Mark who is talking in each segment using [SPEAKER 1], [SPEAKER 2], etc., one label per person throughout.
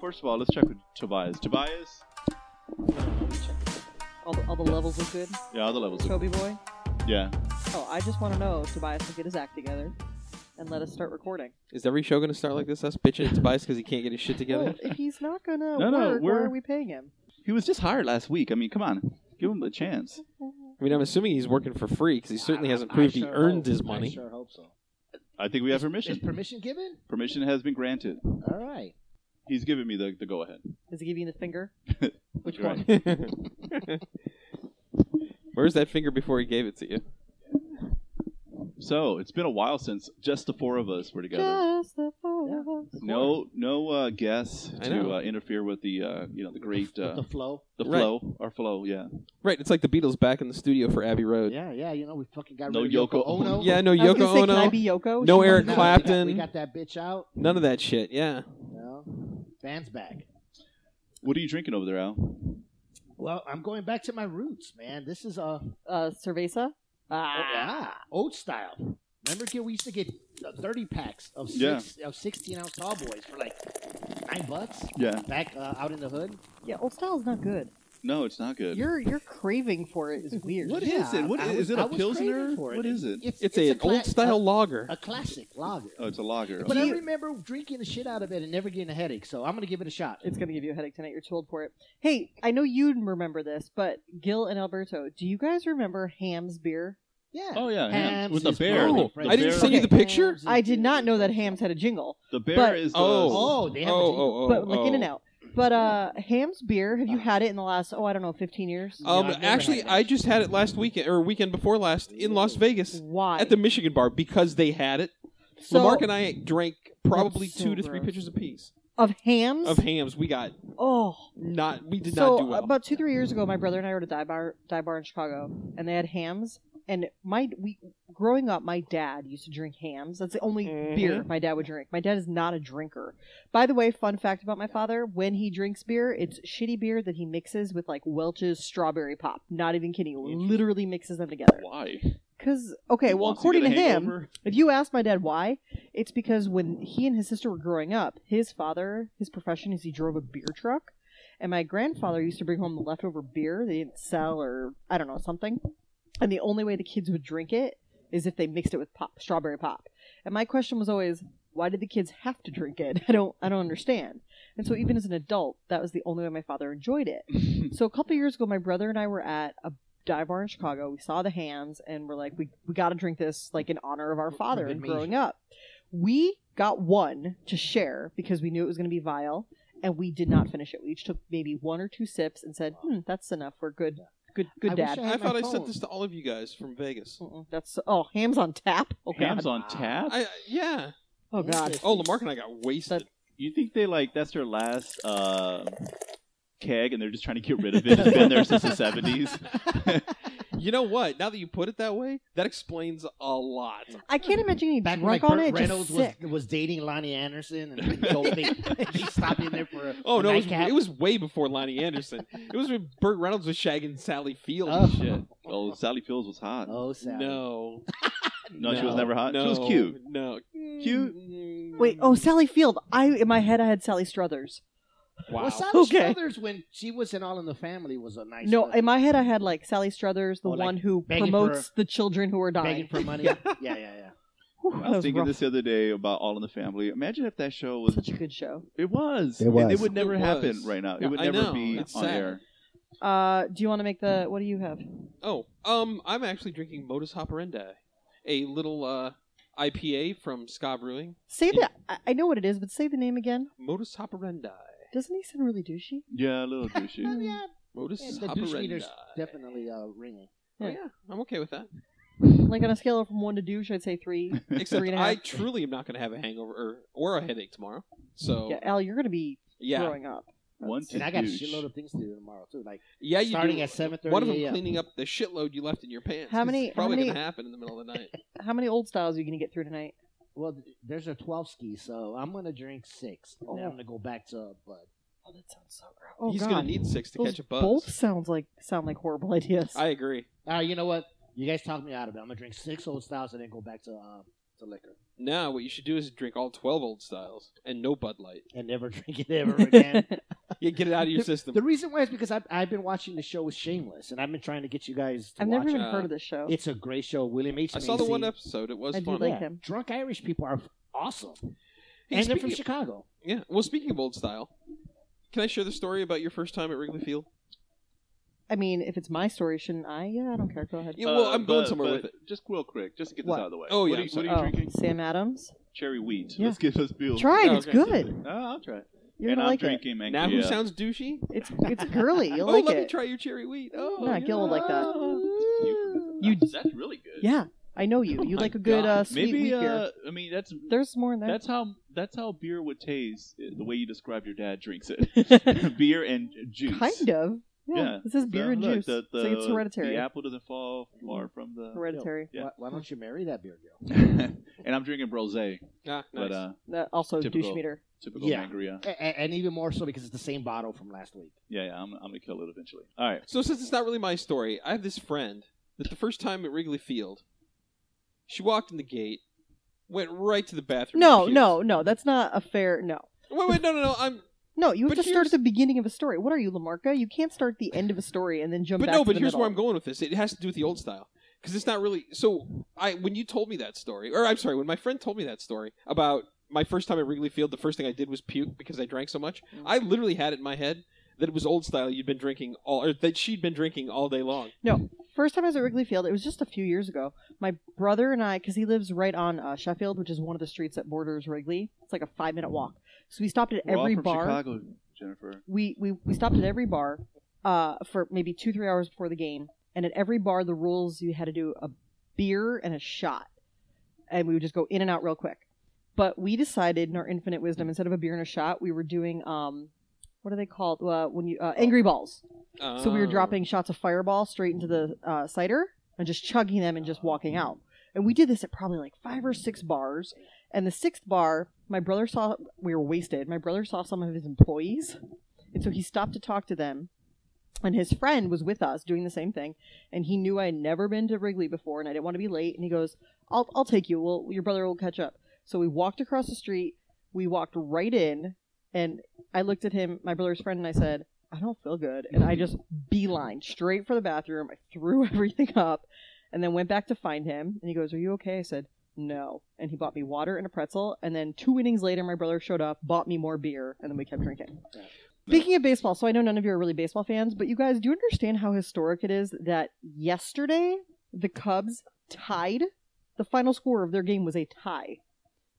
[SPEAKER 1] first of all, let's check with Tobias. Tobias,
[SPEAKER 2] All the, all the levels look good.
[SPEAKER 1] yeah, other levels. Of,
[SPEAKER 2] Toby boy.
[SPEAKER 1] yeah,
[SPEAKER 2] Oh, I just want to know if Tobias will get his act together and let us start recording.
[SPEAKER 3] Is every show going to start like this? Us bitching at Tobias because he can't get his shit together?
[SPEAKER 2] Well, if he's not gonna
[SPEAKER 1] No, no,
[SPEAKER 2] work, why
[SPEAKER 1] we're-
[SPEAKER 2] are we paying him?
[SPEAKER 1] he was just hired last week. I mean, come on, give him a chance.
[SPEAKER 3] I mean, I'm assuming he's working for free because he certainly hasn't proved he earned his money.
[SPEAKER 4] I sure hope so.
[SPEAKER 1] I think we have
[SPEAKER 4] Is
[SPEAKER 1] permission.
[SPEAKER 4] permission given?
[SPEAKER 1] Permission has been granted.
[SPEAKER 4] All right.
[SPEAKER 1] He's giving me the, the go ahead.
[SPEAKER 2] Does he give you the finger?
[SPEAKER 4] Which
[SPEAKER 1] Right.
[SPEAKER 4] one?
[SPEAKER 3] Where's that finger before he gave it to you?
[SPEAKER 1] So it's been a while since just the four of us were together.
[SPEAKER 2] Just the four of us.
[SPEAKER 1] No, no uh, guests
[SPEAKER 3] I
[SPEAKER 1] to
[SPEAKER 3] know.
[SPEAKER 1] uh, interfere with the uh, you know the great
[SPEAKER 4] With
[SPEAKER 1] uh,
[SPEAKER 4] the flow.
[SPEAKER 1] the
[SPEAKER 3] Right.
[SPEAKER 1] flow our flow. Yeah,
[SPEAKER 3] Right, it's like the Beatles back in the studio for Abbey Road.
[SPEAKER 4] Yeah, yeah. You know, we fucking got
[SPEAKER 1] No
[SPEAKER 4] rid of
[SPEAKER 1] Yoko
[SPEAKER 4] Yoko Ono.
[SPEAKER 3] Yeah, no
[SPEAKER 2] I was
[SPEAKER 3] Yoko
[SPEAKER 2] gonna say, can I
[SPEAKER 3] Ono,
[SPEAKER 2] be Yoko?
[SPEAKER 3] no
[SPEAKER 2] She wasn't-
[SPEAKER 3] Eric
[SPEAKER 4] No,
[SPEAKER 3] Clapton.
[SPEAKER 4] We got, we got that bitch out.
[SPEAKER 3] none of that shit. Yeah,
[SPEAKER 4] No. Band's back.
[SPEAKER 1] what are you drinking over there, Al?
[SPEAKER 4] Well, I'm going back to my roots, man. This is a
[SPEAKER 2] Uh, Cerveza. Ah,
[SPEAKER 4] ah, old style. Remember, kid, we used to get uh, 30 packs of
[SPEAKER 1] Yeah.
[SPEAKER 4] six, of 16 ounce tall boys for like nine bucks
[SPEAKER 1] Yeah,
[SPEAKER 4] back uh, out in the hood.
[SPEAKER 2] yeah. Old style's not good.
[SPEAKER 1] no, it's not good.
[SPEAKER 2] Your your craving for it is weird.
[SPEAKER 1] What is it? What
[SPEAKER 4] I
[SPEAKER 1] is-
[SPEAKER 4] was-
[SPEAKER 1] is it a
[SPEAKER 4] I was
[SPEAKER 1] pilsner?
[SPEAKER 4] craving for
[SPEAKER 1] What is it?
[SPEAKER 3] it's, a, an
[SPEAKER 4] cla-
[SPEAKER 3] old style lager. Oh,
[SPEAKER 4] a, a classic lager.
[SPEAKER 1] oh, it's a lager.
[SPEAKER 4] But
[SPEAKER 1] Okay.
[SPEAKER 4] I remember drinking the shit out of it and never getting a headache, so I'm gonna give it a shot.
[SPEAKER 2] It's gonna give you a headache tonight. You're too old for it. Hey, I know you remember this, but Gil and Alberto, do you guys remember Ham's beer?
[SPEAKER 4] Yeah.
[SPEAKER 1] Oh yeah, Hams.
[SPEAKER 4] Hams
[SPEAKER 1] with the
[SPEAKER 4] is
[SPEAKER 1] bear.
[SPEAKER 4] my
[SPEAKER 1] the-
[SPEAKER 4] friend.
[SPEAKER 1] the
[SPEAKER 3] I didn't
[SPEAKER 1] bear-
[SPEAKER 3] send you the picture.
[SPEAKER 4] Hams is
[SPEAKER 2] I did
[SPEAKER 4] good.
[SPEAKER 2] not know that Hams had a jingle.
[SPEAKER 1] The bear
[SPEAKER 2] But-
[SPEAKER 1] is the
[SPEAKER 3] Oh.
[SPEAKER 4] Oh, they
[SPEAKER 3] oh,
[SPEAKER 4] have a jingle.
[SPEAKER 3] oh, oh,
[SPEAKER 2] but like in and
[SPEAKER 3] oh.
[SPEAKER 2] out. But uh, Ham's beer, have you
[SPEAKER 4] Uh.
[SPEAKER 2] had it in the last oh I don't know fifteen years?
[SPEAKER 4] Uh,
[SPEAKER 3] Um,
[SPEAKER 4] No, I've never
[SPEAKER 3] actually,
[SPEAKER 4] had that.
[SPEAKER 3] I just had it last weekend or weekend before last in Las Vegas
[SPEAKER 2] Why?
[SPEAKER 3] at the Michigan bar because they had it.
[SPEAKER 2] so
[SPEAKER 3] Lamarck and I drank probably
[SPEAKER 2] That's so
[SPEAKER 3] two to three
[SPEAKER 2] gross.
[SPEAKER 3] pitchers apiece
[SPEAKER 2] of Hams.
[SPEAKER 3] of hams. We got
[SPEAKER 2] oh,
[SPEAKER 3] not. We did
[SPEAKER 2] so uh,
[SPEAKER 3] not do well.
[SPEAKER 2] about two three years ago, my brother and I were at a dive bar dive bar in Chicago, and they had Hams. And my we growing up, my dad used to drink Hams. That's the only
[SPEAKER 3] Mhm.
[SPEAKER 2] beer my dad would drink. My dad is not a drinker. By the way, fun fact about my father: when he drinks beer, it's shitty beer that he mixes with like Welch's strawberry pop. Not even kidding you.
[SPEAKER 3] Mm-hmm.
[SPEAKER 1] Interesting.
[SPEAKER 2] Literally mixes them together.
[SPEAKER 1] Why?
[SPEAKER 2] Because okay,
[SPEAKER 1] He
[SPEAKER 2] well,
[SPEAKER 1] wants get
[SPEAKER 2] according
[SPEAKER 1] a
[SPEAKER 2] to him,
[SPEAKER 1] hangover?
[SPEAKER 2] if you ask my dad why, it's because when he and his sister were growing up, his father, his profession is he drove a beer truck, and my grandfather used to bring home the leftover beer they didn't sell or I don't know something, and the only way the kids would drink it is if they mixed it with pop, strawberry pop. And my question was always, why did the kids have to drink it? I don't, I don't understand. And so even as an adult, that was the only way my father enjoyed it. So a couple years ago, my brother and I were at a dive bar in Chicago. We saw the hams, and we're like, we we got to drink this like in honor of our father and
[SPEAKER 4] Good meat.
[SPEAKER 2] growing up. We got one to share because we knew it was going to be vile, and we did not finish it. We each took maybe one or two sips and said, "Hmm, that's enough. We're good, good, good,
[SPEAKER 4] I wish
[SPEAKER 2] dad."
[SPEAKER 4] I had
[SPEAKER 3] I
[SPEAKER 4] my
[SPEAKER 3] thought I
[SPEAKER 4] phone.
[SPEAKER 3] sent this to all of you guys from Vegas.
[SPEAKER 2] Mm-mm, that's oh, hams on tap. Oh
[SPEAKER 1] Hams
[SPEAKER 2] god.
[SPEAKER 1] on tap.
[SPEAKER 3] I uh, yeah.
[SPEAKER 2] Oh god.
[SPEAKER 4] Interesting.
[SPEAKER 3] Oh, Lamarck and I got wasted.
[SPEAKER 1] You think they like that's their last uh, keg, and they're just trying to get rid of it? It's been there since the seventies.
[SPEAKER 3] You know what? Now that you put it that way, that explains a lot.
[SPEAKER 2] I can't imagine any
[SPEAKER 4] Back when
[SPEAKER 2] drunk
[SPEAKER 4] like,
[SPEAKER 2] on
[SPEAKER 4] Burt
[SPEAKER 2] it.
[SPEAKER 4] Reynolds
[SPEAKER 2] Just
[SPEAKER 4] was,
[SPEAKER 2] sick.
[SPEAKER 4] was dating Lonnie Anderson, and so they, he stopped in there for a
[SPEAKER 3] Oh
[SPEAKER 4] a
[SPEAKER 3] no, it was,
[SPEAKER 4] nightcap.
[SPEAKER 3] it was way before Lonnie Anderson. it was when Burt Reynolds was shagging Sally Field
[SPEAKER 4] Oh.
[SPEAKER 3] and shit.
[SPEAKER 1] Oh, Sally Fields was hot.
[SPEAKER 4] oh Sally.
[SPEAKER 3] No,
[SPEAKER 1] no, she was
[SPEAKER 3] no,
[SPEAKER 1] never hot.
[SPEAKER 3] No,
[SPEAKER 1] She was cute.
[SPEAKER 3] No, Mm.
[SPEAKER 1] Cute?
[SPEAKER 2] Wait, oh Sally Field. I in my head I had Sally Struthers.
[SPEAKER 3] wow.
[SPEAKER 4] Well, Sally
[SPEAKER 2] Okay.
[SPEAKER 4] Struthers, when she was in All in the Family, was a nice.
[SPEAKER 2] No,
[SPEAKER 4] one.
[SPEAKER 2] in my head I had like Sally Struthers, the
[SPEAKER 4] Or, like,
[SPEAKER 2] one who
[SPEAKER 4] begging for
[SPEAKER 2] promotes the children who are
[SPEAKER 4] begging
[SPEAKER 2] dying.
[SPEAKER 4] for money. yeah, yeah, yeah.
[SPEAKER 2] Whew,
[SPEAKER 1] I
[SPEAKER 2] that
[SPEAKER 1] was
[SPEAKER 2] was
[SPEAKER 1] thinking
[SPEAKER 2] rough.
[SPEAKER 1] this the other day about All in the Family. Imagine if that show was.
[SPEAKER 2] such a good show.
[SPEAKER 1] It was.
[SPEAKER 4] It
[SPEAKER 1] And
[SPEAKER 4] was.
[SPEAKER 1] It, would never
[SPEAKER 3] It
[SPEAKER 1] happen
[SPEAKER 3] was.
[SPEAKER 1] right now. It
[SPEAKER 3] Yeah,
[SPEAKER 1] would
[SPEAKER 3] I
[SPEAKER 1] never
[SPEAKER 3] know.
[SPEAKER 1] be
[SPEAKER 3] It's
[SPEAKER 1] on
[SPEAKER 3] sad.
[SPEAKER 1] air.
[SPEAKER 2] Uh, do you want to make the? What do you have?
[SPEAKER 3] Oh, um, I'm actually drinking Modus Operandi, a little uh, IPA from Ska Brewing.
[SPEAKER 2] Say the. I- I know what it is, but say the name again.
[SPEAKER 3] Modus Operandi.
[SPEAKER 2] Doesn't he sound really douchey?
[SPEAKER 1] Yeah, a little
[SPEAKER 4] yeah.
[SPEAKER 1] douchey.
[SPEAKER 4] yeah.
[SPEAKER 3] Modus
[SPEAKER 4] yeah, the douche
[SPEAKER 3] Operandi.
[SPEAKER 4] meter's definitely uh, ringing.
[SPEAKER 3] Oh, yeah, I'm okay with that.
[SPEAKER 2] Like on a scale from one to douche, I'd say three.
[SPEAKER 3] Except
[SPEAKER 2] Three and a half.
[SPEAKER 3] I truly am not going to have a hangover or, or a headache tomorrow. So
[SPEAKER 2] yeah, Al, you're gonna be
[SPEAKER 3] Oh. yeah,
[SPEAKER 2] growing up.
[SPEAKER 1] One to
[SPEAKER 4] And I got a
[SPEAKER 1] douche.
[SPEAKER 4] shitload of things to do tomorrow too, like
[SPEAKER 3] yeah, you
[SPEAKER 4] starting
[SPEAKER 3] do.
[SPEAKER 4] at seven thirty.
[SPEAKER 3] One of them
[SPEAKER 4] a.m.
[SPEAKER 3] cleaning up the shitload you left in your pants.
[SPEAKER 2] How
[SPEAKER 3] 'cause
[SPEAKER 2] many-
[SPEAKER 3] It's
[SPEAKER 2] how
[SPEAKER 3] probably
[SPEAKER 2] many-
[SPEAKER 3] gonna happen in the middle of the night.
[SPEAKER 2] How many old styles are you gonna get through tonight?
[SPEAKER 4] Well, th- there's a twelve ski, so I'm gonna drink six, and then
[SPEAKER 2] Oh.
[SPEAKER 4] I'm gonna go back to uh, Bud.
[SPEAKER 2] Oh, that sounds so gross. Oh
[SPEAKER 3] He's
[SPEAKER 2] god,
[SPEAKER 3] gonna need six to
[SPEAKER 2] Those
[SPEAKER 3] catch a buzz.
[SPEAKER 2] both sounds like sound like horrible ideas.
[SPEAKER 3] I agree.
[SPEAKER 4] All right, you know what? You guys talked me out of it. I'm gonna drink six old styles and then go back to uh, to liquor
[SPEAKER 3] Now what you should do is drink all twelve old styles and no Bud Light.
[SPEAKER 4] and never drink it ever again.
[SPEAKER 3] Yeah, get it out of your system.
[SPEAKER 4] the reason why is because I've, I've been watching the show with Shameless, and I've been trying to get you guys to
[SPEAKER 2] I've
[SPEAKER 4] watch
[SPEAKER 2] never even
[SPEAKER 3] uh,
[SPEAKER 2] heard of this show.
[SPEAKER 4] it. It's a great show. William H.
[SPEAKER 3] I saw the
[SPEAKER 4] Macy.
[SPEAKER 3] one episode. It was
[SPEAKER 2] I do
[SPEAKER 3] fun.
[SPEAKER 2] like him.
[SPEAKER 4] Drunk Irish people are awesome,
[SPEAKER 3] Hey,
[SPEAKER 4] and they're
[SPEAKER 3] speaking
[SPEAKER 4] from
[SPEAKER 3] of-
[SPEAKER 4] Chicago.
[SPEAKER 3] Yeah. Well, speaking of old style, can I share the story about your first time at Wrigley Field?
[SPEAKER 2] I mean, if it's my story, shouldn't I? Yeah, I don't care. Go ahead.
[SPEAKER 3] Yeah, well,
[SPEAKER 1] Uh,
[SPEAKER 3] I'm going
[SPEAKER 1] but-
[SPEAKER 3] somewhere
[SPEAKER 1] but
[SPEAKER 3] with it.
[SPEAKER 1] Just real quick, just to get this
[SPEAKER 2] What?
[SPEAKER 1] out of the way.
[SPEAKER 3] Oh, yeah,
[SPEAKER 1] What are you, what
[SPEAKER 3] sorry.
[SPEAKER 1] are you
[SPEAKER 2] Oh,
[SPEAKER 1] drinking?
[SPEAKER 2] Sam Adams.
[SPEAKER 1] Cherry wheat.
[SPEAKER 2] Yeah.
[SPEAKER 1] Let's get those bills.
[SPEAKER 2] Try it.
[SPEAKER 3] Oh,
[SPEAKER 2] it's
[SPEAKER 3] okay.
[SPEAKER 2] good.
[SPEAKER 1] Oh, I'll try. it.
[SPEAKER 2] You're
[SPEAKER 1] and
[SPEAKER 2] gonna
[SPEAKER 1] I'm
[SPEAKER 2] like it.
[SPEAKER 1] drinking mango.
[SPEAKER 3] Now who
[SPEAKER 1] yeah.
[SPEAKER 3] sounds douchey?
[SPEAKER 2] It's it's girly. You'll
[SPEAKER 3] oh,
[SPEAKER 2] like
[SPEAKER 3] let
[SPEAKER 2] it.
[SPEAKER 3] me try your cherry wheat. Oh,
[SPEAKER 2] Nah, Gil will like that.
[SPEAKER 3] that.
[SPEAKER 2] You-
[SPEAKER 1] That's really good.
[SPEAKER 2] Yeah, I know you.
[SPEAKER 3] Oh
[SPEAKER 2] You
[SPEAKER 3] my
[SPEAKER 2] like a good
[SPEAKER 3] God.
[SPEAKER 2] uh, sweet
[SPEAKER 1] Maybe
[SPEAKER 2] wheat beer.
[SPEAKER 1] uh, I mean that's
[SPEAKER 2] There's more in there.
[SPEAKER 1] that's how that's how beer would taste uh, the way you describe your dad drinks it. beer and juice.
[SPEAKER 2] kind of. Yeah.
[SPEAKER 1] Yeah,
[SPEAKER 2] This is beer
[SPEAKER 1] So,
[SPEAKER 2] and
[SPEAKER 1] look,
[SPEAKER 2] juice.
[SPEAKER 1] The, the,
[SPEAKER 2] so it's hereditary.
[SPEAKER 1] The apple doesn't fall far from the.
[SPEAKER 2] hereditary.
[SPEAKER 1] Yeah.
[SPEAKER 4] Why, why don't you marry that beer girl?
[SPEAKER 1] and I'm drinking brosé,
[SPEAKER 3] Ah, nice.
[SPEAKER 1] but uh,
[SPEAKER 2] That also douche
[SPEAKER 1] Typical.
[SPEAKER 2] meter.
[SPEAKER 1] typical
[SPEAKER 4] Yeah.
[SPEAKER 1] sangria.
[SPEAKER 4] A- a- and even more so because it's the same bottle from last week.
[SPEAKER 1] Yeah, yeah, I'm, I'm gonna kill it eventually. All right.
[SPEAKER 3] So since it's not really my story, I have this friend that the first time at Wrigley Field, she walked in the gate, went right to the bathroom.
[SPEAKER 2] No,
[SPEAKER 3] and puked.
[SPEAKER 2] no, no. That's not a fair. No,
[SPEAKER 3] Wait, wait, no, no, no. I'm.
[SPEAKER 2] no. You have to
[SPEAKER 3] But
[SPEAKER 2] start
[SPEAKER 3] here's-
[SPEAKER 2] at the beginning of a story. What are you, Lamarca? You can't start at the end of a story and then jump.
[SPEAKER 3] But
[SPEAKER 2] back
[SPEAKER 3] no,
[SPEAKER 2] to
[SPEAKER 3] but
[SPEAKER 2] the
[SPEAKER 3] here's
[SPEAKER 2] middle.
[SPEAKER 3] where I'm going with this. It has to do with the old style because it's not really. So I, when you told me that story, or I'm sorry, when my friend told me that story about my first time at Wrigley Field, the first thing I did was puke because I drank so much.
[SPEAKER 2] Mm.
[SPEAKER 3] I literally had it in my head that it was old style. You'd been drinking all, or that she'd been drinking all day long.
[SPEAKER 2] First time I was at Wrigley Field, it was just a few years ago. My brother and I, because he lives right on uh, Sheffield, which is one of the streets that borders Wrigley. It's like a five minute walk. So we stopped at
[SPEAKER 1] We're all
[SPEAKER 2] every
[SPEAKER 1] from
[SPEAKER 2] bar.
[SPEAKER 1] Chicago, Jennifer.
[SPEAKER 2] we, we we stopped at every bar uh, for maybe two three hours before the game, and at every bar the rules you had to do a beer and a shot, and we would just go in and out real quick. But we decided in our infinite wisdom, instead of a beer and a shot, we were doing um, what are they called uh, when you uh, angry balls? So we were
[SPEAKER 3] Oh.
[SPEAKER 2] dropping shots of Fireball straight into the uh, cider and just chugging them and just walking out. And we did this at probably like five or six bars. And the sixth bar, my brother saw we were wasted. My brother saw some of his employees, and so he stopped to talk to them. And his friend was with us doing the same thing, and he knew I had never been to Wrigley before, and I didn't want to be late. And he goes, "I'll I'll take you. Well, your brother will catch up." So we walked across the street. We walked right in, and I looked at him, my brother's friend, and I said, I don't feel good. And I just beeline straight for the bathroom. I threw everything up and then went back to find him. And he goes, Are you okay? I said, No. And he bought me water and a pretzel. And then two innings later, my brother showed up, bought me more beer, and then we kept drinking.
[SPEAKER 4] Yeah.
[SPEAKER 2] Speaking of baseball, so I know none of you are really baseball fans, but you guys do understand how historic it is that yesterday the Cubs tied. The final score of their game was a tie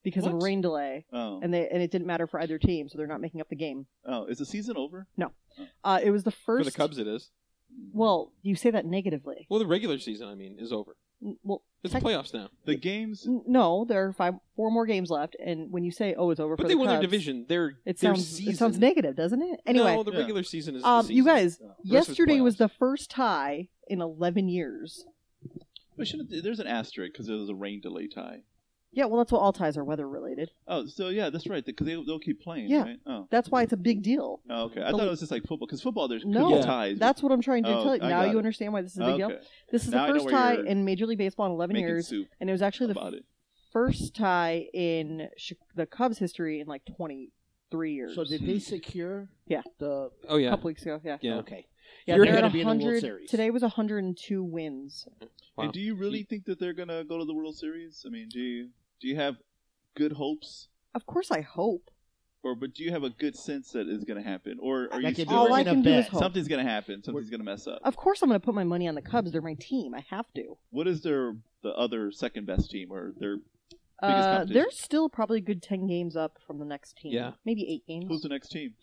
[SPEAKER 2] because of a
[SPEAKER 3] What?
[SPEAKER 2] rain delay,
[SPEAKER 1] Oh,
[SPEAKER 2] and they and it didn't matter for either team, so they're not making up the game.
[SPEAKER 1] oh, is the season over?
[SPEAKER 2] Uh, it was the
[SPEAKER 3] for
[SPEAKER 2] first.
[SPEAKER 3] the Cubs. It is.
[SPEAKER 2] Well, you say that negatively.
[SPEAKER 3] Well, the regular season, I mean, is over.
[SPEAKER 2] N- Well,
[SPEAKER 3] It's
[SPEAKER 2] Tec-
[SPEAKER 3] playoffs now.
[SPEAKER 1] The games.
[SPEAKER 2] n- no, there are five, four more games left, and when you say, "Oh, it's over,"
[SPEAKER 3] But
[SPEAKER 2] for
[SPEAKER 3] they
[SPEAKER 2] the
[SPEAKER 3] won their
[SPEAKER 2] Cubs,
[SPEAKER 3] division. Their
[SPEAKER 2] It
[SPEAKER 3] their
[SPEAKER 2] sounds
[SPEAKER 3] season.
[SPEAKER 2] it sounds negative, doesn't it? Anyway,
[SPEAKER 3] no, the
[SPEAKER 1] Yeah.
[SPEAKER 3] regular season is. the
[SPEAKER 2] um, you
[SPEAKER 3] season.
[SPEAKER 2] guys,
[SPEAKER 4] The rest
[SPEAKER 3] was
[SPEAKER 2] yesterday was
[SPEAKER 3] playoffs.
[SPEAKER 2] the first tie in eleven years.
[SPEAKER 1] But shouldn't, there's an asterisk because it was a rain delay tie.
[SPEAKER 2] Yeah, well, that's what all ties are weather related.
[SPEAKER 1] Oh, so yeah, that's right. Because they, they'll keep playing.
[SPEAKER 2] Yeah.
[SPEAKER 1] Right? Oh.
[SPEAKER 2] That's why it's a big deal.
[SPEAKER 1] Oh, okay. I
[SPEAKER 2] The-
[SPEAKER 1] thought it was just like football because football there's
[SPEAKER 2] No,
[SPEAKER 1] cookie
[SPEAKER 3] Yeah.
[SPEAKER 1] ties.
[SPEAKER 2] That's what I'm trying to
[SPEAKER 1] Oh,
[SPEAKER 2] tell you.
[SPEAKER 1] I
[SPEAKER 2] Now
[SPEAKER 1] got
[SPEAKER 2] you
[SPEAKER 1] it.
[SPEAKER 2] understand why this is a big deal.
[SPEAKER 1] Okay.
[SPEAKER 2] This is
[SPEAKER 1] Now I know
[SPEAKER 2] the first
[SPEAKER 1] where
[SPEAKER 2] tie
[SPEAKER 1] you're
[SPEAKER 2] in Major League Baseball in 11
[SPEAKER 1] Making
[SPEAKER 2] years,
[SPEAKER 1] soup
[SPEAKER 2] and it was actually the
[SPEAKER 1] about it.
[SPEAKER 2] first tie in Chi- the Cubs history in like 23 years.
[SPEAKER 4] So did they secure?
[SPEAKER 2] Yeah.
[SPEAKER 4] The
[SPEAKER 3] Oh yeah.
[SPEAKER 2] a couple weeks ago, yeah.
[SPEAKER 3] Yeah.
[SPEAKER 4] okay.
[SPEAKER 2] Yeah,
[SPEAKER 3] You're
[SPEAKER 2] they're
[SPEAKER 4] gonna
[SPEAKER 2] at
[SPEAKER 4] be in the World
[SPEAKER 2] 100
[SPEAKER 4] Series.
[SPEAKER 2] Today was 102 wins.
[SPEAKER 3] Wow.
[SPEAKER 1] And do you really think that they're gonna go to the World Series? I mean, do you do you have good hopes,
[SPEAKER 2] Of course, I hope.
[SPEAKER 1] or but do you have a good sense that is gonna happen, or are you
[SPEAKER 4] That could
[SPEAKER 1] still
[SPEAKER 4] be
[SPEAKER 2] All
[SPEAKER 4] we're
[SPEAKER 2] I
[SPEAKER 4] gonna
[SPEAKER 2] can do is
[SPEAKER 4] bet.
[SPEAKER 2] hope.
[SPEAKER 1] something's gonna happen? Something's gonna mess up.
[SPEAKER 2] Of course, I'm going to put my money on the Cubs. They're my team. I have to.
[SPEAKER 1] What is their the other second best team or their Biggest
[SPEAKER 2] Uh,
[SPEAKER 1] competition.
[SPEAKER 2] they're still probably a good 10 games up from the next team.
[SPEAKER 3] Yeah.
[SPEAKER 2] Maybe eight games.
[SPEAKER 1] who's the next team?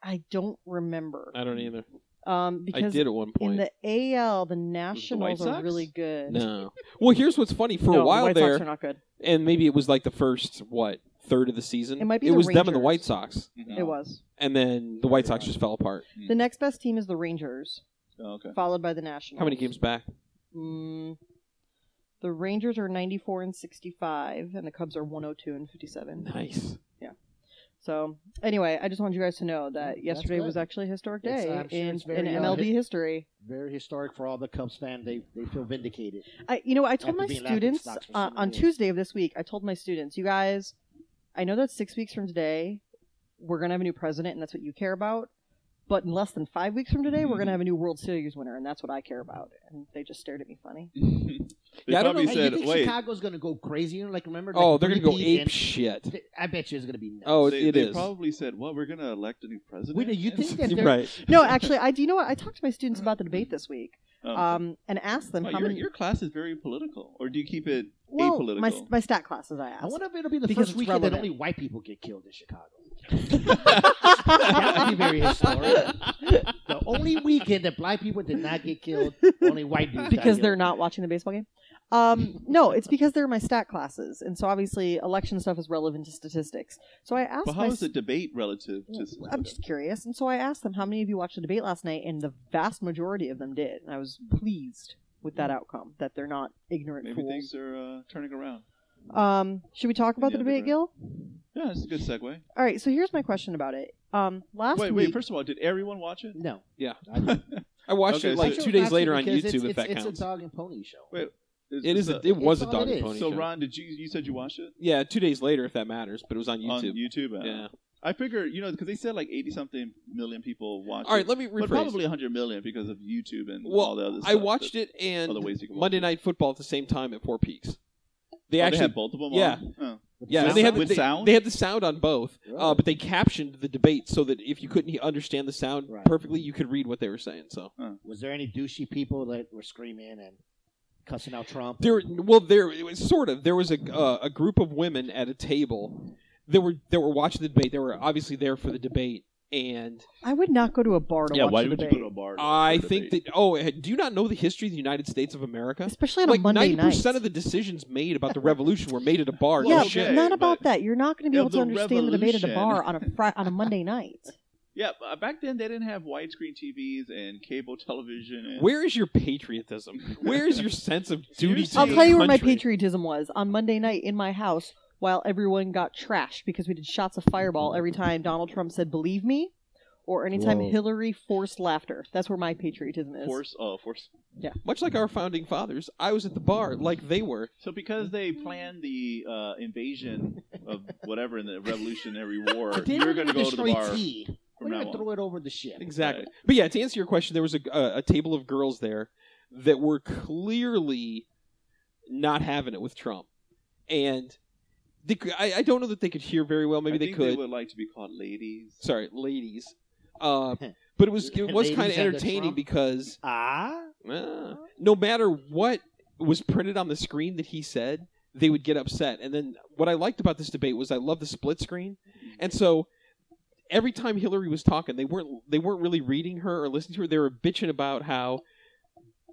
[SPEAKER 2] I don't remember.
[SPEAKER 3] I don't either.
[SPEAKER 2] Um,
[SPEAKER 3] I
[SPEAKER 2] because
[SPEAKER 3] did at one point.
[SPEAKER 2] in the AL, the Nationals are
[SPEAKER 1] Sox?
[SPEAKER 2] really good.
[SPEAKER 3] No. Well, here's what's funny. For
[SPEAKER 2] No,
[SPEAKER 3] a
[SPEAKER 2] the
[SPEAKER 3] while
[SPEAKER 2] White
[SPEAKER 3] there,
[SPEAKER 2] Sox are not good.
[SPEAKER 3] and maybe it was like the first what third of the season.
[SPEAKER 2] It might be
[SPEAKER 3] It
[SPEAKER 2] the
[SPEAKER 3] was them and the
[SPEAKER 2] Rangers.
[SPEAKER 3] White Sox,
[SPEAKER 1] Oh,
[SPEAKER 2] It was.
[SPEAKER 3] and then the White Sox just fell apart.
[SPEAKER 2] The next best team is the Rangers,
[SPEAKER 1] Oh, okay.
[SPEAKER 2] followed by the Nationals.
[SPEAKER 3] How many games back?
[SPEAKER 2] Mm, the oh Rangers are 94 and 65, and the Cubs are 102 and 57.
[SPEAKER 3] Nice.
[SPEAKER 2] So anyway, I just wanted you guys to know that
[SPEAKER 4] Mm,
[SPEAKER 2] yesterday
[SPEAKER 4] that's
[SPEAKER 2] was
[SPEAKER 4] good.
[SPEAKER 2] actually a historic
[SPEAKER 4] It's-
[SPEAKER 2] day
[SPEAKER 4] I'm sure
[SPEAKER 2] in,
[SPEAKER 4] it's very,
[SPEAKER 2] in
[SPEAKER 4] uh,
[SPEAKER 2] MLB history.
[SPEAKER 4] Very historic for all the Cubs fan. They they feel vindicated.
[SPEAKER 2] I, you know, I told
[SPEAKER 4] After
[SPEAKER 2] my
[SPEAKER 4] being laughing
[SPEAKER 2] students
[SPEAKER 4] stocks for
[SPEAKER 2] uh,
[SPEAKER 4] so many
[SPEAKER 2] on
[SPEAKER 4] years.
[SPEAKER 2] Tuesday of this week. I told my students, you guys, I know that's six weeks from today. We're gonna have a new president, and that's what you care about. But in less than five weeks from today, we're
[SPEAKER 4] Mm-hmm.
[SPEAKER 2] gonna have a new World Series winner, and that's what I care about. And they just stared at me funny.
[SPEAKER 3] Yeah, I don't
[SPEAKER 1] probably
[SPEAKER 3] know. Uh,
[SPEAKER 4] Hey, you
[SPEAKER 1] said,
[SPEAKER 4] think
[SPEAKER 1] "Wait."
[SPEAKER 4] Chicago's gonna go crazy? You know, like remember?
[SPEAKER 3] oh,
[SPEAKER 4] like,
[SPEAKER 3] they're gonna go
[SPEAKER 4] repeat
[SPEAKER 3] ape
[SPEAKER 4] and-
[SPEAKER 3] shit.
[SPEAKER 4] I bet you it's gonna be. Nuts.
[SPEAKER 3] Oh,
[SPEAKER 1] they,
[SPEAKER 3] it
[SPEAKER 1] they
[SPEAKER 3] is.
[SPEAKER 1] probably said, "Well, we're gonna elect a new president."
[SPEAKER 4] Wait, you think that they're
[SPEAKER 3] Right.
[SPEAKER 2] No, actually, I do. You know what? I talked to my students about the debate this week,
[SPEAKER 1] Oh.
[SPEAKER 2] um, and asked them
[SPEAKER 4] Oh,
[SPEAKER 1] Wow,
[SPEAKER 2] how
[SPEAKER 1] your,
[SPEAKER 2] many.
[SPEAKER 1] your class is very political, or do you keep it
[SPEAKER 2] well,
[SPEAKER 1] apolitical?
[SPEAKER 2] my my stat classes. I asked.
[SPEAKER 4] I wonder if it'll be the
[SPEAKER 2] Because
[SPEAKER 4] first
[SPEAKER 2] it's
[SPEAKER 4] weekend that
[SPEAKER 2] relevant.
[SPEAKER 4] only white people get killed in Chicago. that would be very historic. The only weekend that black people did not get killed, only white dudes. got
[SPEAKER 2] because
[SPEAKER 4] killed.
[SPEAKER 2] they're not watching the baseball game. Um, no, it's because they're my stat classes, and so obviously election stuff is relevant to statistics. So I asked
[SPEAKER 1] but
[SPEAKER 2] my
[SPEAKER 1] how is the debate relative to?
[SPEAKER 2] I'm just curious, and so I asked them how many of you watched the debate last night, and the vast majority of them did, and I was pleased with that outcome that they're not ignorant
[SPEAKER 1] Hmm. Maybe
[SPEAKER 2] fools.
[SPEAKER 1] things are uh, turning around.
[SPEAKER 2] Um, should we talk about
[SPEAKER 1] Yeah,
[SPEAKER 2] the
[SPEAKER 1] they're
[SPEAKER 2] debate, Gil?
[SPEAKER 1] Yeah, it's a good segue.
[SPEAKER 2] All right, so here's my question about it. Um, last
[SPEAKER 1] Wait,
[SPEAKER 2] week,
[SPEAKER 1] wait. First of all, did everyone watch it?
[SPEAKER 4] No.
[SPEAKER 3] Yeah.
[SPEAKER 4] I didn't.
[SPEAKER 3] I watched
[SPEAKER 1] Okay,
[SPEAKER 3] it
[SPEAKER 1] so-
[SPEAKER 3] like
[SPEAKER 1] Actually,
[SPEAKER 3] two days
[SPEAKER 4] Actually,
[SPEAKER 3] later on
[SPEAKER 4] because
[SPEAKER 3] YouTube.
[SPEAKER 4] it's,
[SPEAKER 3] if
[SPEAKER 4] it's,
[SPEAKER 3] that
[SPEAKER 4] it's
[SPEAKER 3] counts.
[SPEAKER 4] a dog and pony show.
[SPEAKER 1] Wait,
[SPEAKER 3] it is.
[SPEAKER 1] a-
[SPEAKER 3] A, it was a
[SPEAKER 4] all
[SPEAKER 3] dog
[SPEAKER 4] it
[SPEAKER 3] and
[SPEAKER 4] is.
[SPEAKER 3] pony.
[SPEAKER 1] so,
[SPEAKER 3] show.
[SPEAKER 1] Ron, did you you said you watched it
[SPEAKER 3] Yeah, two days later, if that matters, but it was on
[SPEAKER 1] on
[SPEAKER 3] YouTube.
[SPEAKER 1] YouTube? uh,
[SPEAKER 3] yeah.
[SPEAKER 1] I figure you know because they said like eighty something million people watched.
[SPEAKER 3] All right,
[SPEAKER 1] it,
[SPEAKER 3] let me
[SPEAKER 1] but
[SPEAKER 3] rephrase.
[SPEAKER 1] probably hundred million because of YouTube and
[SPEAKER 3] Well,
[SPEAKER 1] all the other. Stuff Oh,
[SPEAKER 3] I watched
[SPEAKER 1] that-
[SPEAKER 3] it and
[SPEAKER 1] other ways you can watch
[SPEAKER 3] Monday
[SPEAKER 1] it.
[SPEAKER 3] Night Football at the same time at Four Peaks. They
[SPEAKER 1] Oh,
[SPEAKER 3] actually
[SPEAKER 1] had both of them.
[SPEAKER 3] yeah.
[SPEAKER 1] on? Oh.
[SPEAKER 3] Yeah,
[SPEAKER 1] Sound-
[SPEAKER 3] and they had
[SPEAKER 1] with
[SPEAKER 3] they,
[SPEAKER 1] sound?
[SPEAKER 3] They had the sound on both, uh,
[SPEAKER 4] Really?
[SPEAKER 3] but they captioned the debate so that if you couldn't he- understand the sound
[SPEAKER 4] Right.
[SPEAKER 3] perfectly, you could read what they were saying. So
[SPEAKER 4] Was there any douchey people that were screaming and cussing out Trump?
[SPEAKER 3] there, well, there it was sort of there was a uh, a group of women at a table that were that were watching the debate. They were obviously there for the debate, and
[SPEAKER 2] I would not go to a bar to
[SPEAKER 1] Yeah,
[SPEAKER 2] watch
[SPEAKER 1] why
[SPEAKER 2] the
[SPEAKER 1] would you
[SPEAKER 2] debate,
[SPEAKER 1] put a bar?
[SPEAKER 3] I think that oh, do you not know the history of the United States of America?
[SPEAKER 2] especially on
[SPEAKER 3] Like
[SPEAKER 2] a Monday
[SPEAKER 3] ninety
[SPEAKER 2] night.
[SPEAKER 3] percent of the decisions made about the revolution were made at a bar.
[SPEAKER 2] yeah,
[SPEAKER 1] Well,
[SPEAKER 3] no shit.
[SPEAKER 1] okay,
[SPEAKER 2] not
[SPEAKER 1] but-
[SPEAKER 2] about that. You're not going to be
[SPEAKER 1] Yeah,
[SPEAKER 2] able to
[SPEAKER 1] the
[SPEAKER 2] understand the debate at a
[SPEAKER 1] revolution.
[SPEAKER 2] bar on a fri- on a Monday night.
[SPEAKER 1] Yeah, but, uh, back then they didn't have widescreen TVs and cable television. And
[SPEAKER 3] Where is your patriotism? Where is your sense of duty? To
[SPEAKER 2] I'll
[SPEAKER 3] your
[SPEAKER 2] tell you where my
[SPEAKER 3] country?
[SPEAKER 2] patriotism was on Monday night in my house while everyone got trashed because we did shots of fireball every time Donald Trump said "believe me" or anytime
[SPEAKER 4] Whoa.
[SPEAKER 2] Hillary forced laughter. That's where my patriotism is.
[SPEAKER 1] force? Oh, force.
[SPEAKER 3] Much like our founding fathers, I was at the bar like they were.
[SPEAKER 1] So because they
[SPEAKER 4] Mm-hmm.
[SPEAKER 1] planned the uh, invasion of whatever in the Revolutionary War,
[SPEAKER 4] But they
[SPEAKER 1] you're
[SPEAKER 4] were
[SPEAKER 1] going to go to
[SPEAKER 4] destroy
[SPEAKER 1] the bar
[SPEAKER 4] tea.
[SPEAKER 1] from
[SPEAKER 4] We're
[SPEAKER 1] now
[SPEAKER 4] gonna
[SPEAKER 1] on.
[SPEAKER 4] throw it over the ship.
[SPEAKER 3] Exactly.
[SPEAKER 1] Right.
[SPEAKER 3] But yeah, to answer your question, there was a, a, a table of girls there that were clearly not having it with Trump, and they, c- I, I don't know that they could hear very well. Maybe
[SPEAKER 1] I
[SPEAKER 3] they
[SPEAKER 1] think
[SPEAKER 3] could.
[SPEAKER 1] They would like to be called ladies.
[SPEAKER 3] Sorry, ladies. Uh, but it was it was
[SPEAKER 4] Ladies
[SPEAKER 3] kind
[SPEAKER 4] and
[SPEAKER 3] of
[SPEAKER 4] the
[SPEAKER 3] entertaining
[SPEAKER 4] Trump?
[SPEAKER 3] because
[SPEAKER 4] Ah,
[SPEAKER 3] uh, no matter what was printed on the screen that he said, they would get upset. And then what I liked about this debate was I love the split screen, and so every time Hillary was talking, they weren't they weren't really reading her or listening to her. They were bitching about how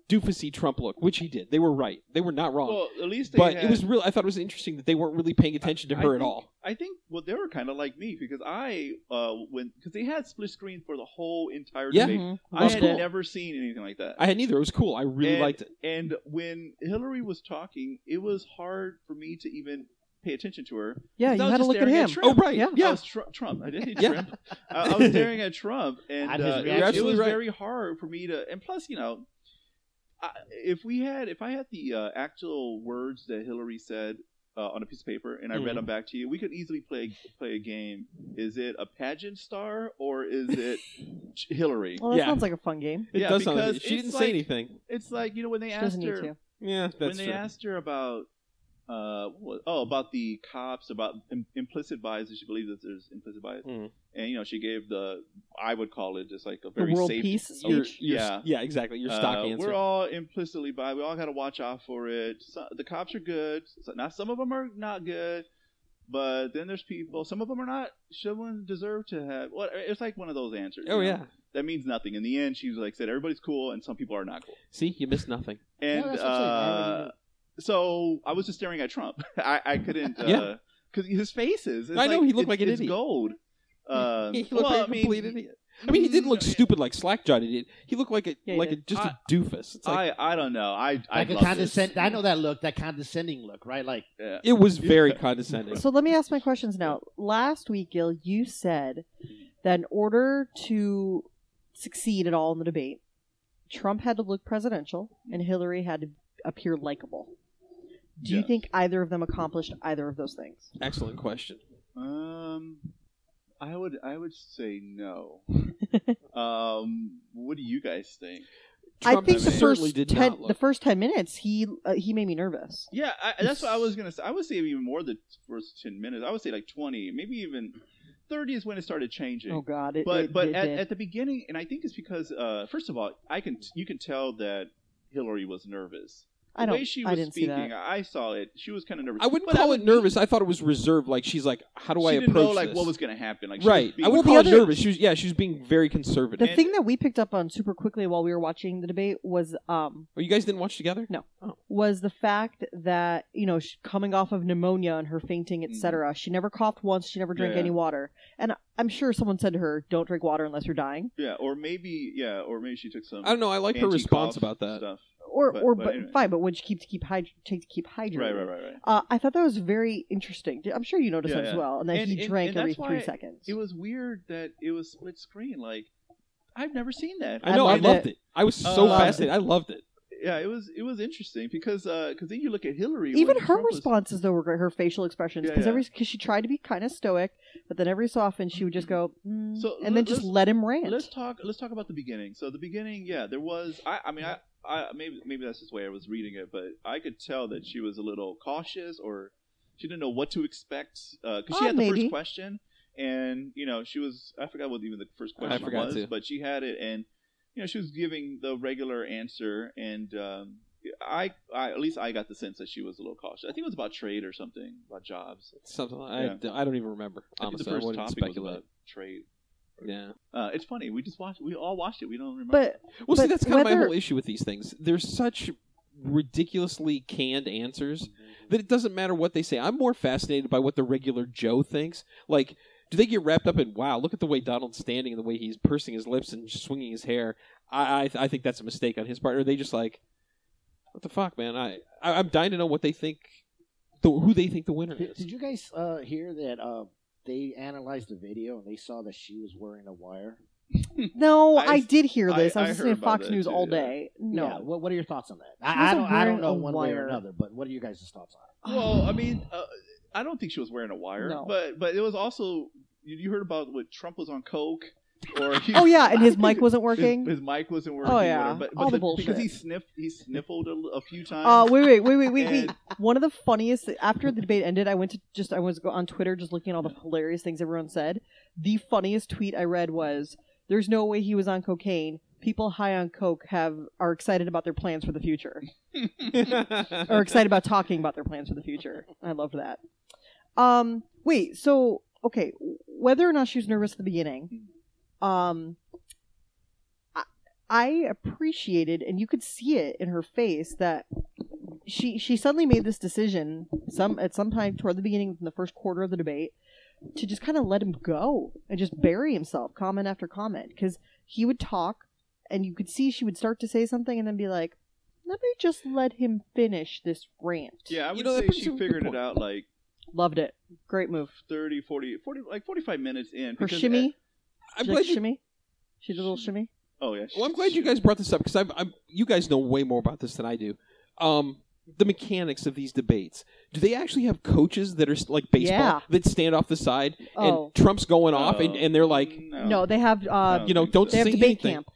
[SPEAKER 3] doofusy Trump looked, which he did. They were right. They were not wrong.
[SPEAKER 1] Well, at least they
[SPEAKER 3] but
[SPEAKER 1] had,
[SPEAKER 3] it was real. I thought it was interesting that they weren't really paying attention to
[SPEAKER 1] I
[SPEAKER 3] her at
[SPEAKER 1] think-
[SPEAKER 3] all.
[SPEAKER 1] I think well, they were kind of like me because I uh, when because they had split screen for the whole entire
[SPEAKER 3] Yeah.
[SPEAKER 1] debate.
[SPEAKER 2] Mhm.
[SPEAKER 1] I
[SPEAKER 3] was
[SPEAKER 1] had
[SPEAKER 3] cool.
[SPEAKER 1] never seen anything like that.
[SPEAKER 3] I had neither. It was cool. I really
[SPEAKER 1] And-
[SPEAKER 3] liked it.
[SPEAKER 1] And when Hillary was talking, it was hard for me to even pay attention to her.
[SPEAKER 2] Yeah,
[SPEAKER 1] Because
[SPEAKER 2] you
[SPEAKER 1] I was
[SPEAKER 2] had to
[SPEAKER 1] just
[SPEAKER 2] look at
[SPEAKER 1] staring
[SPEAKER 2] him.
[SPEAKER 1] Trump.
[SPEAKER 3] Oh right,
[SPEAKER 2] Yeah.
[SPEAKER 3] yeah.
[SPEAKER 1] I was tr- Trump. I didn't
[SPEAKER 3] Yeah.
[SPEAKER 1] Trump. Uh, I was staring at Trump, and
[SPEAKER 4] At his
[SPEAKER 1] uh,
[SPEAKER 4] reaction.
[SPEAKER 1] it was
[SPEAKER 3] Absolutely right.
[SPEAKER 1] very hard for me to. And plus, you know, I, if we had, if I had the uh, actual words that Hillary said uh, on a piece of paper, and I read
[SPEAKER 3] Mhm.
[SPEAKER 1] them back to you, we could easily play play a game. Is it a pageant star or is it Hillary?
[SPEAKER 2] Well, that
[SPEAKER 3] Yeah.
[SPEAKER 2] sounds like a fun game.
[SPEAKER 3] It
[SPEAKER 1] Yeah,
[SPEAKER 3] does sound.
[SPEAKER 1] because
[SPEAKER 3] like it. She
[SPEAKER 1] it's
[SPEAKER 3] didn't
[SPEAKER 1] like-
[SPEAKER 3] say anything.
[SPEAKER 1] It's like you know when they
[SPEAKER 2] She
[SPEAKER 1] asked
[SPEAKER 2] doesn't
[SPEAKER 1] her.
[SPEAKER 2] need to.
[SPEAKER 3] Yeah, that's
[SPEAKER 1] when they
[SPEAKER 3] true.
[SPEAKER 1] asked her about uh what- oh about the cops about Im- implicit bias and she believes that there's implicit bias
[SPEAKER 3] Mm.
[SPEAKER 1] and you know she gave the i would call it just like a
[SPEAKER 2] The
[SPEAKER 1] very
[SPEAKER 2] world
[SPEAKER 1] safe
[SPEAKER 2] peace
[SPEAKER 1] Your-
[SPEAKER 3] Your-
[SPEAKER 2] speech.
[SPEAKER 3] your-
[SPEAKER 1] Yeah.
[SPEAKER 3] yeah, exactly. Your
[SPEAKER 1] uh,
[SPEAKER 3] stock answer.
[SPEAKER 1] we're all implicitly biased we all got to watch out for it so, the cops are good so, now some of them are not good but then there's people some of them are not shouldn't deserve to have what it's like one of those answers
[SPEAKER 3] oh
[SPEAKER 1] you know?
[SPEAKER 3] yeah.
[SPEAKER 1] that means nothing in the end she was like said everybody's cool and some people are not cool
[SPEAKER 3] See, you missed nothing.
[SPEAKER 1] and
[SPEAKER 4] that's what I'm saying. I already
[SPEAKER 1] uh, so I was just staring at Trump. I, I couldn't
[SPEAKER 3] Yeah.
[SPEAKER 1] because his faces. It's
[SPEAKER 3] I know, he looked
[SPEAKER 1] it's-
[SPEAKER 3] like an
[SPEAKER 1] it's
[SPEAKER 3] idiot.
[SPEAKER 1] gold. Um,
[SPEAKER 3] he looked
[SPEAKER 1] well,
[SPEAKER 3] like
[SPEAKER 1] I
[SPEAKER 3] a
[SPEAKER 1] mean,
[SPEAKER 3] complete idiot. I mean, he didn't look stupid like Slackjaw did. He looked like a
[SPEAKER 2] Yeah, he
[SPEAKER 3] like a,
[SPEAKER 2] did.
[SPEAKER 3] just a doofus. It's like
[SPEAKER 1] I I don't know. I I
[SPEAKER 4] Like a
[SPEAKER 1] love
[SPEAKER 4] condescend. I know that look, that condescending look, right? Like
[SPEAKER 1] this. Yeah.
[SPEAKER 3] it was very
[SPEAKER 1] Yeah.
[SPEAKER 3] condescending.
[SPEAKER 2] So let me ask my questions now. Last week, Gil, you said that in order to succeed at all in the debate, Trump had to look presidential and Hillary had to appear likable. Do you
[SPEAKER 1] Yes.
[SPEAKER 2] think either of them accomplished either of those things?
[SPEAKER 3] Excellent question.
[SPEAKER 1] Um, I would I would say no. um, what do you guys think?
[SPEAKER 2] I
[SPEAKER 3] Trump
[SPEAKER 2] think the
[SPEAKER 3] certainly
[SPEAKER 2] first
[SPEAKER 3] did
[SPEAKER 2] ten,
[SPEAKER 3] not look-
[SPEAKER 2] the first ten minutes, he uh, he made me nervous.
[SPEAKER 1] Yeah, I, that's what I was gonna say. I would say even more than first ten minutes. I would say like twenty, maybe even thirty is when it started changing.
[SPEAKER 2] Oh God! It,
[SPEAKER 1] but
[SPEAKER 2] it-
[SPEAKER 1] but
[SPEAKER 2] it
[SPEAKER 1] at,
[SPEAKER 2] did.
[SPEAKER 1] at the beginning, and I think it's because uh, first of all, I can you can tell that Hillary was nervous. The
[SPEAKER 2] I don't.
[SPEAKER 1] way she was
[SPEAKER 2] I didn't
[SPEAKER 1] speaking,
[SPEAKER 2] see that.
[SPEAKER 1] I saw it. She was kind of nervous.
[SPEAKER 3] I wouldn't
[SPEAKER 1] But
[SPEAKER 3] call
[SPEAKER 1] would
[SPEAKER 3] it
[SPEAKER 1] be-
[SPEAKER 3] nervous. I thought it was reserved. Like she's like, how do I
[SPEAKER 1] she
[SPEAKER 3] approach
[SPEAKER 1] didn't know like
[SPEAKER 3] this?
[SPEAKER 1] what was gonna happen. Like she
[SPEAKER 3] right.
[SPEAKER 1] was being-
[SPEAKER 3] I wouldn't
[SPEAKER 2] Well,
[SPEAKER 3] call
[SPEAKER 2] the
[SPEAKER 3] it
[SPEAKER 2] other-
[SPEAKER 3] nervous. She was yeah, she was being very conservative.
[SPEAKER 2] The
[SPEAKER 1] and-
[SPEAKER 2] thing that we picked up on super quickly while we were watching the debate was um
[SPEAKER 3] oh, you guys didn't watch together?
[SPEAKER 2] was the fact that you know she, coming off of pneumonia and her fainting
[SPEAKER 1] Mhm.
[SPEAKER 2] etc she never coughed once she never drank
[SPEAKER 1] Yeah.
[SPEAKER 2] any water and i'm sure someone said to her don't drink water unless you're dying
[SPEAKER 1] Yeah, or maybe yeah, or maybe she took some.
[SPEAKER 3] I don't know. I like her
[SPEAKER 1] anti-cough
[SPEAKER 3] response about that.
[SPEAKER 1] Stuff.
[SPEAKER 2] or
[SPEAKER 1] But-
[SPEAKER 2] or
[SPEAKER 1] but
[SPEAKER 2] but,
[SPEAKER 1] anyway.
[SPEAKER 2] fine but when she keep to keep hyd- take to keep hydrated
[SPEAKER 1] Right, right, right, right.
[SPEAKER 2] Uh, i thought that was very interesting i'm sure you noticed
[SPEAKER 1] Yeah,
[SPEAKER 2] that as
[SPEAKER 1] yeah.
[SPEAKER 2] well and that
[SPEAKER 1] And-
[SPEAKER 2] he
[SPEAKER 1] and-
[SPEAKER 2] drank
[SPEAKER 1] and
[SPEAKER 2] every
[SPEAKER 1] that's why
[SPEAKER 2] three seconds
[SPEAKER 1] It was weird that it was split screen. Like I've never seen that.
[SPEAKER 3] I know. I,
[SPEAKER 2] loved
[SPEAKER 3] loved it. I was so
[SPEAKER 1] Uh,
[SPEAKER 3] fascinated. I loved it.
[SPEAKER 1] yeah, it was it was interesting because because then you look at Hillary.
[SPEAKER 2] even
[SPEAKER 1] when
[SPEAKER 2] her
[SPEAKER 1] Trump was-
[SPEAKER 2] responses though were great, her facial expressions
[SPEAKER 1] Yeah,
[SPEAKER 2] because
[SPEAKER 1] yeah.
[SPEAKER 2] every because she tried to be kind of stoic but then every so often she would just go mm,
[SPEAKER 1] Mm-hmm. So
[SPEAKER 2] and
[SPEAKER 1] let-
[SPEAKER 2] then just
[SPEAKER 1] let's-
[SPEAKER 2] let him rant
[SPEAKER 1] Let's talk. Let's talk about the beginning. So the beginning, yeah, there was. I, I mean, I, I maybe maybe that's just the way I was reading it, but I could tell that she was a little cautious, or she didn't know what to expect because she
[SPEAKER 3] Oh,
[SPEAKER 2] Ah,
[SPEAKER 1] had the
[SPEAKER 2] maybe.
[SPEAKER 1] first question, and you know she was. I forgot what even the first
[SPEAKER 3] I
[SPEAKER 1] question
[SPEAKER 3] forgot
[SPEAKER 1] was,
[SPEAKER 3] too.
[SPEAKER 1] but she had it, and you know she was giving the regular answer, and um, I, I at least I got the sense that she was a little cautious. I think it was about trade or something about jobs.
[SPEAKER 3] Something. I,
[SPEAKER 1] Yeah.
[SPEAKER 3] d- I don't even remember.
[SPEAKER 1] I think the
[SPEAKER 3] Honestly, I
[SPEAKER 1] first
[SPEAKER 3] wouldn't
[SPEAKER 1] topic was
[SPEAKER 3] speculate.
[SPEAKER 1] about trade.
[SPEAKER 3] Yeah.
[SPEAKER 1] Uh, it's funny. We just watched. We all watched it. We don't remember.
[SPEAKER 2] but
[SPEAKER 3] Well, see,
[SPEAKER 2] But
[SPEAKER 3] that's kind of my
[SPEAKER 2] whether-
[SPEAKER 3] whole issue with these things. There's such ridiculously canned answers
[SPEAKER 1] Mm-hmm.
[SPEAKER 3] that it doesn't matter what they say. I'm more fascinated by what the regular Joe thinks. Like, do they get wrapped up in wow? Look at the way Donald's standing and the way he's pursing his lips and swinging his hair. I I, th- I think that's a mistake on his part. Or are they just like, what the fuck, man? I, I I'm dying to know what they think, the, who they think the winner
[SPEAKER 4] Did,
[SPEAKER 3] is.
[SPEAKER 4] did you guys uh, hear that uh, they analyzed the video and they saw that she was wearing a wire?
[SPEAKER 2] No, I,
[SPEAKER 1] I-
[SPEAKER 2] did hear
[SPEAKER 1] I-
[SPEAKER 2] this. I,
[SPEAKER 1] I
[SPEAKER 2] was listening to
[SPEAKER 1] heard about
[SPEAKER 2] Fox
[SPEAKER 1] that
[SPEAKER 2] News
[SPEAKER 1] too,
[SPEAKER 2] all
[SPEAKER 1] yeah.
[SPEAKER 2] day. No.
[SPEAKER 4] Yeah, what, what are your thoughts on that?
[SPEAKER 2] She
[SPEAKER 4] I, I
[SPEAKER 2] wasn't
[SPEAKER 4] don't. I
[SPEAKER 2] wearing
[SPEAKER 4] don't know
[SPEAKER 2] a
[SPEAKER 4] one way or
[SPEAKER 2] wire.
[SPEAKER 4] another. But what are your guys' thoughts on it?
[SPEAKER 1] Well, I mean, uh, I don't think she was wearing a wire,
[SPEAKER 2] No.
[SPEAKER 1] but but it was also you, you heard about what Trump was on coke, or he,
[SPEAKER 2] oh yeah, and his mic wasn't working.
[SPEAKER 1] His, his mic wasn't working.
[SPEAKER 2] Oh, yeah.
[SPEAKER 1] whatever, but, but
[SPEAKER 2] All the
[SPEAKER 1] because he
[SPEAKER 2] bullshit.
[SPEAKER 1] sniffed, he sniffled a, l- a few times.
[SPEAKER 2] Uh, wait, wait, wait, wait, wait, wait.
[SPEAKER 1] And-
[SPEAKER 2] One of the funniest after the debate ended, I went to just I was go- on Twitter just looking at all the hilarious things everyone said. The funniest tweet I read was, "There's no way he was on cocaine. People high on coke have are excited about their plans for the future, or excited about talking about their plans for the future." I loved that. Um, wait, so okay, whether or not she was nervous at the beginning, um, I, I appreciated, and you could see it in her face that she she suddenly made this decision some at some time toward the beginning in the first quarter of the debate to just kind of let him go and just bury himself comment after comment because he would talk and you could see she would start to say something and then be like let me just let him finish this rant
[SPEAKER 1] yeah, I
[SPEAKER 3] You
[SPEAKER 1] would
[SPEAKER 3] know, that
[SPEAKER 1] say
[SPEAKER 3] brings up
[SPEAKER 1] she
[SPEAKER 3] a good
[SPEAKER 1] figured
[SPEAKER 3] point.
[SPEAKER 1] it out like
[SPEAKER 2] loved it great move
[SPEAKER 1] 30, 40, 40 like forty five minutes in.
[SPEAKER 2] her
[SPEAKER 1] because- uh,
[SPEAKER 2] shimmy
[SPEAKER 3] I'm
[SPEAKER 2] She like
[SPEAKER 3] glad you
[SPEAKER 2] shimmy she did a little shimmy
[SPEAKER 1] oh yeah. she-
[SPEAKER 3] Well, I'm glad you guys brought this up because I'm, I'm you guys know way more about this than I do. Um, the mechanics of these debates. Do they actually have coaches that are s- like baseball
[SPEAKER 2] Yeah.
[SPEAKER 3] that stand off the side
[SPEAKER 2] oh
[SPEAKER 3] and Trump's going
[SPEAKER 1] Oh,
[SPEAKER 3] off and, and they're like,
[SPEAKER 1] no.
[SPEAKER 2] no they have uh
[SPEAKER 1] No.
[SPEAKER 3] you know,
[SPEAKER 1] think
[SPEAKER 3] don't
[SPEAKER 2] they have
[SPEAKER 3] say
[SPEAKER 2] debate
[SPEAKER 3] anything
[SPEAKER 2] camp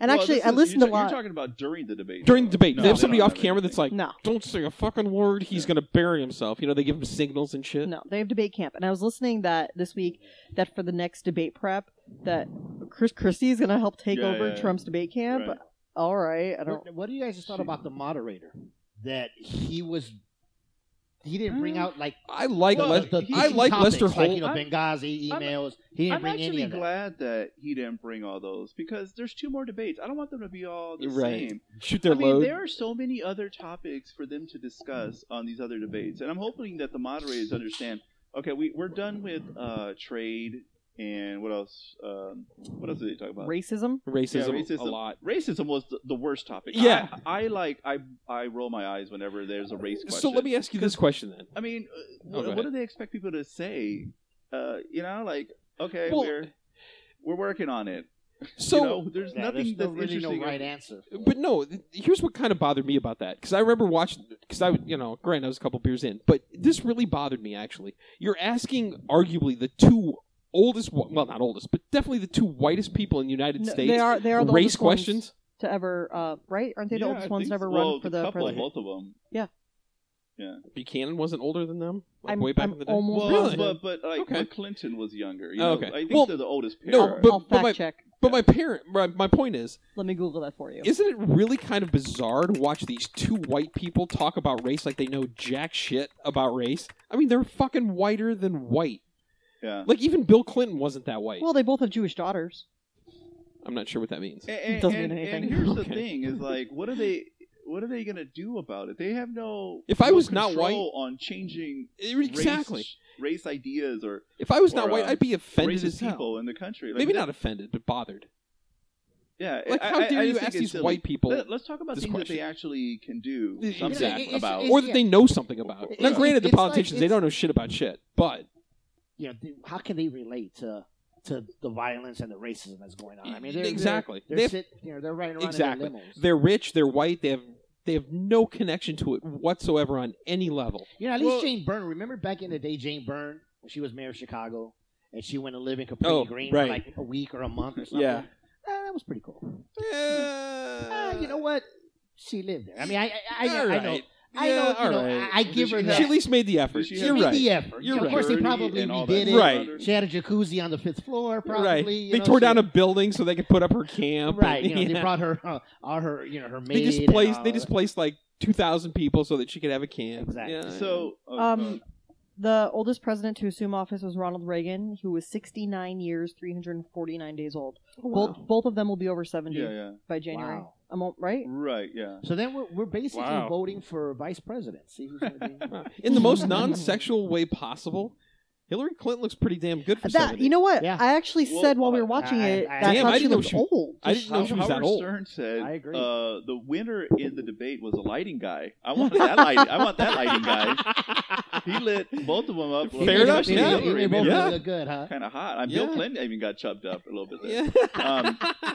[SPEAKER 2] and
[SPEAKER 1] Well,
[SPEAKER 2] actually
[SPEAKER 1] this
[SPEAKER 2] i
[SPEAKER 1] is-
[SPEAKER 2] listened
[SPEAKER 1] you're
[SPEAKER 2] a
[SPEAKER 1] ta-
[SPEAKER 2] lot
[SPEAKER 1] You're talking about during the debate.
[SPEAKER 3] during the
[SPEAKER 1] though.
[SPEAKER 3] debate.
[SPEAKER 1] No,
[SPEAKER 3] they have somebody
[SPEAKER 1] don't
[SPEAKER 3] off
[SPEAKER 1] have
[SPEAKER 3] camera that's
[SPEAKER 1] anything.
[SPEAKER 3] like,
[SPEAKER 2] no
[SPEAKER 3] don't say a fucking word. He's
[SPEAKER 1] Yeah.
[SPEAKER 3] gonna bury himself. You know, they give him signals and shit.
[SPEAKER 2] No, they have debate camp, and I was listening that this week that for the next debate prep that Chris Christie is going to help take
[SPEAKER 1] Yeah,
[SPEAKER 2] over
[SPEAKER 1] yeah, yeah.
[SPEAKER 2] Trump's debate camp.
[SPEAKER 1] Right.
[SPEAKER 2] All right, I don't.
[SPEAKER 4] What, what do you guys' thought
[SPEAKER 1] She-
[SPEAKER 4] about the moderator? That he was. He didn't
[SPEAKER 2] Mm.
[SPEAKER 4] bring out like
[SPEAKER 3] I like
[SPEAKER 1] Well,
[SPEAKER 3] Les-
[SPEAKER 1] the- he-
[SPEAKER 3] I like
[SPEAKER 4] topics,
[SPEAKER 3] Lester
[SPEAKER 4] like, you know,
[SPEAKER 3] Holt.
[SPEAKER 4] Benghazi
[SPEAKER 1] I'm-
[SPEAKER 4] emails. he didn't
[SPEAKER 1] I'm
[SPEAKER 4] bring any
[SPEAKER 1] actually
[SPEAKER 4] of that.
[SPEAKER 1] glad that he didn't bring all those because there's two more debates. I don't want them to be all the
[SPEAKER 3] Right.
[SPEAKER 1] same.
[SPEAKER 3] Shoot their
[SPEAKER 1] I mean,
[SPEAKER 3] load.
[SPEAKER 1] there are so many other topics for them to discuss on these other debates, and I'm hoping that the moderators understand. Okay, we, we're done with uh, trade and what else? Um, what else did they talk about?
[SPEAKER 2] Racism.
[SPEAKER 3] Racism,
[SPEAKER 1] Yeah, racism.
[SPEAKER 3] a lot.
[SPEAKER 1] Racism was the, the worst topic.
[SPEAKER 3] Yeah.
[SPEAKER 1] I, I like I I roll my eyes whenever there's a race question.
[SPEAKER 3] So let me ask you this question then.
[SPEAKER 1] I mean, uh,
[SPEAKER 3] Oh,
[SPEAKER 1] what,
[SPEAKER 3] go
[SPEAKER 1] what do they expect people to say? Uh, you know, like okay,
[SPEAKER 3] Well-
[SPEAKER 1] we're we're working on it.
[SPEAKER 3] So
[SPEAKER 1] you know, there's
[SPEAKER 4] Yeah,
[SPEAKER 1] nothing
[SPEAKER 4] there's no,
[SPEAKER 1] that's
[SPEAKER 4] really no
[SPEAKER 1] interesting.
[SPEAKER 4] right answer.
[SPEAKER 3] But no, th- here's what kind of bothered me about that because I remember watching because I would- you know granted I was a couple beers in, but this really bothered me actually. You're asking arguably the two oldest wa- well not oldest but definitely the two whitest people in the United
[SPEAKER 2] No,
[SPEAKER 3] States
[SPEAKER 2] they are they are the
[SPEAKER 3] race
[SPEAKER 2] oldest ones
[SPEAKER 3] questions.
[SPEAKER 2] to ever uh, right? Aren't they the
[SPEAKER 1] Yeah, I
[SPEAKER 2] oldest ones
[SPEAKER 1] think
[SPEAKER 2] to
[SPEAKER 1] so.
[SPEAKER 2] ever run
[SPEAKER 1] Well,
[SPEAKER 2] for
[SPEAKER 1] the
[SPEAKER 2] the
[SPEAKER 1] couple,
[SPEAKER 2] president?
[SPEAKER 1] both of them.
[SPEAKER 3] Buchanan wasn't older than them like
[SPEAKER 2] I'm-
[SPEAKER 3] way back
[SPEAKER 2] I'm
[SPEAKER 3] in the day.
[SPEAKER 2] almost
[SPEAKER 1] Well,
[SPEAKER 3] Really?
[SPEAKER 1] but but like
[SPEAKER 3] Okay.
[SPEAKER 1] but Clinton was younger. You
[SPEAKER 3] Oh,
[SPEAKER 1] know?
[SPEAKER 3] okay.
[SPEAKER 1] I think
[SPEAKER 3] Well,
[SPEAKER 1] they're the oldest pair.
[SPEAKER 3] no,
[SPEAKER 2] I'll,
[SPEAKER 3] but-
[SPEAKER 2] I'll
[SPEAKER 3] but
[SPEAKER 2] fact
[SPEAKER 3] my-
[SPEAKER 2] check.
[SPEAKER 3] but my parent my, my point is
[SPEAKER 2] Let me Google that for you.
[SPEAKER 3] isn't it really kind of bizarre to watch these two white people talk about race like they know jack shit about race? I mean they're fucking whiter than white.
[SPEAKER 1] yeah.
[SPEAKER 3] Like even Bill Clinton wasn't that white.
[SPEAKER 2] well, they both have Jewish daughters.
[SPEAKER 3] I'm not sure what that means.
[SPEAKER 1] And, and,
[SPEAKER 2] Doesn't mean
[SPEAKER 1] and- and
[SPEAKER 2] anything.
[SPEAKER 1] here's the
[SPEAKER 3] Okay.
[SPEAKER 1] thing: is like, what are they? What are they gonna do about it? They have no.
[SPEAKER 3] If I
[SPEAKER 1] no
[SPEAKER 3] was not
[SPEAKER 1] control on changing
[SPEAKER 3] Exactly.
[SPEAKER 1] race, race ideas or
[SPEAKER 3] If I was not
[SPEAKER 1] eh, or,
[SPEAKER 3] white,
[SPEAKER 1] uh,
[SPEAKER 3] I'd be offended as
[SPEAKER 1] racist
[SPEAKER 3] hell.
[SPEAKER 1] people in the country. Like,
[SPEAKER 3] Maybe
[SPEAKER 1] that-
[SPEAKER 3] not offended, but bothered.
[SPEAKER 1] Yeah.
[SPEAKER 3] Like,
[SPEAKER 1] I-
[SPEAKER 3] how
[SPEAKER 1] I-
[SPEAKER 3] dare
[SPEAKER 1] I
[SPEAKER 3] you
[SPEAKER 1] just
[SPEAKER 3] ask
[SPEAKER 1] think it's
[SPEAKER 3] these
[SPEAKER 1] silly.
[SPEAKER 3] white people
[SPEAKER 1] Let, us talk about
[SPEAKER 3] this
[SPEAKER 1] things that they
[SPEAKER 3] question.
[SPEAKER 1] actually can do
[SPEAKER 3] Yeah,
[SPEAKER 1] something
[SPEAKER 3] exactly.
[SPEAKER 4] It's-
[SPEAKER 1] about.
[SPEAKER 4] it's-
[SPEAKER 3] or that they know something about?
[SPEAKER 4] It's-
[SPEAKER 3] now, granted, the
[SPEAKER 4] it's like-
[SPEAKER 3] politicians they
[SPEAKER 4] it's-
[SPEAKER 3] don't know shit about shit, but
[SPEAKER 4] You know, th- how can they relate to to the violence and the racism that's going on? I mean, they're,
[SPEAKER 3] exactly.
[SPEAKER 4] They're,
[SPEAKER 3] They
[SPEAKER 4] they're,
[SPEAKER 3] have-
[SPEAKER 4] sit, you know, they're riding around
[SPEAKER 3] Exactly.
[SPEAKER 4] in their limos.
[SPEAKER 3] they're rich, they're white, they have they have no connection to it whatsoever on any level.
[SPEAKER 4] You know, at least
[SPEAKER 1] Well-
[SPEAKER 4] Jane Byrne. Remember back in the day, Jane Byrne, when she was mayor of Chicago, and she went to live in Capri
[SPEAKER 3] Oh,
[SPEAKER 4] Green
[SPEAKER 3] right.
[SPEAKER 4] for like a week or a month or something.
[SPEAKER 3] Yeah.
[SPEAKER 4] Ah, that was pretty cool.
[SPEAKER 3] Uh,
[SPEAKER 4] Ah, you know what? She lived there. I mean, I, I, I, I, know, I
[SPEAKER 3] Yeah,
[SPEAKER 4] know, you
[SPEAKER 3] all
[SPEAKER 4] know,
[SPEAKER 3] right.
[SPEAKER 4] I, I give her
[SPEAKER 1] Did
[SPEAKER 4] that.
[SPEAKER 3] She at least made the effort.
[SPEAKER 1] Did she have-
[SPEAKER 3] You're
[SPEAKER 4] made
[SPEAKER 3] right.
[SPEAKER 4] the effort.
[SPEAKER 3] You're
[SPEAKER 4] of course,
[SPEAKER 3] right.
[SPEAKER 4] they
[SPEAKER 1] Dirty
[SPEAKER 4] probably
[SPEAKER 1] and all
[SPEAKER 4] did
[SPEAKER 1] that.
[SPEAKER 4] it.
[SPEAKER 3] Right.
[SPEAKER 4] She had a jacuzzi on the fifth floor, probably.
[SPEAKER 3] right.
[SPEAKER 4] you
[SPEAKER 3] They
[SPEAKER 4] know,
[SPEAKER 3] tore
[SPEAKER 4] she-
[SPEAKER 3] down a building so they could put up her camp.
[SPEAKER 4] Right,
[SPEAKER 3] and-
[SPEAKER 4] you know, they
[SPEAKER 3] yeah.
[SPEAKER 4] brought her, uh, all her, you know, her maid. uh,
[SPEAKER 3] They just
[SPEAKER 4] and
[SPEAKER 3] placed.
[SPEAKER 4] all
[SPEAKER 3] They
[SPEAKER 4] that.
[SPEAKER 3] just placed like two thousand people so that she could have a camp.
[SPEAKER 4] Exactly.
[SPEAKER 3] Yeah.
[SPEAKER 1] So, oh,
[SPEAKER 2] Um, the oldest president to assume office was Ronald Reagan, who was 69 years, 349 days old.
[SPEAKER 3] Wow.
[SPEAKER 2] Both both of them will be over
[SPEAKER 1] uh,
[SPEAKER 2] 70
[SPEAKER 1] Oh, yeah, yeah,
[SPEAKER 2] by January.
[SPEAKER 4] Wow.
[SPEAKER 2] I'm all, right?
[SPEAKER 1] right, yeah.
[SPEAKER 4] So then we're, we're basically
[SPEAKER 3] Wow.
[SPEAKER 4] voting for vice president. See who's going to be.
[SPEAKER 3] Wow. in the most non-sexual way possible. Hillary Clinton looks pretty damn good for
[SPEAKER 2] That
[SPEAKER 3] 70.
[SPEAKER 2] you know what?
[SPEAKER 4] Yeah.
[SPEAKER 2] I actually
[SPEAKER 1] Well,
[SPEAKER 2] said while we
[SPEAKER 1] I-
[SPEAKER 2] were watching
[SPEAKER 4] I-
[SPEAKER 2] it,
[SPEAKER 4] I-
[SPEAKER 2] that's
[SPEAKER 3] Damn,
[SPEAKER 2] how
[SPEAKER 3] I
[SPEAKER 2] she
[SPEAKER 3] didn't know
[SPEAKER 2] looks
[SPEAKER 3] she-
[SPEAKER 2] old.
[SPEAKER 3] I didn't know she was
[SPEAKER 1] Howard
[SPEAKER 3] that old.
[SPEAKER 1] Stern said,
[SPEAKER 4] I agree.
[SPEAKER 1] Uh, the winner in the debate was a lighting guy. I want that light. I want that lighting guy. He lit both of them up.
[SPEAKER 3] Fair enough,
[SPEAKER 1] especially
[SPEAKER 3] yeah.
[SPEAKER 4] You
[SPEAKER 1] Hillary,
[SPEAKER 4] made both
[SPEAKER 1] man.
[SPEAKER 4] of
[SPEAKER 3] Yeah.
[SPEAKER 4] them look good, huh?
[SPEAKER 1] Kind of hot. I
[SPEAKER 3] Yeah.
[SPEAKER 1] Bill Clinton even got chubbed up a little bit. There.
[SPEAKER 3] Yeah.
[SPEAKER 1] Um,